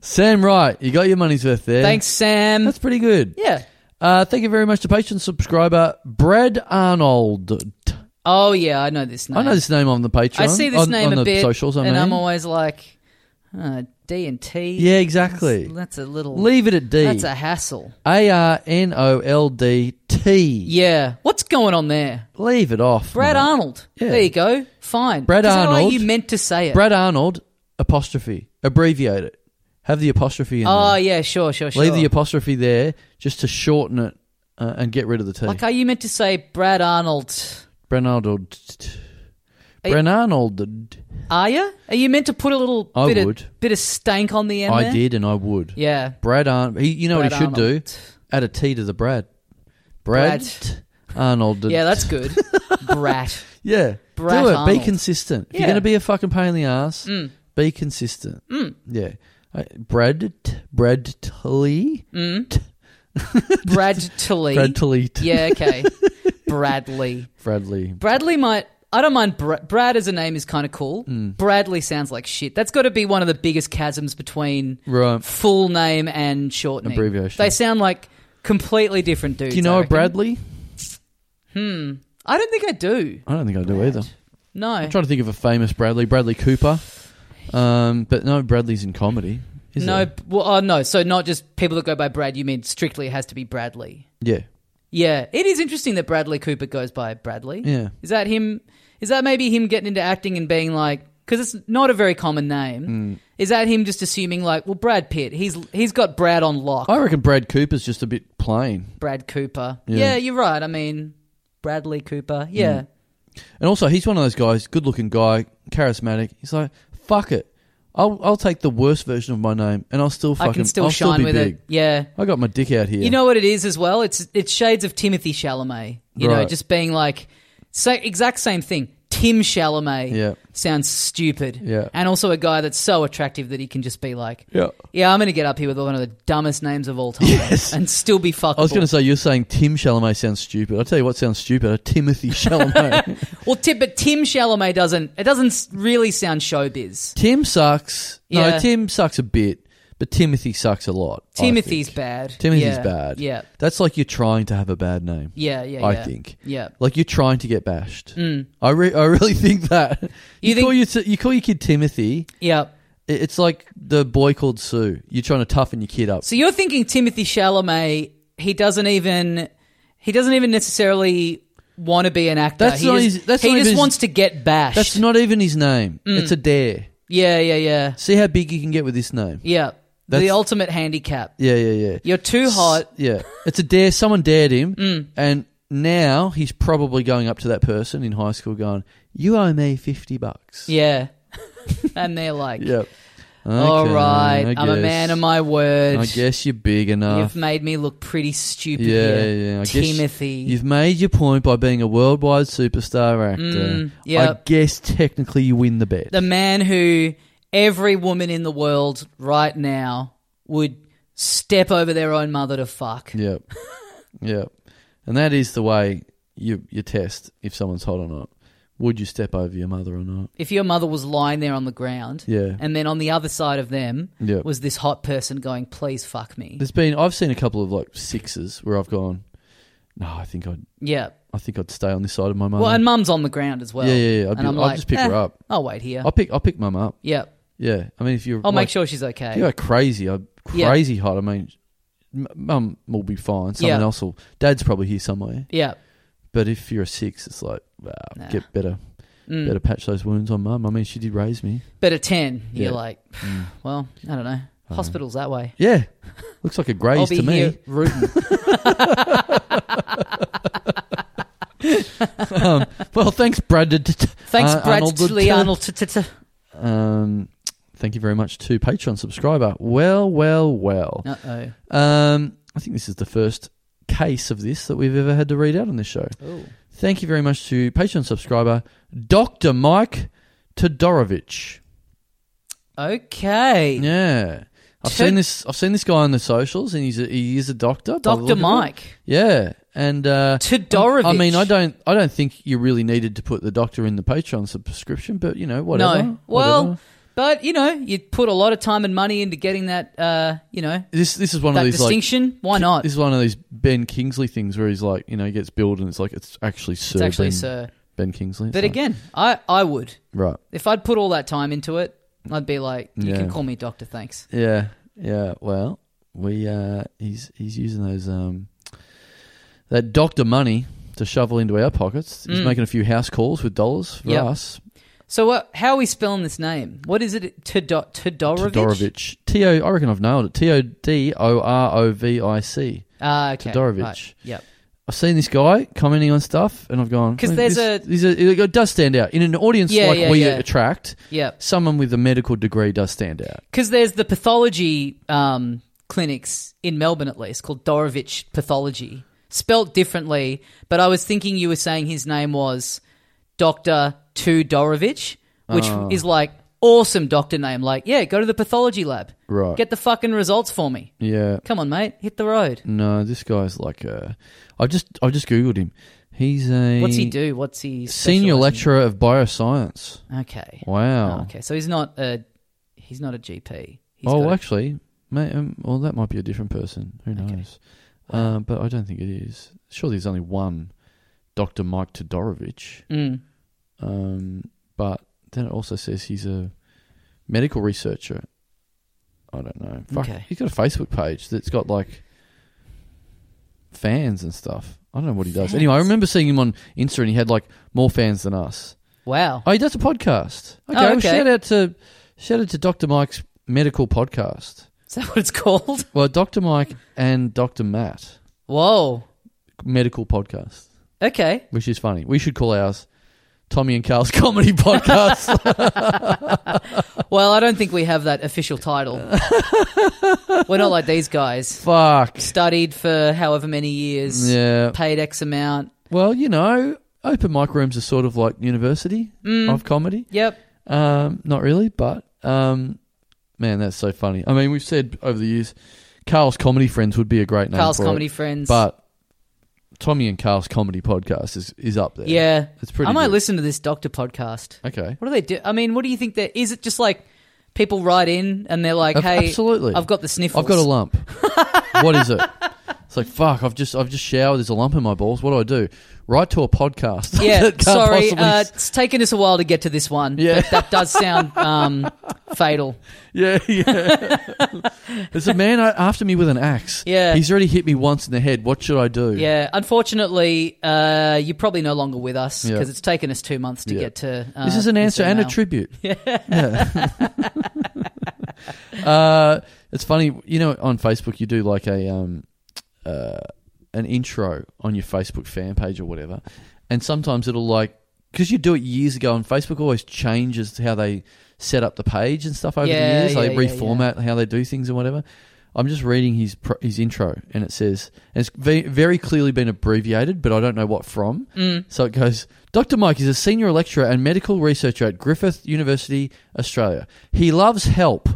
S2: Sam Wright, you got your money's worth there.
S1: Thanks, Sam.
S2: That's pretty good.
S1: yeah.
S2: Uh, thank you very much to patron subscriber Brad Arnold.
S1: Oh yeah, I know this name.
S2: I know this name on the Patreon.
S1: I see this
S2: on,
S1: name
S2: on
S1: a
S2: the
S1: bit,
S2: socials. I
S1: and
S2: mean.
S1: I'm always like, uh, D and T.
S2: yeah, exactly.
S1: That's a little.
S2: Leave it at D.
S1: That's a hassle.
S2: A R N O L D T.
S1: Yeah. What's going on there?
S2: Leave it off.
S1: Brad
S2: mate.
S1: Arnold.
S2: Hmm. Yeah.
S1: There you go. Fine.
S2: Brad
S1: Is that how
S2: Arnold.
S1: you meant to say it.
S2: Brad Arnold. Apostrophe. Abbreviate it. Have the apostrophe in
S1: Oh
S2: there.
S1: yeah, sure, sure, sure.
S2: Leave the apostrophe there just to shorten it uh, and get rid of the T.
S1: like, are you meant to say Brad Arnold?
S2: Brad Arnold.
S1: Are you-
S2: Brad Arnold.
S1: Are you? Are you meant to put a little
S2: I
S1: bit
S2: would.
S1: of bit of stank on the end?
S2: I
S1: there?
S2: did and I would.
S1: Yeah.
S2: Brad Arnold. He, you know
S1: Brad
S2: what he should do?
S1: Arnold.
S2: Add a T to the Brad. Brad, Arnold.
S1: Yeah, that's good. Brat.
S2: yeah.
S1: Brad
S2: Do it.
S1: Arnold.
S2: Be consistent. If
S1: Yeah.
S2: you're going to be a fucking pain in the ass,
S1: Mm.
S2: be consistent.
S1: Mm.
S2: Yeah. I- Brad, t- Brad Tully,
S1: Mm. Brad Tully.
S2: Brad Tully, t-
S1: Yeah, okay. Bradley.
S2: Bradley.
S1: Bradley might. I don't mind. Br- Brad as a name is kind of cool.
S2: Mm.
S1: Bradley sounds like shit. That's got to be one of the biggest chasms between
S2: Right.
S1: full name and shortening.
S2: Abbreviation.
S1: They sound like completely different dudes.
S2: Do
S1: I
S2: you know a
S1: reckon.
S2: Bradley?
S1: Hmm. I don't think I do.
S2: I don't think I do either.
S1: No.
S2: I'm trying to think of a famous Bradley. Bradley Cooper. Um, but no, Bradley's in comedy. Is
S1: no.
S2: there?
S1: b- Well, oh, no. So not just people that go by Brad. You mean strictly it has to be Bradley.
S2: Yeah.
S1: Yeah. It is interesting that Bradley Cooper goes by Bradley.
S2: Yeah.
S1: Is that him? Is that maybe him getting into acting and being like, because it's not a very common
S2: Hmm.
S1: name. Is that him just assuming like, well, Brad Pitt, he's he's got Brad on lock,
S2: I reckon Brad Cooper's just a bit plain.
S1: Brad Cooper. Yeah.
S2: Yeah. Hmm.
S1: you're right. I mean, Bradley Cooper. Yeah,
S2: And also, he's one of those guys, good looking guy, charismatic. He's like, fuck it. I'll, I'll take the worst version of my name and I'll still fucking
S1: I can still
S2: I'll
S1: shine
S2: still be
S1: with
S2: big.
S1: it. Yeah.
S2: I got my dick out here.
S1: you know what it is as well. It's it's shades of Timothy Chalamet. You know,
S2: Right.
S1: just being like, say exact same thing. Tim Chalamet
S2: Yeah.
S1: sounds stupid,
S2: Yeah.
S1: and also a guy that's so attractive that he can just be like,
S2: Yeah.
S1: Yeah, I'm going to get up here with one of the dumbest names of all time and still be fuckable.
S2: I was going to say, you're saying Tim Chalamet sounds stupid. I'll tell you what sounds stupid. Timothy Chalamet.
S1: well, Tim, but Tim Chalamet doesn't. It doesn't s- really sound showbiz.
S2: Tim sucks. No,
S1: Yeah.
S2: Tim sucks a bit, but Timothy sucks a lot. I
S1: Timothy's
S2: think.
S1: bad.
S2: Timothy's
S1: Yeah,
S2: bad.
S1: Yeah,
S2: That's like you're trying to have a bad name,
S1: yeah, yeah.
S2: I
S1: yeah.
S2: think.
S1: Yeah.
S2: Like you're trying to get bashed. I, re- I really think that.
S1: Mm.
S2: You,
S1: think-
S2: call your t- you call your kid Timothy.
S1: Yeah.
S2: It- It's like the boy called Sue. You're trying to toughen your kid up.
S1: So you're thinking Timothy Chalamet? He doesn't even. He doesn't even necessarily want to be an actor.
S2: That's
S1: he
S2: not
S1: just,
S2: his- that's
S1: he
S2: not
S1: just
S2: his-
S1: wants to get bashed.
S2: That's not even his name.
S1: mm.
S2: It's a dare.
S1: yeah, yeah, yeah,
S2: See how big you can get with this name.
S1: yeah. the
S2: That's-
S1: ultimate handicap.
S2: Yeah, yeah, yeah.
S1: You're too hot. Mm.
S2: Yeah. It's a dare. Someone dared him. And now he's probably going up to that person in high school going, You owe me 50 bucks.
S1: Yeah, and they're like,
S2: Yep.
S1: All
S2: Okay,
S1: right,
S2: I
S1: I'm a man
S2: guess-
S1: of my word.
S2: I guess you're big enough.
S1: You've made me look pretty stupid
S2: yeah,
S1: here,
S2: yeah. I guess
S1: Timothy.
S2: You've made your point by being a worldwide superstar actor.
S1: Mm, yep.
S2: I guess technically you win the bet.
S1: the man who every woman in the world right now would step over their own mother to fuck.
S2: Yep. yep. And that is the way you you test if someone's hot or not. Would you step over your mother or not?
S1: If your mother was lying there on the ground,
S2: Yeah.
S1: and then on the other side of them
S2: Yeah.
S1: was this hot person going, "Please fuck me."
S2: There's been I've seen a couple of like sixes where I've gone, No, I think I'd
S1: yeah.
S2: I think I'd stay on this side of my mum.
S1: Well, and mum's on the ground as well.
S2: Yeah, yeah, yeah. I'd
S1: and
S2: be-
S1: I'm
S2: I'll
S1: like,
S2: just pick her
S1: "Eh,
S2: up."
S1: I'll wait here.
S2: I'll pick I'll pick mum up.
S1: yeah.
S2: Yeah. I mean if you're
S1: I'll
S2: like,
S1: make sure she's okay.
S2: you're crazy, I'm
S1: Yeah.
S2: crazy hot. I mean m- mum will be fine. Someone
S1: Yeah.
S2: else will dad's probably here somewhere.
S1: yeah.
S2: But if you're a six, it's like ah,
S1: Nah. Hmm.
S2: get better better patch those wounds on mum. I mean, she did raise me.
S1: Mm. But at 10, you're
S2: Yeah.
S1: like, well, I don't know.
S2: Uh-huh.
S1: Hospital's that way.
S2: Mm. Yeah, looks like a
S1: I'll
S2: graze
S1: be
S2: to me.
S1: here rooting.
S2: um, well, thanks, Brad. to- to-
S1: Thanks,
S2: uh,
S1: Brad
S2: Arnold.
S1: Lee Arnold. t- t- t-
S2: Um, thank you very much to Patreon subscriber. Well, well, well.
S1: Uh-oh.
S2: Um, I think this is the first case of this that we've ever had to read out on this show. Thank you very much to Patreon subscriber Dr. Mike Todorovich.
S1: Okay.
S2: Yeah. I've
S1: Ted-
S2: seen this. I've seen this guy on the socials, and he's a, he is a doctor. by the look
S1: Dr.
S2: of it.
S1: Mike.
S2: Yeah, and uh,
S1: Todorovich.
S2: I mean, I don't. I don't think you really needed to put the doctor in the Patreon subscription, but you know, whatever.
S1: No. Well,
S2: whatever.
S1: But, you know, you put a lot of time and money into getting that, uh, you know,
S2: this this is one
S1: that
S2: of these like
S1: distinction. Why not?
S2: This
S1: It's
S2: is one of these Ben Kingsley things where he's like, you know, he gets billed and it's like it's actually Sir,
S1: actually
S2: ben,
S1: Sir.
S2: ben Kingsley. It's
S1: But
S2: like,
S1: again, I, I would.
S2: right?
S1: If I'd put all that time into it, I'd be like, you
S2: Yeah.
S1: can call me doctor, thanks.
S2: Yeah, yeah. Well, we uh, he's he's using those um, that doctor money to shovel into our pockets. He's
S1: Mm.
S2: making a few house calls with dollars for
S1: Yep.
S2: us.
S1: So what, how are we spelling this name? What is it? Todo- Todorovich?
S2: Todorovich. T O. I reckon I've nailed it. T O D O R O V I C.
S1: Ah, okay.
S2: Todorovich.
S1: Right. Yep.
S2: I've seen this guy commenting on stuff, and I've gone
S1: 'Cause
S2: "Man,
S1: there's
S2: this- this is- it does stand out in an audience
S1: Yeah,
S2: like
S1: yeah,
S2: we
S1: yeah.
S2: attract.
S1: Yep.
S2: Someone with a medical degree does stand out.
S1: Because there's the pathology um, clinics in Melbourne, at least, called Dorovich Pathology, spelt differently. But I was thinking you were saying his name was Doctor Two Dorovich, which
S2: Oh.
S1: is like awesome doctor name. Like, yeah, go to the pathology lab,
S2: Right.
S1: Get the fucking results for me.
S2: Yeah.
S1: Come on, mate, hit the road.
S2: No, this guy's like a. I just I just googled him. He's a
S1: What's he do? What's he
S2: senior
S1: specialise
S2: lecturer of bioscience.
S1: in? Okay.
S2: Wow.
S1: Oh, okay, so he's not a he's not a GP. He's
S2: Oh,
S1: got a-
S2: actually, may, um, well, that might be a different person. Who knows? Uh, but I don't think it is. Sure, there's only one Dr. Mike Todorovich.
S1: Mm.
S2: Um, but then it also says he's a medical researcher. I don't know. Fuck,
S1: Okay.
S2: He's got a Facebook page that's got like fans and stuff. I don't know what he does. Anyway, I
S1: Fans?
S2: remember seeing him on Insta and he had like more fans than us.
S1: wow.
S2: Oh, he does a podcast. Okay,
S1: Oh,
S2: well,
S1: okay.
S2: shout out to shout out to Dr. Mike's medical podcast.
S1: Is that what it's called?
S2: Well, Dr. Mike and Dr. Matt
S1: Whoa.
S2: medical podcast,
S1: Okay.
S2: which is funny. We should call ours Tommy and Carl's comedy podcast.
S1: Well, I don't think we have that official title. We're not like these guys.
S2: Fuck.
S1: Studied for however many years,
S2: Yeah.
S1: paid X amount.
S2: Well, you know, open mic rooms are sort of like university of comedy.
S1: Mm. Yep.
S2: Um, not really, but um, man, that's so funny. I mean, we've said over the years, Carl's Comedy Friends would be a great name.
S1: Carl's
S2: for it,
S1: Comedy Friends.
S2: but Tommy and Carl's Comedy Podcast is is up there.
S1: yeah.
S2: it's pretty.
S1: I might
S2: good.
S1: listen to this doctor podcast.
S2: Okay.
S1: What do they do? I mean, what do you think that is? It just like people write in and they're like,
S2: Ab-
S1: "Hey,
S2: absolutely.
S1: I've got the sniffles.
S2: I've got a lump. what is it? It's like fuck. I've just I've just showered. There's a lump in my balls. What do I do? Write to a podcast.
S1: Yeah,
S2: that can't
S1: sorry.
S2: possibly-
S1: Uh, it's taken us a while to get to this one.
S2: Yeah.
S1: but that does sound um, fatal. uh,
S2: Yeah, yeah. There's a man a- after me with an axe.
S1: Yeah.
S2: He's already hit me once in the head. What should I do?
S1: Yeah, unfortunately, uh, you're probably no longer with us
S2: Yeah.
S1: because it's taken us two months to
S2: Yeah.
S1: get to. Uh,
S2: This is an answer and a
S1: email.
S2: tribute. Yeah. uh, it's funny, you know, on Facebook you do like a um, uh, an intro on your Facebook fan page or whatever, and sometimes it'll like because you do it years ago, and Facebook always changes how they set up the page and stuff over
S1: Yeah,
S2: the years. they
S1: yeah, yeah,
S2: reformat how they do things and whatever. I'm just reading his pro- his intro, and it says, and it's ve- very clearly been abbreviated, but I don't know what from. So it goes, Dr. Mike is a senior lecturer and medical researcher at Griffith University, Australia. He loves help.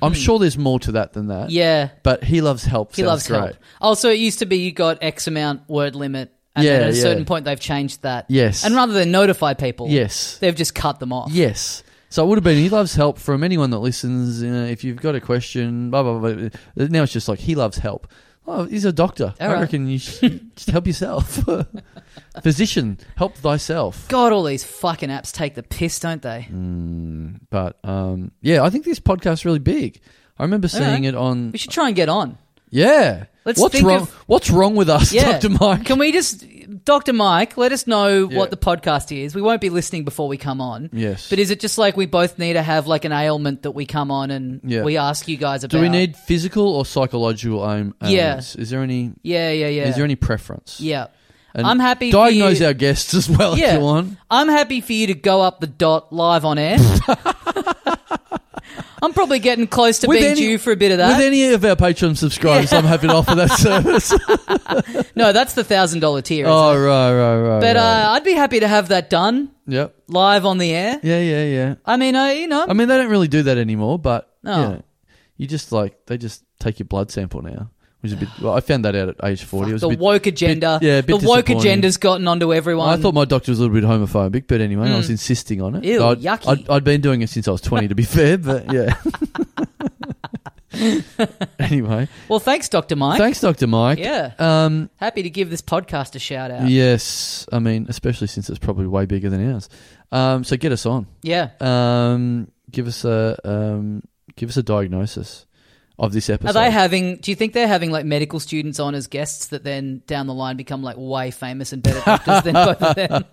S2: I'm sure there's more to that than that.
S1: Hmm. Yeah,
S2: But he loves help.
S1: he
S2: sounds
S1: loves
S2: great.
S1: help. Also, it used to be you got X amount word limit, and
S2: Yeah,
S1: then at a
S2: yeah.
S1: certain point they've changed that.
S2: Yes.
S1: and rather than notify people,
S2: Yes.
S1: they've just cut them off.
S2: Yes. So it would have been he loves help from anyone that listens. You know, if you've got a question, blah blah blah. blah. Now it's just like he loves help. Oh, he's a doctor.
S1: All
S2: I
S1: right.
S2: reckon you should just help yourself. Physician, help thyself.
S1: God, all these fucking apps take the piss, don't they?
S2: Mm. But um, yeah, I think this podcast's really big. I remember seeing
S1: right.
S2: it on.
S1: We should try and get on.
S2: Yeah.
S1: Let's
S2: what's
S1: think
S2: wrong?
S1: of-
S2: what's wrong with us,
S1: Yeah,
S2: Doctor Mike?
S1: Can we just Dr. Mike, let us know
S2: Yeah.
S1: what the podcast is. We won't be listening before we come on.
S2: Yes.
S1: But is it just like we both need to have like an ailment that we come on and
S2: Yeah.
S1: we ask you guys about?
S2: Do we need physical or psychological aim-
S1: Yeah.
S2: ailments? Is there any?
S1: Yeah, yeah, yeah.
S2: Is there any preference?
S1: Yeah.
S2: And
S1: I'm happy for
S2: Diagnose
S1: you-
S2: our guests as well
S1: Yeah.
S2: if you want.
S1: I'm happy for you to go up the dot live on air. I'm probably getting close to
S2: With
S1: being
S2: any-
S1: due for a bit of that.
S2: With any of our Patreon subscribers, I'm happy to offer that service.
S1: no, that's the thousand dollar tier. isn't
S2: oh
S1: it?
S2: right, right, right.
S1: But
S2: right.
S1: uh, I'd be happy to have that done
S2: yep.
S1: live on the air.
S2: Yeah, yeah, yeah.
S1: I mean, I you know,
S2: I mean, they don't really do that anymore, but you
S1: No.
S2: know, you just like they just take your blood sample now, which is a bit. Well, I found that out at age forty. It was a
S1: the
S2: bit-
S1: woke agenda.
S2: bit- yeah, a bit
S1: the woke
S2: disappointing.
S1: agenda's gotten onto everyone.
S2: I thought my doctor was a little bit homophobic, but anyway, I was insisting on it.
S1: Hmm. Ew,
S2: I'd,
S1: yucky.
S2: I'd, I'd been doing it since I was twenty, to be fair. But yeah. anyway,
S1: well, thanks, Doctor Mike.
S2: thanks, Doctor Mike.
S1: yeah,
S2: Um,
S1: happy to give this podcast a shout out. Yeah,
S2: Yes, I mean, especially since it's probably way bigger than ours. Um, so get us on. Um, give us a um, give us a diagnosis of this
S1: are
S2: episode.
S1: they having? Do you think they're having like medical students on as guests that then down the line become like way famous and better doctors than both of them?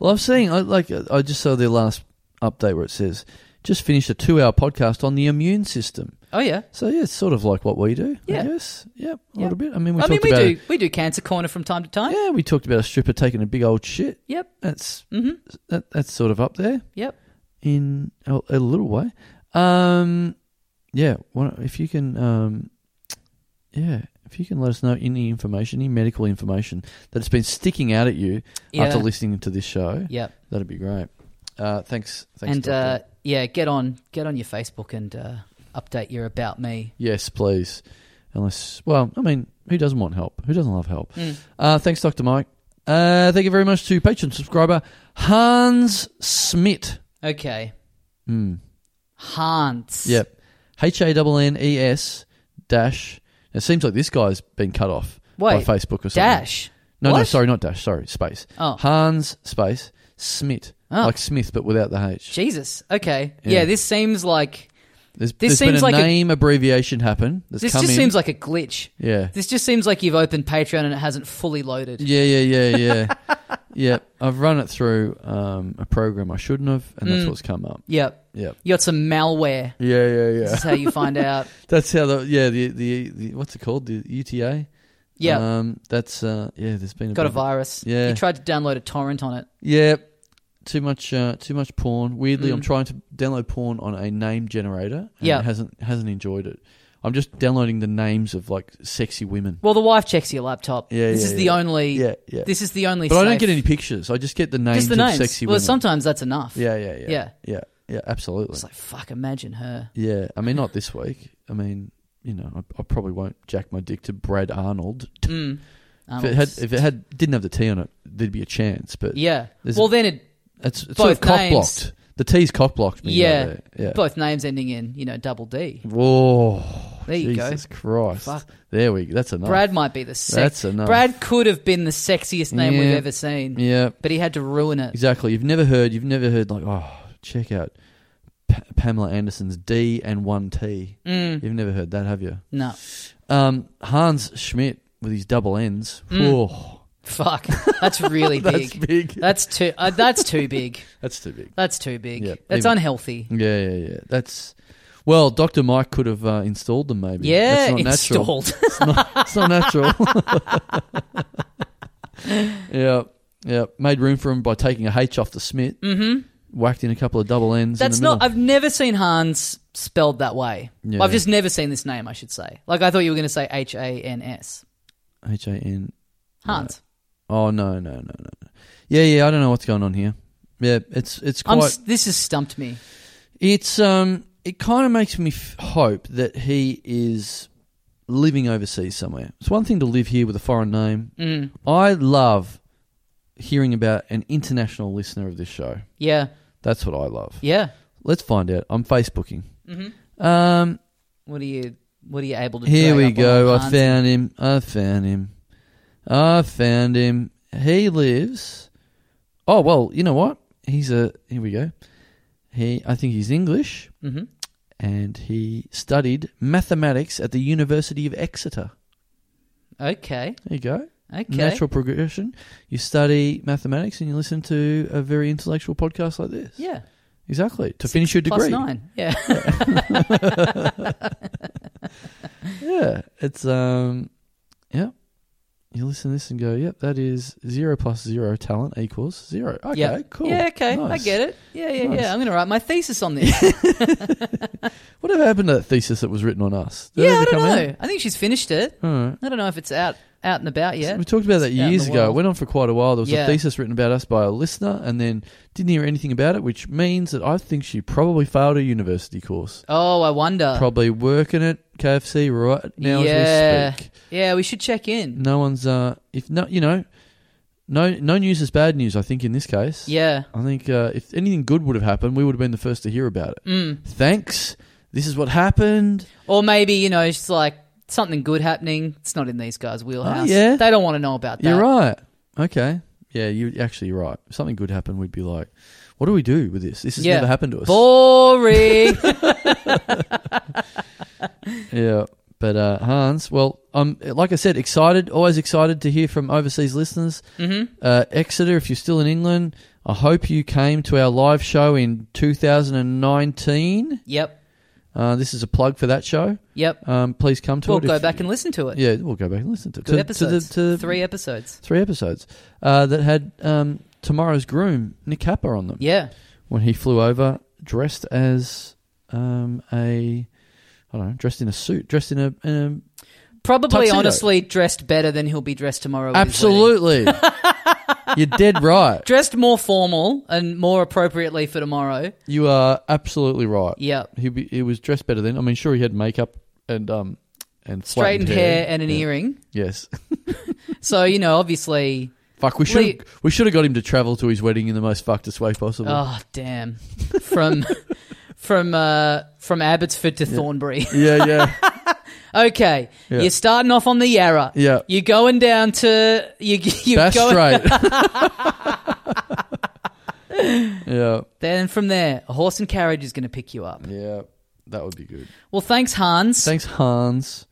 S2: well, I'm seeing. I, like uh, I just saw their last update where it says just finished a two-hour podcast on the immune system.
S1: Oh yeah.
S2: So yeah, it's sort of like what we do.
S1: Yeah.
S2: I guess. Yeah, a
S1: Yeah.
S2: little bit. I mean, we
S1: I mean,
S2: talked
S1: we
S2: about.
S1: do we do cancer corner from time to time.
S2: Yeah, we talked about a stripper taking a big old shit.
S1: Yep.
S2: That's
S1: hmm
S2: that, that's sort of up there.
S1: Yep.
S2: in a, a little way. Um, yeah, why not- if you can, um, yeah, if you can let us know any information, any medical information that's been sticking out at you
S1: Yeah.
S2: after listening to this show,
S1: Yep.
S2: that'd be great. Uh, thanks, thanks,
S1: and uh,
S2: Doctor.
S1: yeah, get on get on your Facebook and uh, update your about me.
S2: yes, please. Unless, well, I mean, who doesn't want help? Who doesn't love help?
S1: Mm.
S2: Uh, thanks, Doctor Mike. Uh, thank you very much to Patreon subscriber Hans Smith.
S1: Okay,
S2: Mm.
S1: Hans.
S2: Yep. H A N N E S dash. It seems like this guy's been cut off
S1: Wait,
S2: by Facebook or something.
S1: Dash.
S2: No, no,
S1: What?
S2: sorry, not dash. Sorry, space.
S1: Oh.
S2: Hans space Smith,
S1: Oh.
S2: like Smith, but without the H.
S1: Jesus. Okay.
S2: Yeah.
S1: Yeah. this seems like
S2: There's,
S1: This
S2: there's been
S1: seems
S2: a
S1: like a-
S2: name abbreviation happen. That's
S1: this
S2: come
S1: just
S2: in.
S1: seems like a glitch.
S2: yeah,
S1: This just seems like you've opened Patreon and it hasn't fully loaded.
S2: yeah, yeah, yeah, yeah. yeah, I've run it through um, a program I shouldn't have, and that's
S1: Mm.
S2: what's come up.
S1: Yep.
S2: Yep.
S1: You got some malware.
S2: Yeah, yeah,
S1: This
S2: yeah.
S1: is how you find out.
S2: That's how the yeah the, the the what's it called the UTA.
S1: Yeah.
S2: Um. That's uh. Yeah. There's been a
S1: got a
S2: bit of-
S1: virus.
S2: Yeah.
S1: You tried to download a torrent on it.
S2: Yeah, too much, uh, too much porn. Weirdly, I'm
S1: Mm.
S2: trying to download porn on a name generator. and
S1: Yeah.
S2: it hasn't hasn't enjoyed it. I'm just downloading the names of like sexy women.
S1: Well, the wife checks your laptop.
S2: Yeah,
S1: This
S2: yeah,
S1: is
S2: yeah.
S1: the only.
S2: Yeah, yeah.
S1: This is the only.
S2: but I don't
S1: safe-
S2: get any pictures. I just get the names
S1: Just the
S2: of
S1: names.
S2: sexy
S1: well,
S2: women.
S1: sometimes that's enough.
S2: yeah, yeah, yeah, yeah,
S1: Yeah.
S2: yeah, absolutely.
S1: It's like fuck. Imagine her.
S2: yeah, I mean, not this week. I mean, you know, I, I probably won't jack my dick to Brad Arnold.
S1: Mm.
S2: If it had, if it had, didn't have the T on it, there'd be a chance. But
S1: yeah.
S2: there's-
S1: Well, then it
S2: it's, it's sort of
S1: both
S2: cock
S1: names.
S2: blocked. The T's cock blocked me.
S1: Yeah.
S2: right there. yeah.
S1: both names ending in you know double D.
S2: Whoa.
S1: There you go.
S2: Oh, Jesus Christ.
S1: Fuck.
S2: There we go. That's enough.
S1: Brad might be the sex.
S2: That's enough.
S1: Brad could have been the sexiest name we've
S2: Yeah.
S1: ever seen,
S2: Yeah,
S1: but he had to ruin it.
S2: exactly. You've never heard, you've never heard, like, oh, check out P- Pamela Anderson's D and one T.
S1: Mm,
S2: You've never heard that, have you?
S1: no,
S2: Um, Hans Schmidt with his double N's.
S1: Mm.
S2: Whoa.
S1: fuck. That's really
S2: That's
S1: big.
S2: big.
S1: That's too. Uh, that's too big.
S2: That's too big.
S1: That's too big.
S2: Yeah,
S1: that's
S2: even-
S1: unhealthy.
S2: Yeah, yeah, yeah. That's. Well, Dr. Mike could have uh, installed them, maybe.
S1: Yeah,
S2: That's not natural.
S1: installed.
S2: It's not natural. yeah, yeah. Made room for him by taking a H off the Smith,
S1: hmm
S2: whacked in a couple of double N's.
S1: That's
S2: in the
S1: not. I've never seen Hans spelled that way.
S2: Yeah.
S1: I've just never seen this name. I should say. Like I thought you were going to say H A N S.
S2: H A N.
S1: Hans.
S2: Oh no, no, no, no. no. Yeah, yeah. I don't know what's going on here. Yeah, it's it's
S1: I'm.
S2: quite.
S1: s- This has stumped me.
S2: it's um. It kind of makes me f- hope that he is living overseas somewhere. It's one thing to live here with a foreign name.
S1: Mm,
S2: I love hearing about an international listener of this show.
S1: yeah.
S2: That's what I love.
S1: Yeah.
S2: Let's find out. I'm Facebooking.
S1: hmm
S2: Um,
S1: What are you? What are you able to?
S2: here
S1: drag
S2: we
S1: up on
S2: go. I
S1: Hans?
S2: found him. I found him. I found him. He lives. Oh well, you know what? He's a. Here we go. He. I think he's English,
S1: Mhm.
S2: and he studied mathematics at the University of Exeter.
S1: Okay.
S2: There you go.
S1: Okay.
S2: Natural progression. You study mathematics and you listen to a very intellectual podcast like this.
S1: Yeah.
S2: Exactly. To finish your
S1: Plus
S2: degree.
S1: nine. Yeah.
S2: Yeah. It's um yeah. You listen to this and go, yep, that is zero plus zero talent equals zero. Okay,
S1: yeah.
S2: cool.
S1: Yeah. Okay. I
S2: Nice.
S1: get it. Yeah. Yeah.
S2: Nice.
S1: Yeah. I'm going to write my thesis on this.
S2: Whatever happened to that thesis that was written on us? Did it
S1: yeah.
S2: ever
S1: I don't
S2: come
S1: know. I think she's finished it.
S2: out? All right.
S1: I don't know if it's out out and about
S2: So
S1: yet.
S2: we talked about that
S1: It's out in
S2: years
S1: the
S2: ago. It
S1: world.
S2: went on for quite a while. There was
S1: Yeah.
S2: a thesis written about us by a listener, and then didn't hear anything about it, which means that I think she probably failed her university course.
S1: Oh, I wonder.
S2: probably working at KFC right now
S1: Yeah.
S2: as we speak.
S1: yeah, we should check in.
S2: No one's uh, if no, you know, no, no news is bad news. I think in this case,
S1: Yeah.
S2: I think uh, if anything good would have happened, we would have been the first to hear about it.
S1: Mm.
S2: Thanks. This is what happened.
S1: Or maybe, you know, it's like something good happening. It's not in these guys' wheelhouse.
S2: Oh, yeah.
S1: They don't want to know about that.
S2: You're right. Okay. Yeah, you actually you're right. If something good happened, we'd be like, "What do we do with this? This has
S1: Yeah.
S2: never happened to us."
S1: Boring.
S2: Yeah. But uh, Hans, well, I'm like I said, excited. Always excited to hear from overseas listeners.
S1: hmm
S2: uh, Exeter, if you're still in England, I hope you came to our live show in 2019.
S1: Yep.
S2: Uh, this is a plug for that show.
S1: Yep.
S2: Um, please come to
S1: We'll
S2: it.
S1: go
S2: if-
S1: back and listen to it.
S2: Yeah, we'll go back and listen to it.
S1: Good
S2: to, to the
S1: episodes.
S2: to
S1: Three episodes.
S2: three episodes uh, that had um, tomorrow's groom Nick Kappa on them
S1: Yeah.
S2: when he flew over dressed as um, a I don't know, dressed in a suit, dressed in a, in
S1: Probably,
S2: Tuxedo.
S1: honestly, dressed better than he'll be dressed tomorrow.
S2: a
S1: at his wedding.
S2: absolutely. you're dead right.
S1: Dressed more formal and more appropriately for tomorrow.
S2: You are absolutely right.
S1: Yep.
S2: he be, he was dressed better then. I mean, sure, he had makeup and um and
S1: Straightened
S2: flattened
S1: hair and an
S2: Yeah.
S1: earring.
S2: Yes,
S1: So, you know, obviously.
S2: fuck. We
S1: Lee-
S2: should we should have got him to travel to his wedding in the most fuckedest way possible.
S1: Oh, damn. From. From uh, from Abbotsford to Thornbury.
S2: Yeah, yeah,
S1: Okay,
S2: Yeah.
S1: you're starting off on the Yarra.
S2: yeah.
S1: You're going down to you. You're
S2: Bass
S1: going
S2: straight. yeah,
S1: then from there, a horse and carriage is going to pick you up.
S2: yeah. That would be good.
S1: Well, thanks, Hans.
S2: Thanks, Hans.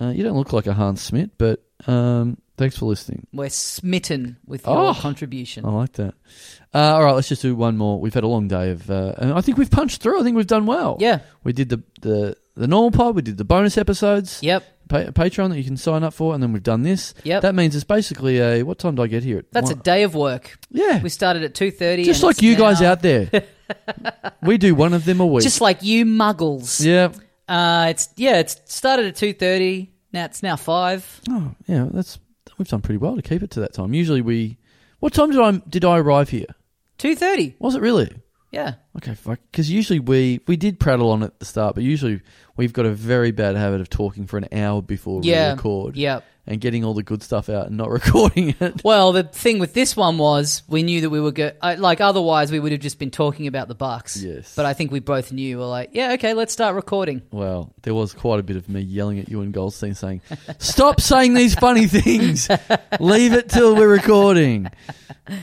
S2: Uh, you don't look like a Hans Smith, but um, thanks for listening.
S1: We're smitten with your
S2: Oh.
S1: contribution.
S2: I like that. Uh, all right, let's just do one more. We've had a long day of, uh, and I think we've punched through. I think we've done well.
S1: Yeah.
S2: We did the, the, the normal pod, we did the bonus episodes,
S1: Yep.
S2: pa- Patreon that you can sign up for, and then we've done this.
S1: Yep.
S2: That means it's basically a what time do I get here? At
S1: That's
S2: one-
S1: a day of work.
S2: yeah.
S1: We started at two thirty.
S2: Just like you guys out there, we do one of them a week.
S1: Just like you muggles.
S2: yeah.
S1: Uh, it's yeah. It's started at two thirty. Now it's now five.
S2: Oh yeah. That's we've done pretty well to keep it to that time. Usually we. What time did I did I arrive here?
S1: Two thirty.
S2: Was it really?
S1: Yeah.
S2: Okay, fuck. Because usually we we did prattle on at the start, but usually we've got a very bad habit of talking for an hour before
S1: Yeah.
S2: we record
S1: Yep.
S2: and getting all the good stuff out and not recording it.
S1: Well, the thing with this one was we knew that we were go- I, like otherwise we would have just been talking about the Bucks.
S2: Yes.
S1: But I think we both knew we're like, yeah, okay, let's start recording.
S2: Well, there was quite a bit of me yelling at you and Goldstein saying, "Stop saying these funny things. Leave it till we're recording."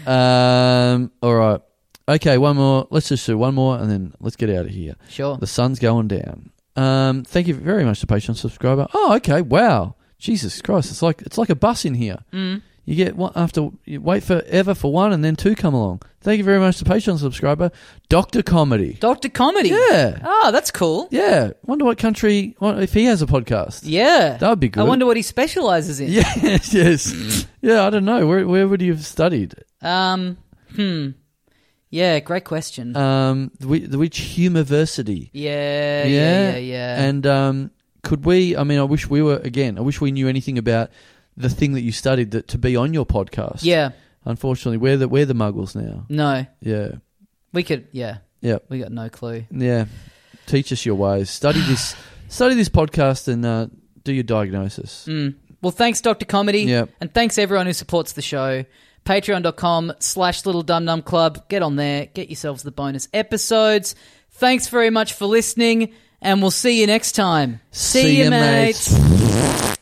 S2: Um. All right. Okay. One more. Let's just do one more, and then let's get out of here.
S1: Sure.
S2: The sun's going down. Um, thank you very much to Patreon subscriber. Oh, okay. Wow. Jesus Christ. It's like it's like a bus in here.
S1: Mm.
S2: You get one after you wait forever for one and then two come along. Thank you very much to Patreon subscriber. Doctor Comedy.
S1: Doctor Comedy.
S2: Yeah.
S1: Oh, that's cool.
S2: Yeah. Wonder what country what, if he has a podcast.
S1: Yeah.
S2: That would be good.
S1: I wonder what he specializes in.
S2: Yes, yes. Yeah, I don't know. Where where would you have studied?
S1: Um. Hmm. Yeah. Great question.
S2: Um the, whi- the which university?
S1: yeah,
S2: yeah,
S1: yeah. Yeah. Yeah.
S2: And um, could we? I mean, I wish we were again. I wish we knew anything about the thing that you studied that to be on your podcast.
S1: yeah.
S2: Unfortunately, we're the we're the muggles now.
S1: No.
S2: Yeah.
S1: We could. Yeah.
S2: Yep.
S1: We got no clue.
S2: Yeah. Teach us your ways. Study this. study this podcast and uh, do your diagnosis.
S1: Mm. Well, thanks, Dr. Comedy.
S2: Yep.
S1: And thanks everyone who supports the show. Patreon.com slash Little Dum Dum Club. Get on there. Get yourselves the bonus episodes. Thanks very much for listening, and we'll see you next time.
S2: ya,
S1: mates.
S2: mates.